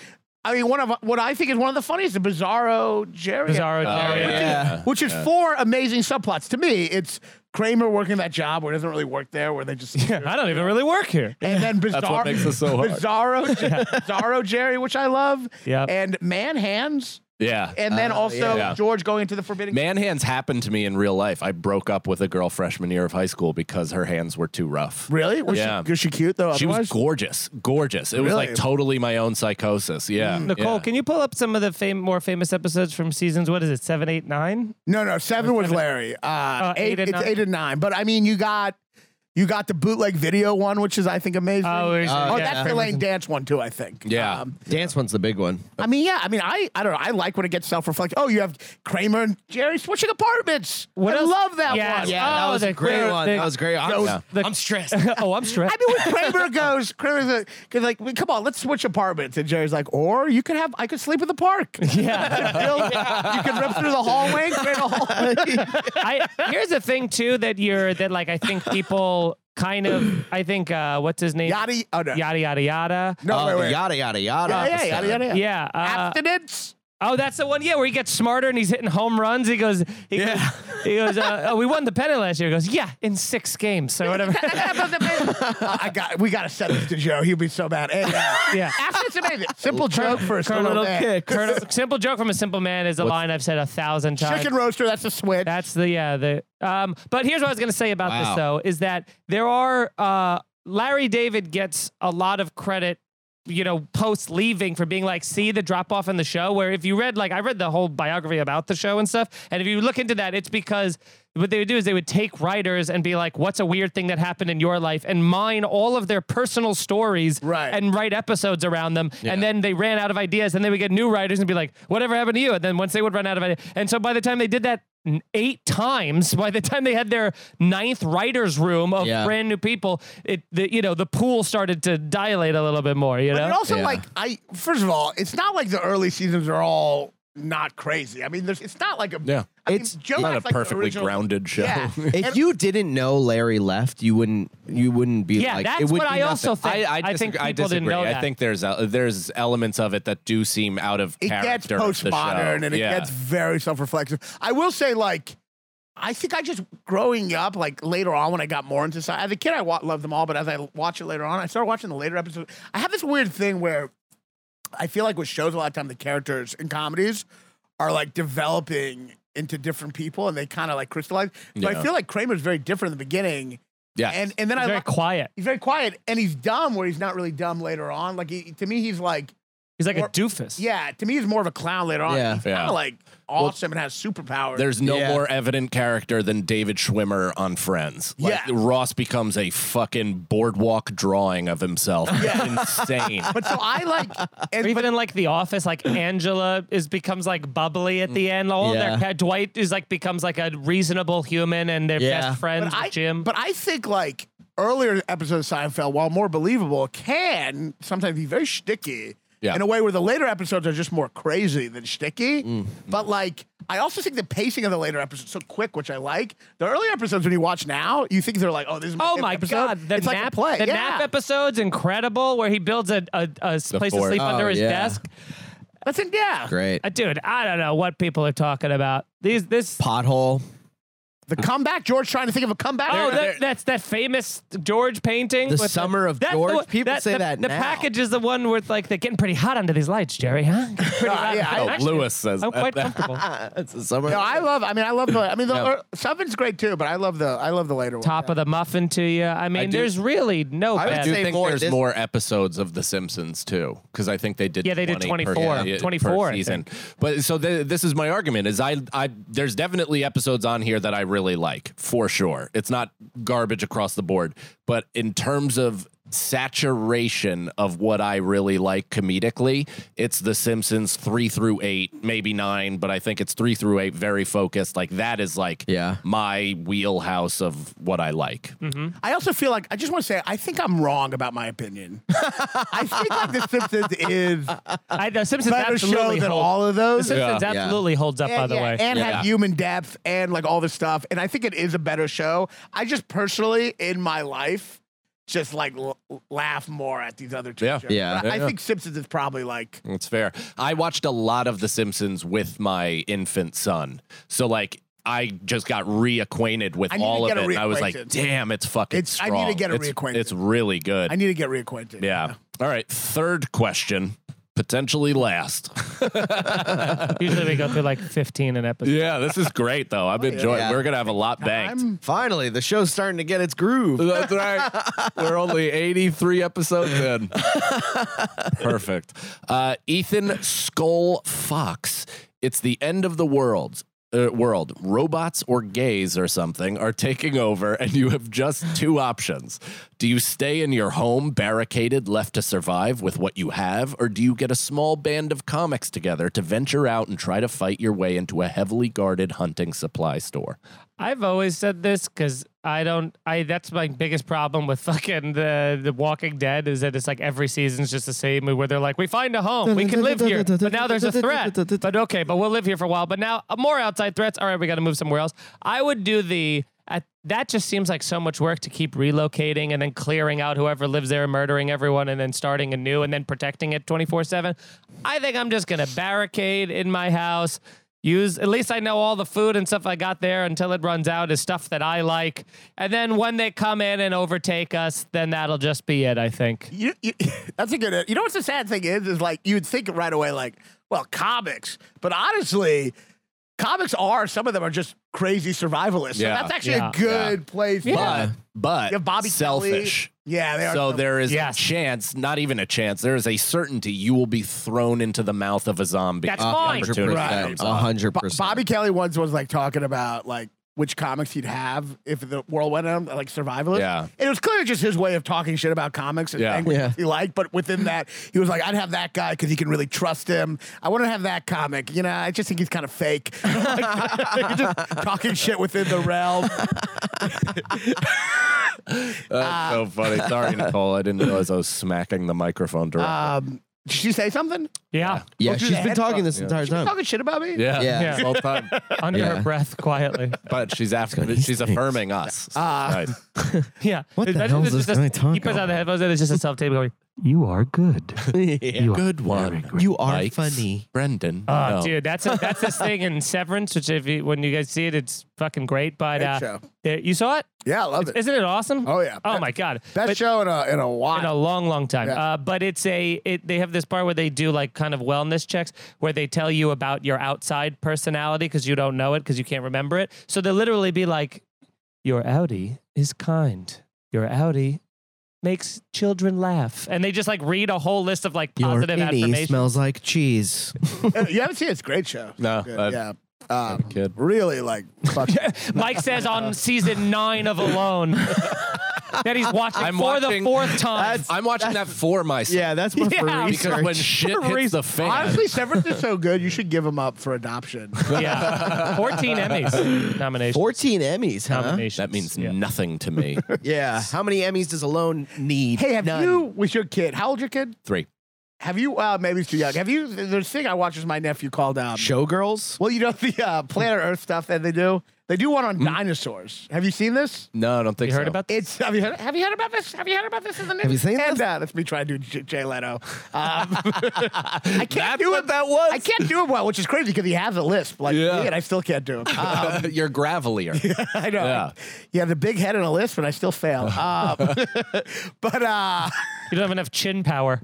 [SPEAKER 5] I mean, one of what I think is one of the funniest, the Bizarro Jerry,
[SPEAKER 4] Bizarro
[SPEAKER 2] Oh,
[SPEAKER 4] Jerry.
[SPEAKER 2] yeah.
[SPEAKER 5] which is four amazing subplots. To me, it's Kramer working that job where he doesn't really work there, where they just
[SPEAKER 4] I don't even really work here.
[SPEAKER 5] and then Bizarro,
[SPEAKER 2] what makes it so hard.
[SPEAKER 5] Bizarro, Bizarro Jerry, which I love,
[SPEAKER 4] Yep.
[SPEAKER 5] and Man Hands,
[SPEAKER 2] Yeah.
[SPEAKER 5] and then also
[SPEAKER 2] yeah.
[SPEAKER 5] George going into the Forbidden.
[SPEAKER 2] Man hands happened to me in real life. I broke up with a girl freshman year of high school because her hands were too rough.
[SPEAKER 5] Really? Was,
[SPEAKER 2] Yeah.
[SPEAKER 5] she, was she cute though?
[SPEAKER 2] She was
[SPEAKER 5] otherwise?
[SPEAKER 2] gorgeous, gorgeous. It was like
[SPEAKER 5] Really? Mm.
[SPEAKER 2] totally my own psychosis. Yeah,
[SPEAKER 4] Nicole,
[SPEAKER 2] yeah.
[SPEAKER 4] can you pull up some of the fam- more famous episodes from seasons? What is it? Seven, eight, nine?
[SPEAKER 5] No, no, seven was Larry. Uh, eight,
[SPEAKER 4] eight and
[SPEAKER 5] it's
[SPEAKER 4] nine.
[SPEAKER 5] eight and nine. But I mean, you got you got the bootleg video one, which is I think amazing.
[SPEAKER 4] Oh, is it?
[SPEAKER 5] oh
[SPEAKER 4] Yeah.
[SPEAKER 5] that's the lane dance one too. I think.
[SPEAKER 2] Yeah.
[SPEAKER 4] um,
[SPEAKER 3] Dance one's the big one.
[SPEAKER 5] I mean, yeah. I mean, I I don't know. I like when it gets self reflective. Oh, you have Kramer and Jerry switching apartments.
[SPEAKER 4] What
[SPEAKER 5] I
[SPEAKER 4] else?
[SPEAKER 5] love that
[SPEAKER 4] Yeah.
[SPEAKER 5] one.
[SPEAKER 4] Yeah. Oh, the queer- the-
[SPEAKER 3] great. I'm,
[SPEAKER 4] Yeah. the-
[SPEAKER 3] I'm stressed.
[SPEAKER 4] oh, I'm stressed.
[SPEAKER 5] I mean, when Kramer goes, Kramer's like, 'cause like, come on, let's switch apartments. And Jerry's like, or you could have, I could sleep in the park.
[SPEAKER 4] yeah.
[SPEAKER 5] you could rip through the hallway, and create a hallway.
[SPEAKER 4] I, here's the thing too that you're that like I think people kind of I think uh what's his name
[SPEAKER 5] Yada- oh, no.
[SPEAKER 4] yada yada yada
[SPEAKER 5] No,
[SPEAKER 3] Oh,
[SPEAKER 5] wait, wait.
[SPEAKER 3] Yada yada yada.
[SPEAKER 5] yeah, yeah,
[SPEAKER 3] episode.
[SPEAKER 5] yada, yada, yada.
[SPEAKER 4] Uh, yeah uh,
[SPEAKER 5] Abstinence.
[SPEAKER 4] oh that's the one yeah where he gets smarter and he's hitting home runs he goes he goes, he goes uh, oh we won the pennant last year he goes yeah in six games or whatever
[SPEAKER 5] I got. We got to send this to Joe. He'll be so mad. And, uh,
[SPEAKER 4] Yeah.
[SPEAKER 5] Abstinence amazing. Simple joke for a
[SPEAKER 4] Colonel
[SPEAKER 5] little man.
[SPEAKER 4] Kidd. Colonel- simple joke from a simple man is a line I've said a thousand times
[SPEAKER 5] Chicken roaster. That's a switch.
[SPEAKER 4] That's the yeah the um. But here's what I was gonna say about
[SPEAKER 3] Wow.
[SPEAKER 4] this though is that there are uh Larry David gets a lot of credit. You know, post leaving for being like, see the drop off in the show. Where if you read, like, I read the whole biography about the show and stuff. And if you look into that, it's because what they would do is they would take writers and be like, what's a weird thing that happened in your life and mine all of their personal stories
[SPEAKER 5] Right.
[SPEAKER 4] and write episodes around them. And then they ran out of ideas, and they would get new writers and be like, "Whatever happened to you?" And then once they would run out of ideas, and so by the time they did that n- eight times, by the time they had their ninth writers' room of
[SPEAKER 3] Yeah.
[SPEAKER 4] brand new people, it the, you know the pool started to dilate a little bit more. You
[SPEAKER 5] But
[SPEAKER 4] know,
[SPEAKER 5] it also
[SPEAKER 3] Yeah.
[SPEAKER 5] like I first of all, it's not like the early seasons are all not crazy. I mean, there's it's not like a
[SPEAKER 2] Yeah.
[SPEAKER 5] I
[SPEAKER 3] It's
[SPEAKER 5] mean, Joe
[SPEAKER 2] not
[SPEAKER 5] acts
[SPEAKER 2] a
[SPEAKER 5] like the
[SPEAKER 2] perfectly
[SPEAKER 5] original-
[SPEAKER 2] grounded show.
[SPEAKER 5] Yeah.
[SPEAKER 3] If you didn't know Larry left, you wouldn't. You wouldn't be
[SPEAKER 4] Yeah,
[SPEAKER 3] like.
[SPEAKER 4] that's
[SPEAKER 3] it would
[SPEAKER 4] what
[SPEAKER 3] be
[SPEAKER 4] I also
[SPEAKER 3] nothing.
[SPEAKER 4] think. I think
[SPEAKER 2] disagree-
[SPEAKER 4] people didn't
[SPEAKER 2] disagree.
[SPEAKER 4] know
[SPEAKER 2] I
[SPEAKER 4] that.
[SPEAKER 2] think there's uh, there's elements of it that do seem out of
[SPEAKER 5] it gets
[SPEAKER 2] character. of the
[SPEAKER 5] postmodern
[SPEAKER 2] show.
[SPEAKER 5] and it
[SPEAKER 2] Yeah.
[SPEAKER 5] gets very self-reflexive. I will say, like, I think I just growing up, like later on when I got more into sci- as a kid, I wa- loved them all, but as I watch it later on, I started watching the later episodes. I have this weird thing where I feel like with shows a lot of time the characters in comedies are like developing into different people and they kind of like crystallize. So I
[SPEAKER 2] Yeah.
[SPEAKER 5] feel like Kramer's very different in the beginning.
[SPEAKER 2] yeah.
[SPEAKER 5] And and then I
[SPEAKER 4] very
[SPEAKER 5] like
[SPEAKER 4] quiet.
[SPEAKER 5] he's very quiet and he's dumb where he's not really dumb later on. Like he, to me, he's like
[SPEAKER 4] He's like
[SPEAKER 5] Or-
[SPEAKER 4] a doofus.
[SPEAKER 5] yeah, to me, he's more of a clown later on.
[SPEAKER 3] Yeah.
[SPEAKER 5] he's kind of
[SPEAKER 2] Yeah.
[SPEAKER 5] like awesome and has superpowers.
[SPEAKER 2] There's no
[SPEAKER 3] Yeah.
[SPEAKER 2] more evident character than David Schwimmer on Friends. Like,
[SPEAKER 5] Yeah.
[SPEAKER 2] Ross becomes a fucking boardwalk drawing of himself. Insane.
[SPEAKER 5] but so I like,
[SPEAKER 4] Or
[SPEAKER 5] and,
[SPEAKER 4] even
[SPEAKER 5] but,
[SPEAKER 4] in like The Office, like Angela is becomes like bubbly at the end. All
[SPEAKER 3] Yeah.
[SPEAKER 4] their ca- Dwight is like becomes like a reasonable human, and their
[SPEAKER 3] Yeah.
[SPEAKER 4] best friends
[SPEAKER 5] but I
[SPEAKER 4] Jim.
[SPEAKER 5] but I think like earlier episodes of Seinfeld, while more believable, can sometimes be very shticky.
[SPEAKER 2] Yeah.
[SPEAKER 5] In a way where the later episodes are just more crazy than shticky.
[SPEAKER 4] Mm.
[SPEAKER 5] But like, I also think the pacing of the later episodes is so quick, which I like. The earlier episodes, when you watch now, you think they're like, oh, this is my
[SPEAKER 4] Oh
[SPEAKER 5] favorite
[SPEAKER 4] my
[SPEAKER 5] episode.
[SPEAKER 4] god, the
[SPEAKER 5] it's
[SPEAKER 4] nap
[SPEAKER 5] like a play.
[SPEAKER 4] the
[SPEAKER 5] yeah.
[SPEAKER 4] nap episode's incredible, where he builds a a, a s- place to
[SPEAKER 2] fort.
[SPEAKER 4] sleep
[SPEAKER 3] Oh,
[SPEAKER 4] under his
[SPEAKER 3] yeah.
[SPEAKER 4] desk.
[SPEAKER 5] That's it. Yeah.
[SPEAKER 3] Great.
[SPEAKER 4] Uh, dude, I don't know what people are talking about. These this
[SPEAKER 3] Pothole.
[SPEAKER 5] The comeback. George trying to think of a comeback.
[SPEAKER 4] Oh, that, that's that famous George painting.
[SPEAKER 3] The
[SPEAKER 4] with
[SPEAKER 3] Summer of
[SPEAKER 4] that's
[SPEAKER 3] George?
[SPEAKER 4] one-
[SPEAKER 3] People say
[SPEAKER 4] the,
[SPEAKER 3] that
[SPEAKER 4] The
[SPEAKER 3] now.
[SPEAKER 4] package is the one where it's like they're getting pretty hot under these lights, Jerry, huh? Pretty hot.
[SPEAKER 5] yeah, I-
[SPEAKER 4] I'm
[SPEAKER 2] Oh,
[SPEAKER 4] actually-
[SPEAKER 2] Lewis says
[SPEAKER 4] I'm
[SPEAKER 2] that-
[SPEAKER 4] quite
[SPEAKER 2] that-
[SPEAKER 4] comfortable.
[SPEAKER 3] That's the summer.
[SPEAKER 5] no, I love. I mean, I love the. I mean, the
[SPEAKER 2] No.
[SPEAKER 5] er, seven's great too, but I love the. I love the later one.
[SPEAKER 4] Top of the muffin to you. I mean,
[SPEAKER 2] do-
[SPEAKER 4] there's really no
[SPEAKER 3] I would
[SPEAKER 2] I
[SPEAKER 4] bad.
[SPEAKER 2] do
[SPEAKER 3] say
[SPEAKER 2] think
[SPEAKER 3] more
[SPEAKER 2] there's
[SPEAKER 3] this-
[SPEAKER 2] more episodes of The Simpsons too, because I think they did.
[SPEAKER 4] Yeah, they did
[SPEAKER 2] 20 per-
[SPEAKER 4] 24.
[SPEAKER 2] yeah, per
[SPEAKER 4] 24, I
[SPEAKER 2] season. But so th- this is my argument: is I, I, there's definitely episodes on here that I really like for sure. It's not garbage across the board, but in terms of saturation of what I really like comedically, it's The Simpsons three through eight, maybe nine, but I think it's three through eight, very focused. Like that is like
[SPEAKER 3] Yeah.
[SPEAKER 2] my wheelhouse of what I like.
[SPEAKER 5] I also feel like I just want to say I think I'm wrong about my opinion. I think like The Simpsons is
[SPEAKER 4] I, the Simpsons
[SPEAKER 5] better show
[SPEAKER 4] absolutely
[SPEAKER 5] than
[SPEAKER 4] hold-
[SPEAKER 5] all of those.
[SPEAKER 4] The Simpsons
[SPEAKER 2] Yeah.
[SPEAKER 4] absolutely holds up, by
[SPEAKER 5] and,
[SPEAKER 4] the
[SPEAKER 5] yeah,
[SPEAKER 4] way.
[SPEAKER 5] and
[SPEAKER 2] Yeah.
[SPEAKER 5] have human depth and like all this stuff. And I think it is a better show. I just personally in my life just like l- laugh more at these other two
[SPEAKER 2] Yeah.
[SPEAKER 5] shows.
[SPEAKER 3] Yeah.
[SPEAKER 5] But I, I
[SPEAKER 2] Yeah.
[SPEAKER 5] think Simpsons is probably like
[SPEAKER 2] That's fair. I watched a lot of The Simpsons with my infant son. So like I just got reacquainted with
[SPEAKER 5] I need to
[SPEAKER 2] all of
[SPEAKER 5] get
[SPEAKER 2] it.
[SPEAKER 5] a
[SPEAKER 2] And I was like,
[SPEAKER 5] reacquainted.
[SPEAKER 2] damn, it's fucking
[SPEAKER 5] It's- I
[SPEAKER 2] strong.
[SPEAKER 5] need to get a
[SPEAKER 2] it's,
[SPEAKER 5] reacquainted.
[SPEAKER 2] It's really good.
[SPEAKER 5] I need to get reacquainted.
[SPEAKER 2] yeah. All right. Third question. Potentially last.
[SPEAKER 4] Usually we go through like 15 an episode.
[SPEAKER 2] yeah, this is great though. I'm enjoying.
[SPEAKER 3] Yeah.
[SPEAKER 2] We're gonna have a lot banked.
[SPEAKER 5] Oh, I'm
[SPEAKER 3] Finally, the show's starting to get its groove.
[SPEAKER 2] That's right. We're only 83 episodes in. Perfect. Uh, Ethan Skull Fox. It's the end of the world. Uh, world robots or gays or something are taking over and you have just two options do you stay in your home barricaded left to survive with what you have or do you get a small band of comics together to venture out and try to fight your way into a heavily guarded hunting supply store
[SPEAKER 4] I've always said this because I don't. I that's my biggest problem with fucking the the Walking Dead is that it's like every season's just the same where they're like we find a home we can live here but now there's a threat but okay but we'll live here for a while but now uh, more outside threats all right we got to move somewhere else I would do the at, that just seems like so much work to keep relocating and then clearing out whoever lives there and murdering everyone and then starting anew and then protecting it 24 7 I think I'm just gonna barricade in my house use at least i know all the food and stuff i got there until it runs out is stuff that i like and then when they come in and overtake us then that'll just be it i think
[SPEAKER 5] you, you, that's a good you know what's the sad thing is is like you would think right away like well comics but honestly comics are some of them are just crazy survivalists so
[SPEAKER 2] Yeah.
[SPEAKER 5] that's actually
[SPEAKER 4] Yeah.
[SPEAKER 5] a good place
[SPEAKER 2] but but
[SPEAKER 5] You have Bobby Kelly.
[SPEAKER 2] selfish
[SPEAKER 5] yeah they are
[SPEAKER 2] So there is
[SPEAKER 4] Yes.
[SPEAKER 2] a chance, not even a chance, there is a certainty you will be thrown into the mouth of a zombie.
[SPEAKER 4] That's
[SPEAKER 2] if
[SPEAKER 3] Uh,
[SPEAKER 2] the
[SPEAKER 4] fine.
[SPEAKER 2] opportunity
[SPEAKER 5] Right.
[SPEAKER 2] comes
[SPEAKER 3] A
[SPEAKER 2] up.
[SPEAKER 3] hundred
[SPEAKER 5] Bo-
[SPEAKER 3] percent.
[SPEAKER 5] Bobby Kelly once was like talking about like which comics he'd have if the world went on like survivalist.
[SPEAKER 2] Yeah.
[SPEAKER 5] And it was clearly just his way of talking shit about comics and
[SPEAKER 2] Yeah.
[SPEAKER 5] saying what
[SPEAKER 3] Yeah.
[SPEAKER 5] he liked. But within that, he was like, I'd have that guy because he can really trust him. I wouldn't have that comic. You know, I just think he's kind of fake. Like, just talking shit within the realm.
[SPEAKER 4] uh,
[SPEAKER 2] That's so funny. Sorry, Nicole. I didn't realize I was smacking the microphone directly.
[SPEAKER 4] Uh,
[SPEAKER 5] Um, did she say something?
[SPEAKER 4] yeah,
[SPEAKER 3] Yeah,
[SPEAKER 5] Well,
[SPEAKER 3] she's
[SPEAKER 5] dude,
[SPEAKER 3] been
[SPEAKER 5] that-
[SPEAKER 3] talking this entire
[SPEAKER 5] She was
[SPEAKER 3] time.
[SPEAKER 5] talking shit about me?
[SPEAKER 2] yeah.
[SPEAKER 3] yeah.
[SPEAKER 4] Yeah.
[SPEAKER 2] this whole time.
[SPEAKER 4] under
[SPEAKER 3] Yeah.
[SPEAKER 4] her breath quietly
[SPEAKER 2] But she's after. She's affirming us.
[SPEAKER 4] Uh,
[SPEAKER 5] Ah.
[SPEAKER 2] Nice.
[SPEAKER 4] yeah
[SPEAKER 3] What the
[SPEAKER 4] Imagine
[SPEAKER 3] hell is
[SPEAKER 4] this
[SPEAKER 3] this guy talking
[SPEAKER 4] he puts out
[SPEAKER 3] about?
[SPEAKER 4] the headphones and it's just a self-tape going you are good You are
[SPEAKER 2] Good one.
[SPEAKER 3] You are
[SPEAKER 2] Mike's
[SPEAKER 3] funny.
[SPEAKER 2] Brendan.
[SPEAKER 4] Oh,
[SPEAKER 2] No.
[SPEAKER 4] dude, that's a, that's this thing in Severance, which if you, when you guys see it, it's fucking great. But
[SPEAKER 5] Great
[SPEAKER 4] uh,
[SPEAKER 5] show.
[SPEAKER 4] there- you saw it,
[SPEAKER 5] Yeah, I love it.
[SPEAKER 4] isn't it awesome?
[SPEAKER 5] Oh, yeah.
[SPEAKER 4] Oh
[SPEAKER 5] Best-
[SPEAKER 4] my god,
[SPEAKER 5] Best
[SPEAKER 4] But-
[SPEAKER 5] show in a, in a
[SPEAKER 4] in a
[SPEAKER 5] while.
[SPEAKER 4] long, long time.
[SPEAKER 5] Yeah.
[SPEAKER 4] Uh, but it's a it, they have this part where they do like kind of wellness checks where they tell you about your outside personality because you don't know it because you can't remember it. So they'll literally be like, "Your Audi is kind. Your Audi makes children laugh," and they just like read a whole list of like
[SPEAKER 3] Your
[SPEAKER 4] positive
[SPEAKER 3] innie
[SPEAKER 4] affirmations.
[SPEAKER 3] smells like cheese.
[SPEAKER 5] you haven't seen it? It's a great show.
[SPEAKER 2] No,
[SPEAKER 5] Good,
[SPEAKER 2] I-
[SPEAKER 5] yeah. Um,
[SPEAKER 2] kid.
[SPEAKER 5] Really like fucking
[SPEAKER 4] Mike says on season nine of Alone that he's watching
[SPEAKER 2] I'm
[SPEAKER 4] for
[SPEAKER 2] watching-
[SPEAKER 4] the fourth time.
[SPEAKER 2] That's- I'm watching that for myself.
[SPEAKER 3] that's
[SPEAKER 4] my Yeah, first
[SPEAKER 2] Because when shit hits the fan,
[SPEAKER 5] Honestly, Severance is so good, you should give him up for adoption.
[SPEAKER 4] yeah, fourteen Emmys nominations.
[SPEAKER 3] Fourteen Emmys, huh?
[SPEAKER 4] Nominations.
[SPEAKER 2] that means
[SPEAKER 4] Yeah.
[SPEAKER 2] nothing to me.
[SPEAKER 3] Yeah. How many Emmys does Alone need?
[SPEAKER 5] hey, have
[SPEAKER 3] None.
[SPEAKER 5] you, with your kid, how old your kid?
[SPEAKER 2] Three.
[SPEAKER 5] Have you, uh, maybe he's too young. Have you, there's a thing I watch is my nephew called, um,
[SPEAKER 3] Showgirls?
[SPEAKER 5] well, you know, the uh, Planet Earth stuff that they do? They do one on
[SPEAKER 2] Mm.
[SPEAKER 5] dinosaurs. Have you seen this?
[SPEAKER 2] No, I don't think
[SPEAKER 4] You
[SPEAKER 2] so.
[SPEAKER 4] heard about
[SPEAKER 5] It's have you heard have you heard about this? Have you heard about this in the news?
[SPEAKER 3] you seen
[SPEAKER 5] and,
[SPEAKER 3] this?
[SPEAKER 5] Uh, that's me trying to do J- Jay Leno. Um, I can't
[SPEAKER 2] That's
[SPEAKER 5] do
[SPEAKER 2] what
[SPEAKER 5] it.
[SPEAKER 2] that was?
[SPEAKER 5] I can't do it well, which is crazy because he has a lisp like
[SPEAKER 2] Yeah.
[SPEAKER 5] me, and I still can't do it. Um,
[SPEAKER 2] Uh, you're gravelier.
[SPEAKER 5] I know.
[SPEAKER 2] Yeah.
[SPEAKER 5] He has a big head and a lisp, and I still fail. Um, but uh,
[SPEAKER 4] You don't have enough chin power.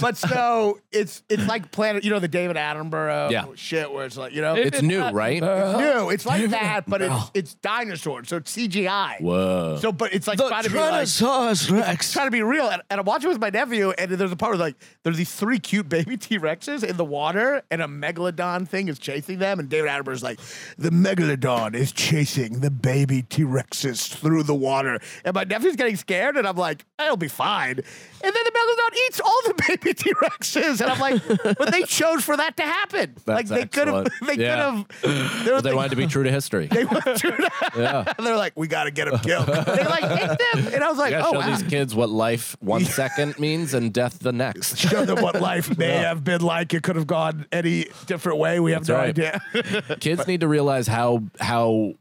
[SPEAKER 5] but so it's it's like Planet. You know the David Attenborough
[SPEAKER 2] Yeah.
[SPEAKER 5] shit, where it's like you know
[SPEAKER 2] It's new, right?
[SPEAKER 4] Uh,
[SPEAKER 5] It's new. It's like that, but it's it's dinosaurs, so it's CGI.
[SPEAKER 2] Whoa.
[SPEAKER 5] So, but it's like trying to be like,
[SPEAKER 3] Tyrannosaurus Rex.
[SPEAKER 5] trying to be real, and, and I'm watching with my nephew, and there's a part where like there's these three cute baby T Rexes in the water, and a megalodon thing is chasing them, and David Attenborough's like, the megalodon is chasing the baby T Rexes through the water, and my nephew's getting scared, and I'm like, it'll be fine, and then the megalodon eats all the baby T Rexes, and I'm like, but they chose for that to happen, like
[SPEAKER 2] That's
[SPEAKER 5] they could have,
[SPEAKER 2] excellent.
[SPEAKER 5] they
[SPEAKER 2] Yeah.
[SPEAKER 5] could have,
[SPEAKER 2] Well, they wanted to be true to history.
[SPEAKER 5] They went through that.
[SPEAKER 2] Yeah.
[SPEAKER 5] And they're like, we got to get him killed. They like hit them, and I was like,
[SPEAKER 2] You gotta
[SPEAKER 5] oh,
[SPEAKER 2] show
[SPEAKER 5] wow.
[SPEAKER 2] these kids what life one second means and death the next.
[SPEAKER 5] show them what life may have been like. It could have gone any different way. We have
[SPEAKER 2] That's
[SPEAKER 5] no
[SPEAKER 2] right.
[SPEAKER 5] idea.
[SPEAKER 2] Kids need to realize how how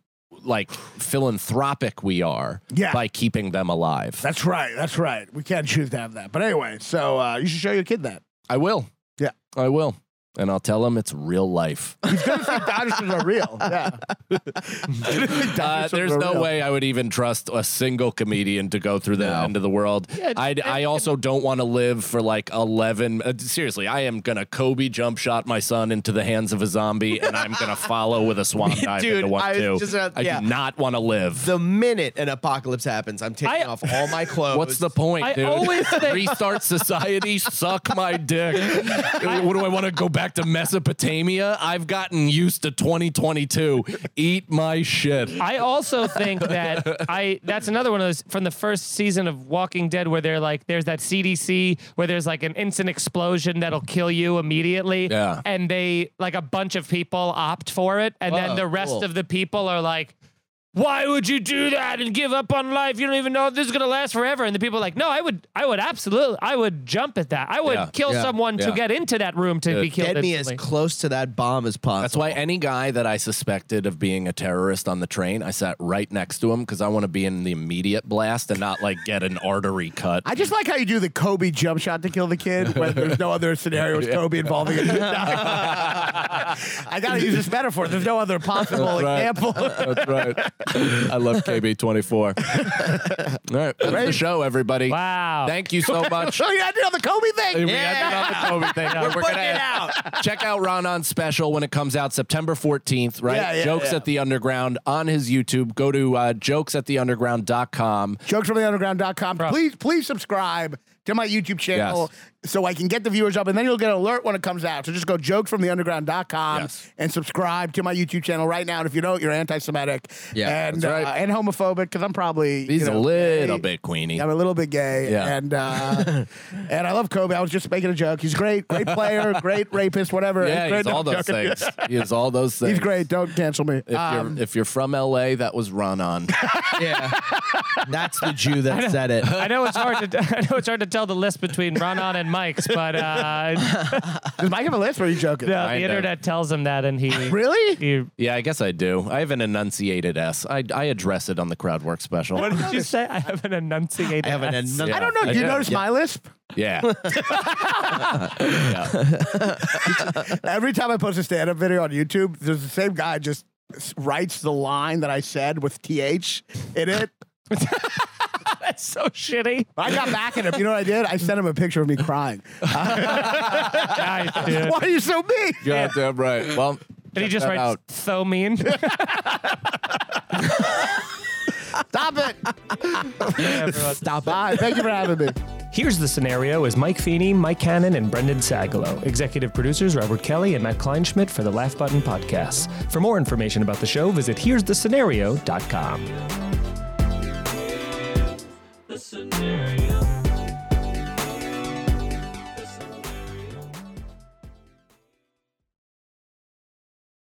[SPEAKER 2] like philanthropic we are
[SPEAKER 5] Yeah.
[SPEAKER 2] by keeping them alive.
[SPEAKER 5] That's right. That's right. We can't choose to have that. But anyway, so uh, you should show your kid that.
[SPEAKER 2] I will.
[SPEAKER 5] Yeah.
[SPEAKER 2] I will. And I'll tell them it's real life.
[SPEAKER 5] He's gonna think dinosaurs are real. Yeah. Uh, He's gonna think
[SPEAKER 2] Uh,
[SPEAKER 5] dinosaurs
[SPEAKER 2] there's
[SPEAKER 5] are
[SPEAKER 2] no
[SPEAKER 5] real.
[SPEAKER 2] way I would even trust a single comedian to go through the end of the world. I'd, I also don't want to live for like 11. Uh, seriously, I am going to Kobe jump shot my son into the hands of a zombie and I'm going to follow with a swan dive
[SPEAKER 3] Dude,
[SPEAKER 2] into one
[SPEAKER 3] I was
[SPEAKER 2] too.
[SPEAKER 3] just about-
[SPEAKER 2] I
[SPEAKER 3] yeah.
[SPEAKER 2] do not want to live.
[SPEAKER 3] The minute an apocalypse happens, I'm taking
[SPEAKER 4] I-
[SPEAKER 3] off all my clothes.
[SPEAKER 2] What's the point,
[SPEAKER 4] I
[SPEAKER 2] dude?
[SPEAKER 4] always think-
[SPEAKER 2] Restart society, suck my dick. what do I want to go back to Mesopotamia? I've gotten used to 2022. Eat my shit.
[SPEAKER 4] I also think that I that's another one of those from the first season of Walking Dead where they're like there's that CDC where there's like an instant explosion that'll kill you immediately.
[SPEAKER 2] Yeah.
[SPEAKER 4] And they like a bunch of people opt for it. And
[SPEAKER 2] Oh,
[SPEAKER 4] then the rest
[SPEAKER 2] cool.
[SPEAKER 4] of the people are like why would you do that and give up on life? You don't even know if this is gonna last forever. And the people are like, no, I would, I would absolutely, I would jump at that. I would
[SPEAKER 2] Yeah,
[SPEAKER 4] kill
[SPEAKER 3] yeah,
[SPEAKER 4] someone to
[SPEAKER 2] yeah.
[SPEAKER 4] get into that room to be killed.
[SPEAKER 3] Get me as
[SPEAKER 4] instantly.
[SPEAKER 3] close to that bomb as possible.
[SPEAKER 2] That's why any guy that I suspected of being a terrorist on the train, I sat right next to him because I want to be in the immediate blast and not like get an artery cut.
[SPEAKER 5] I just like how you do the Kobe jump shot to kill the kid when there's no other scenario with Kobe involving it. I gotta use this metaphor. There's no other possible
[SPEAKER 2] right.
[SPEAKER 5] example.
[SPEAKER 2] That's right. I love KB24. All right. That's the
[SPEAKER 5] Great.
[SPEAKER 2] show, everybody.
[SPEAKER 4] Wow.
[SPEAKER 2] Thank you so much.
[SPEAKER 5] so you had to know the Kobe thing.
[SPEAKER 2] We ended on the Kobe thing. We're, gonna check out Ron on special when it comes out September 14th, right?
[SPEAKER 5] Yeah, yeah,
[SPEAKER 2] Jokes
[SPEAKER 5] yeah.
[SPEAKER 2] at the Underground on his YouTube. Go to uh, jokesattheunderground.com.
[SPEAKER 5] jokes from the underground.com. Please, please subscribe to my YouTube channel so I can get the viewers up and then you'll get an alert when it comes out. So just go jokes from the underground.com
[SPEAKER 2] Yes.
[SPEAKER 5] and subscribe to my YouTube channel right now. And if you don't, you're anti Semitic
[SPEAKER 3] Yeah,
[SPEAKER 5] and,
[SPEAKER 2] that's right.
[SPEAKER 5] uh, and homophobic because I'm probably.
[SPEAKER 2] He's
[SPEAKER 5] you know,
[SPEAKER 2] a little
[SPEAKER 5] gay.
[SPEAKER 2] bit queenie.
[SPEAKER 5] I'm a little bit gay,
[SPEAKER 2] Yeah.
[SPEAKER 5] and uh, and I love Kobe. I was just making a joke. He's great, great player, great rapist, whatever.
[SPEAKER 2] Yeah,
[SPEAKER 5] great.
[SPEAKER 2] he's
[SPEAKER 5] No,
[SPEAKER 2] all
[SPEAKER 5] I'm
[SPEAKER 2] those
[SPEAKER 5] joking.
[SPEAKER 2] things. He is all those things.
[SPEAKER 5] He's great. Don't cancel me.
[SPEAKER 2] If
[SPEAKER 5] Um,
[SPEAKER 2] you're if you're from LA, that was run on.
[SPEAKER 3] Yeah. That's the Jew that said it.
[SPEAKER 4] I know it's hard to I know it's hard to tell the list between Ronan and Mike's, but uh,
[SPEAKER 5] does Mike have a list? Or are you joking?
[SPEAKER 4] the,
[SPEAKER 2] I
[SPEAKER 4] the
[SPEAKER 2] know.
[SPEAKER 4] internet tells him that, and he
[SPEAKER 5] Really?
[SPEAKER 4] He,
[SPEAKER 2] yeah, I guess I do. I have an enunciated S. I I address it on the crowd work special.
[SPEAKER 4] what did you say? I have an enunciated.
[SPEAKER 3] I have an
[SPEAKER 4] S.
[SPEAKER 3] another.
[SPEAKER 5] I don't know.
[SPEAKER 2] I
[SPEAKER 5] Do you
[SPEAKER 2] do.
[SPEAKER 5] notice my lisp?
[SPEAKER 2] Yeah.
[SPEAKER 5] Every time I post a stand up video on YouTube, there's the same guy just s- writes the line that I said with TH in it.
[SPEAKER 4] That's so shitty.
[SPEAKER 5] I got back at him. You know what I did? I sent him a picture of me crying.
[SPEAKER 4] Nice, dude.
[SPEAKER 5] Why are you so mean?
[SPEAKER 2] God damn right. Well,
[SPEAKER 4] And he
[SPEAKER 2] check
[SPEAKER 4] just
[SPEAKER 2] that
[SPEAKER 4] writes
[SPEAKER 2] out.
[SPEAKER 4] so mean.
[SPEAKER 5] Stop it.
[SPEAKER 4] Everyone.
[SPEAKER 5] Stop Bye. Thank you for having me.
[SPEAKER 4] Here's the Scenario is Mike Feeney, Mike Cannon, and Brendan Sagalow. Executive producers Robert Kelly and Matt Kleinschmidt for the Laugh Button Podcasts. For more information about the show, visit here'sthescenario.com.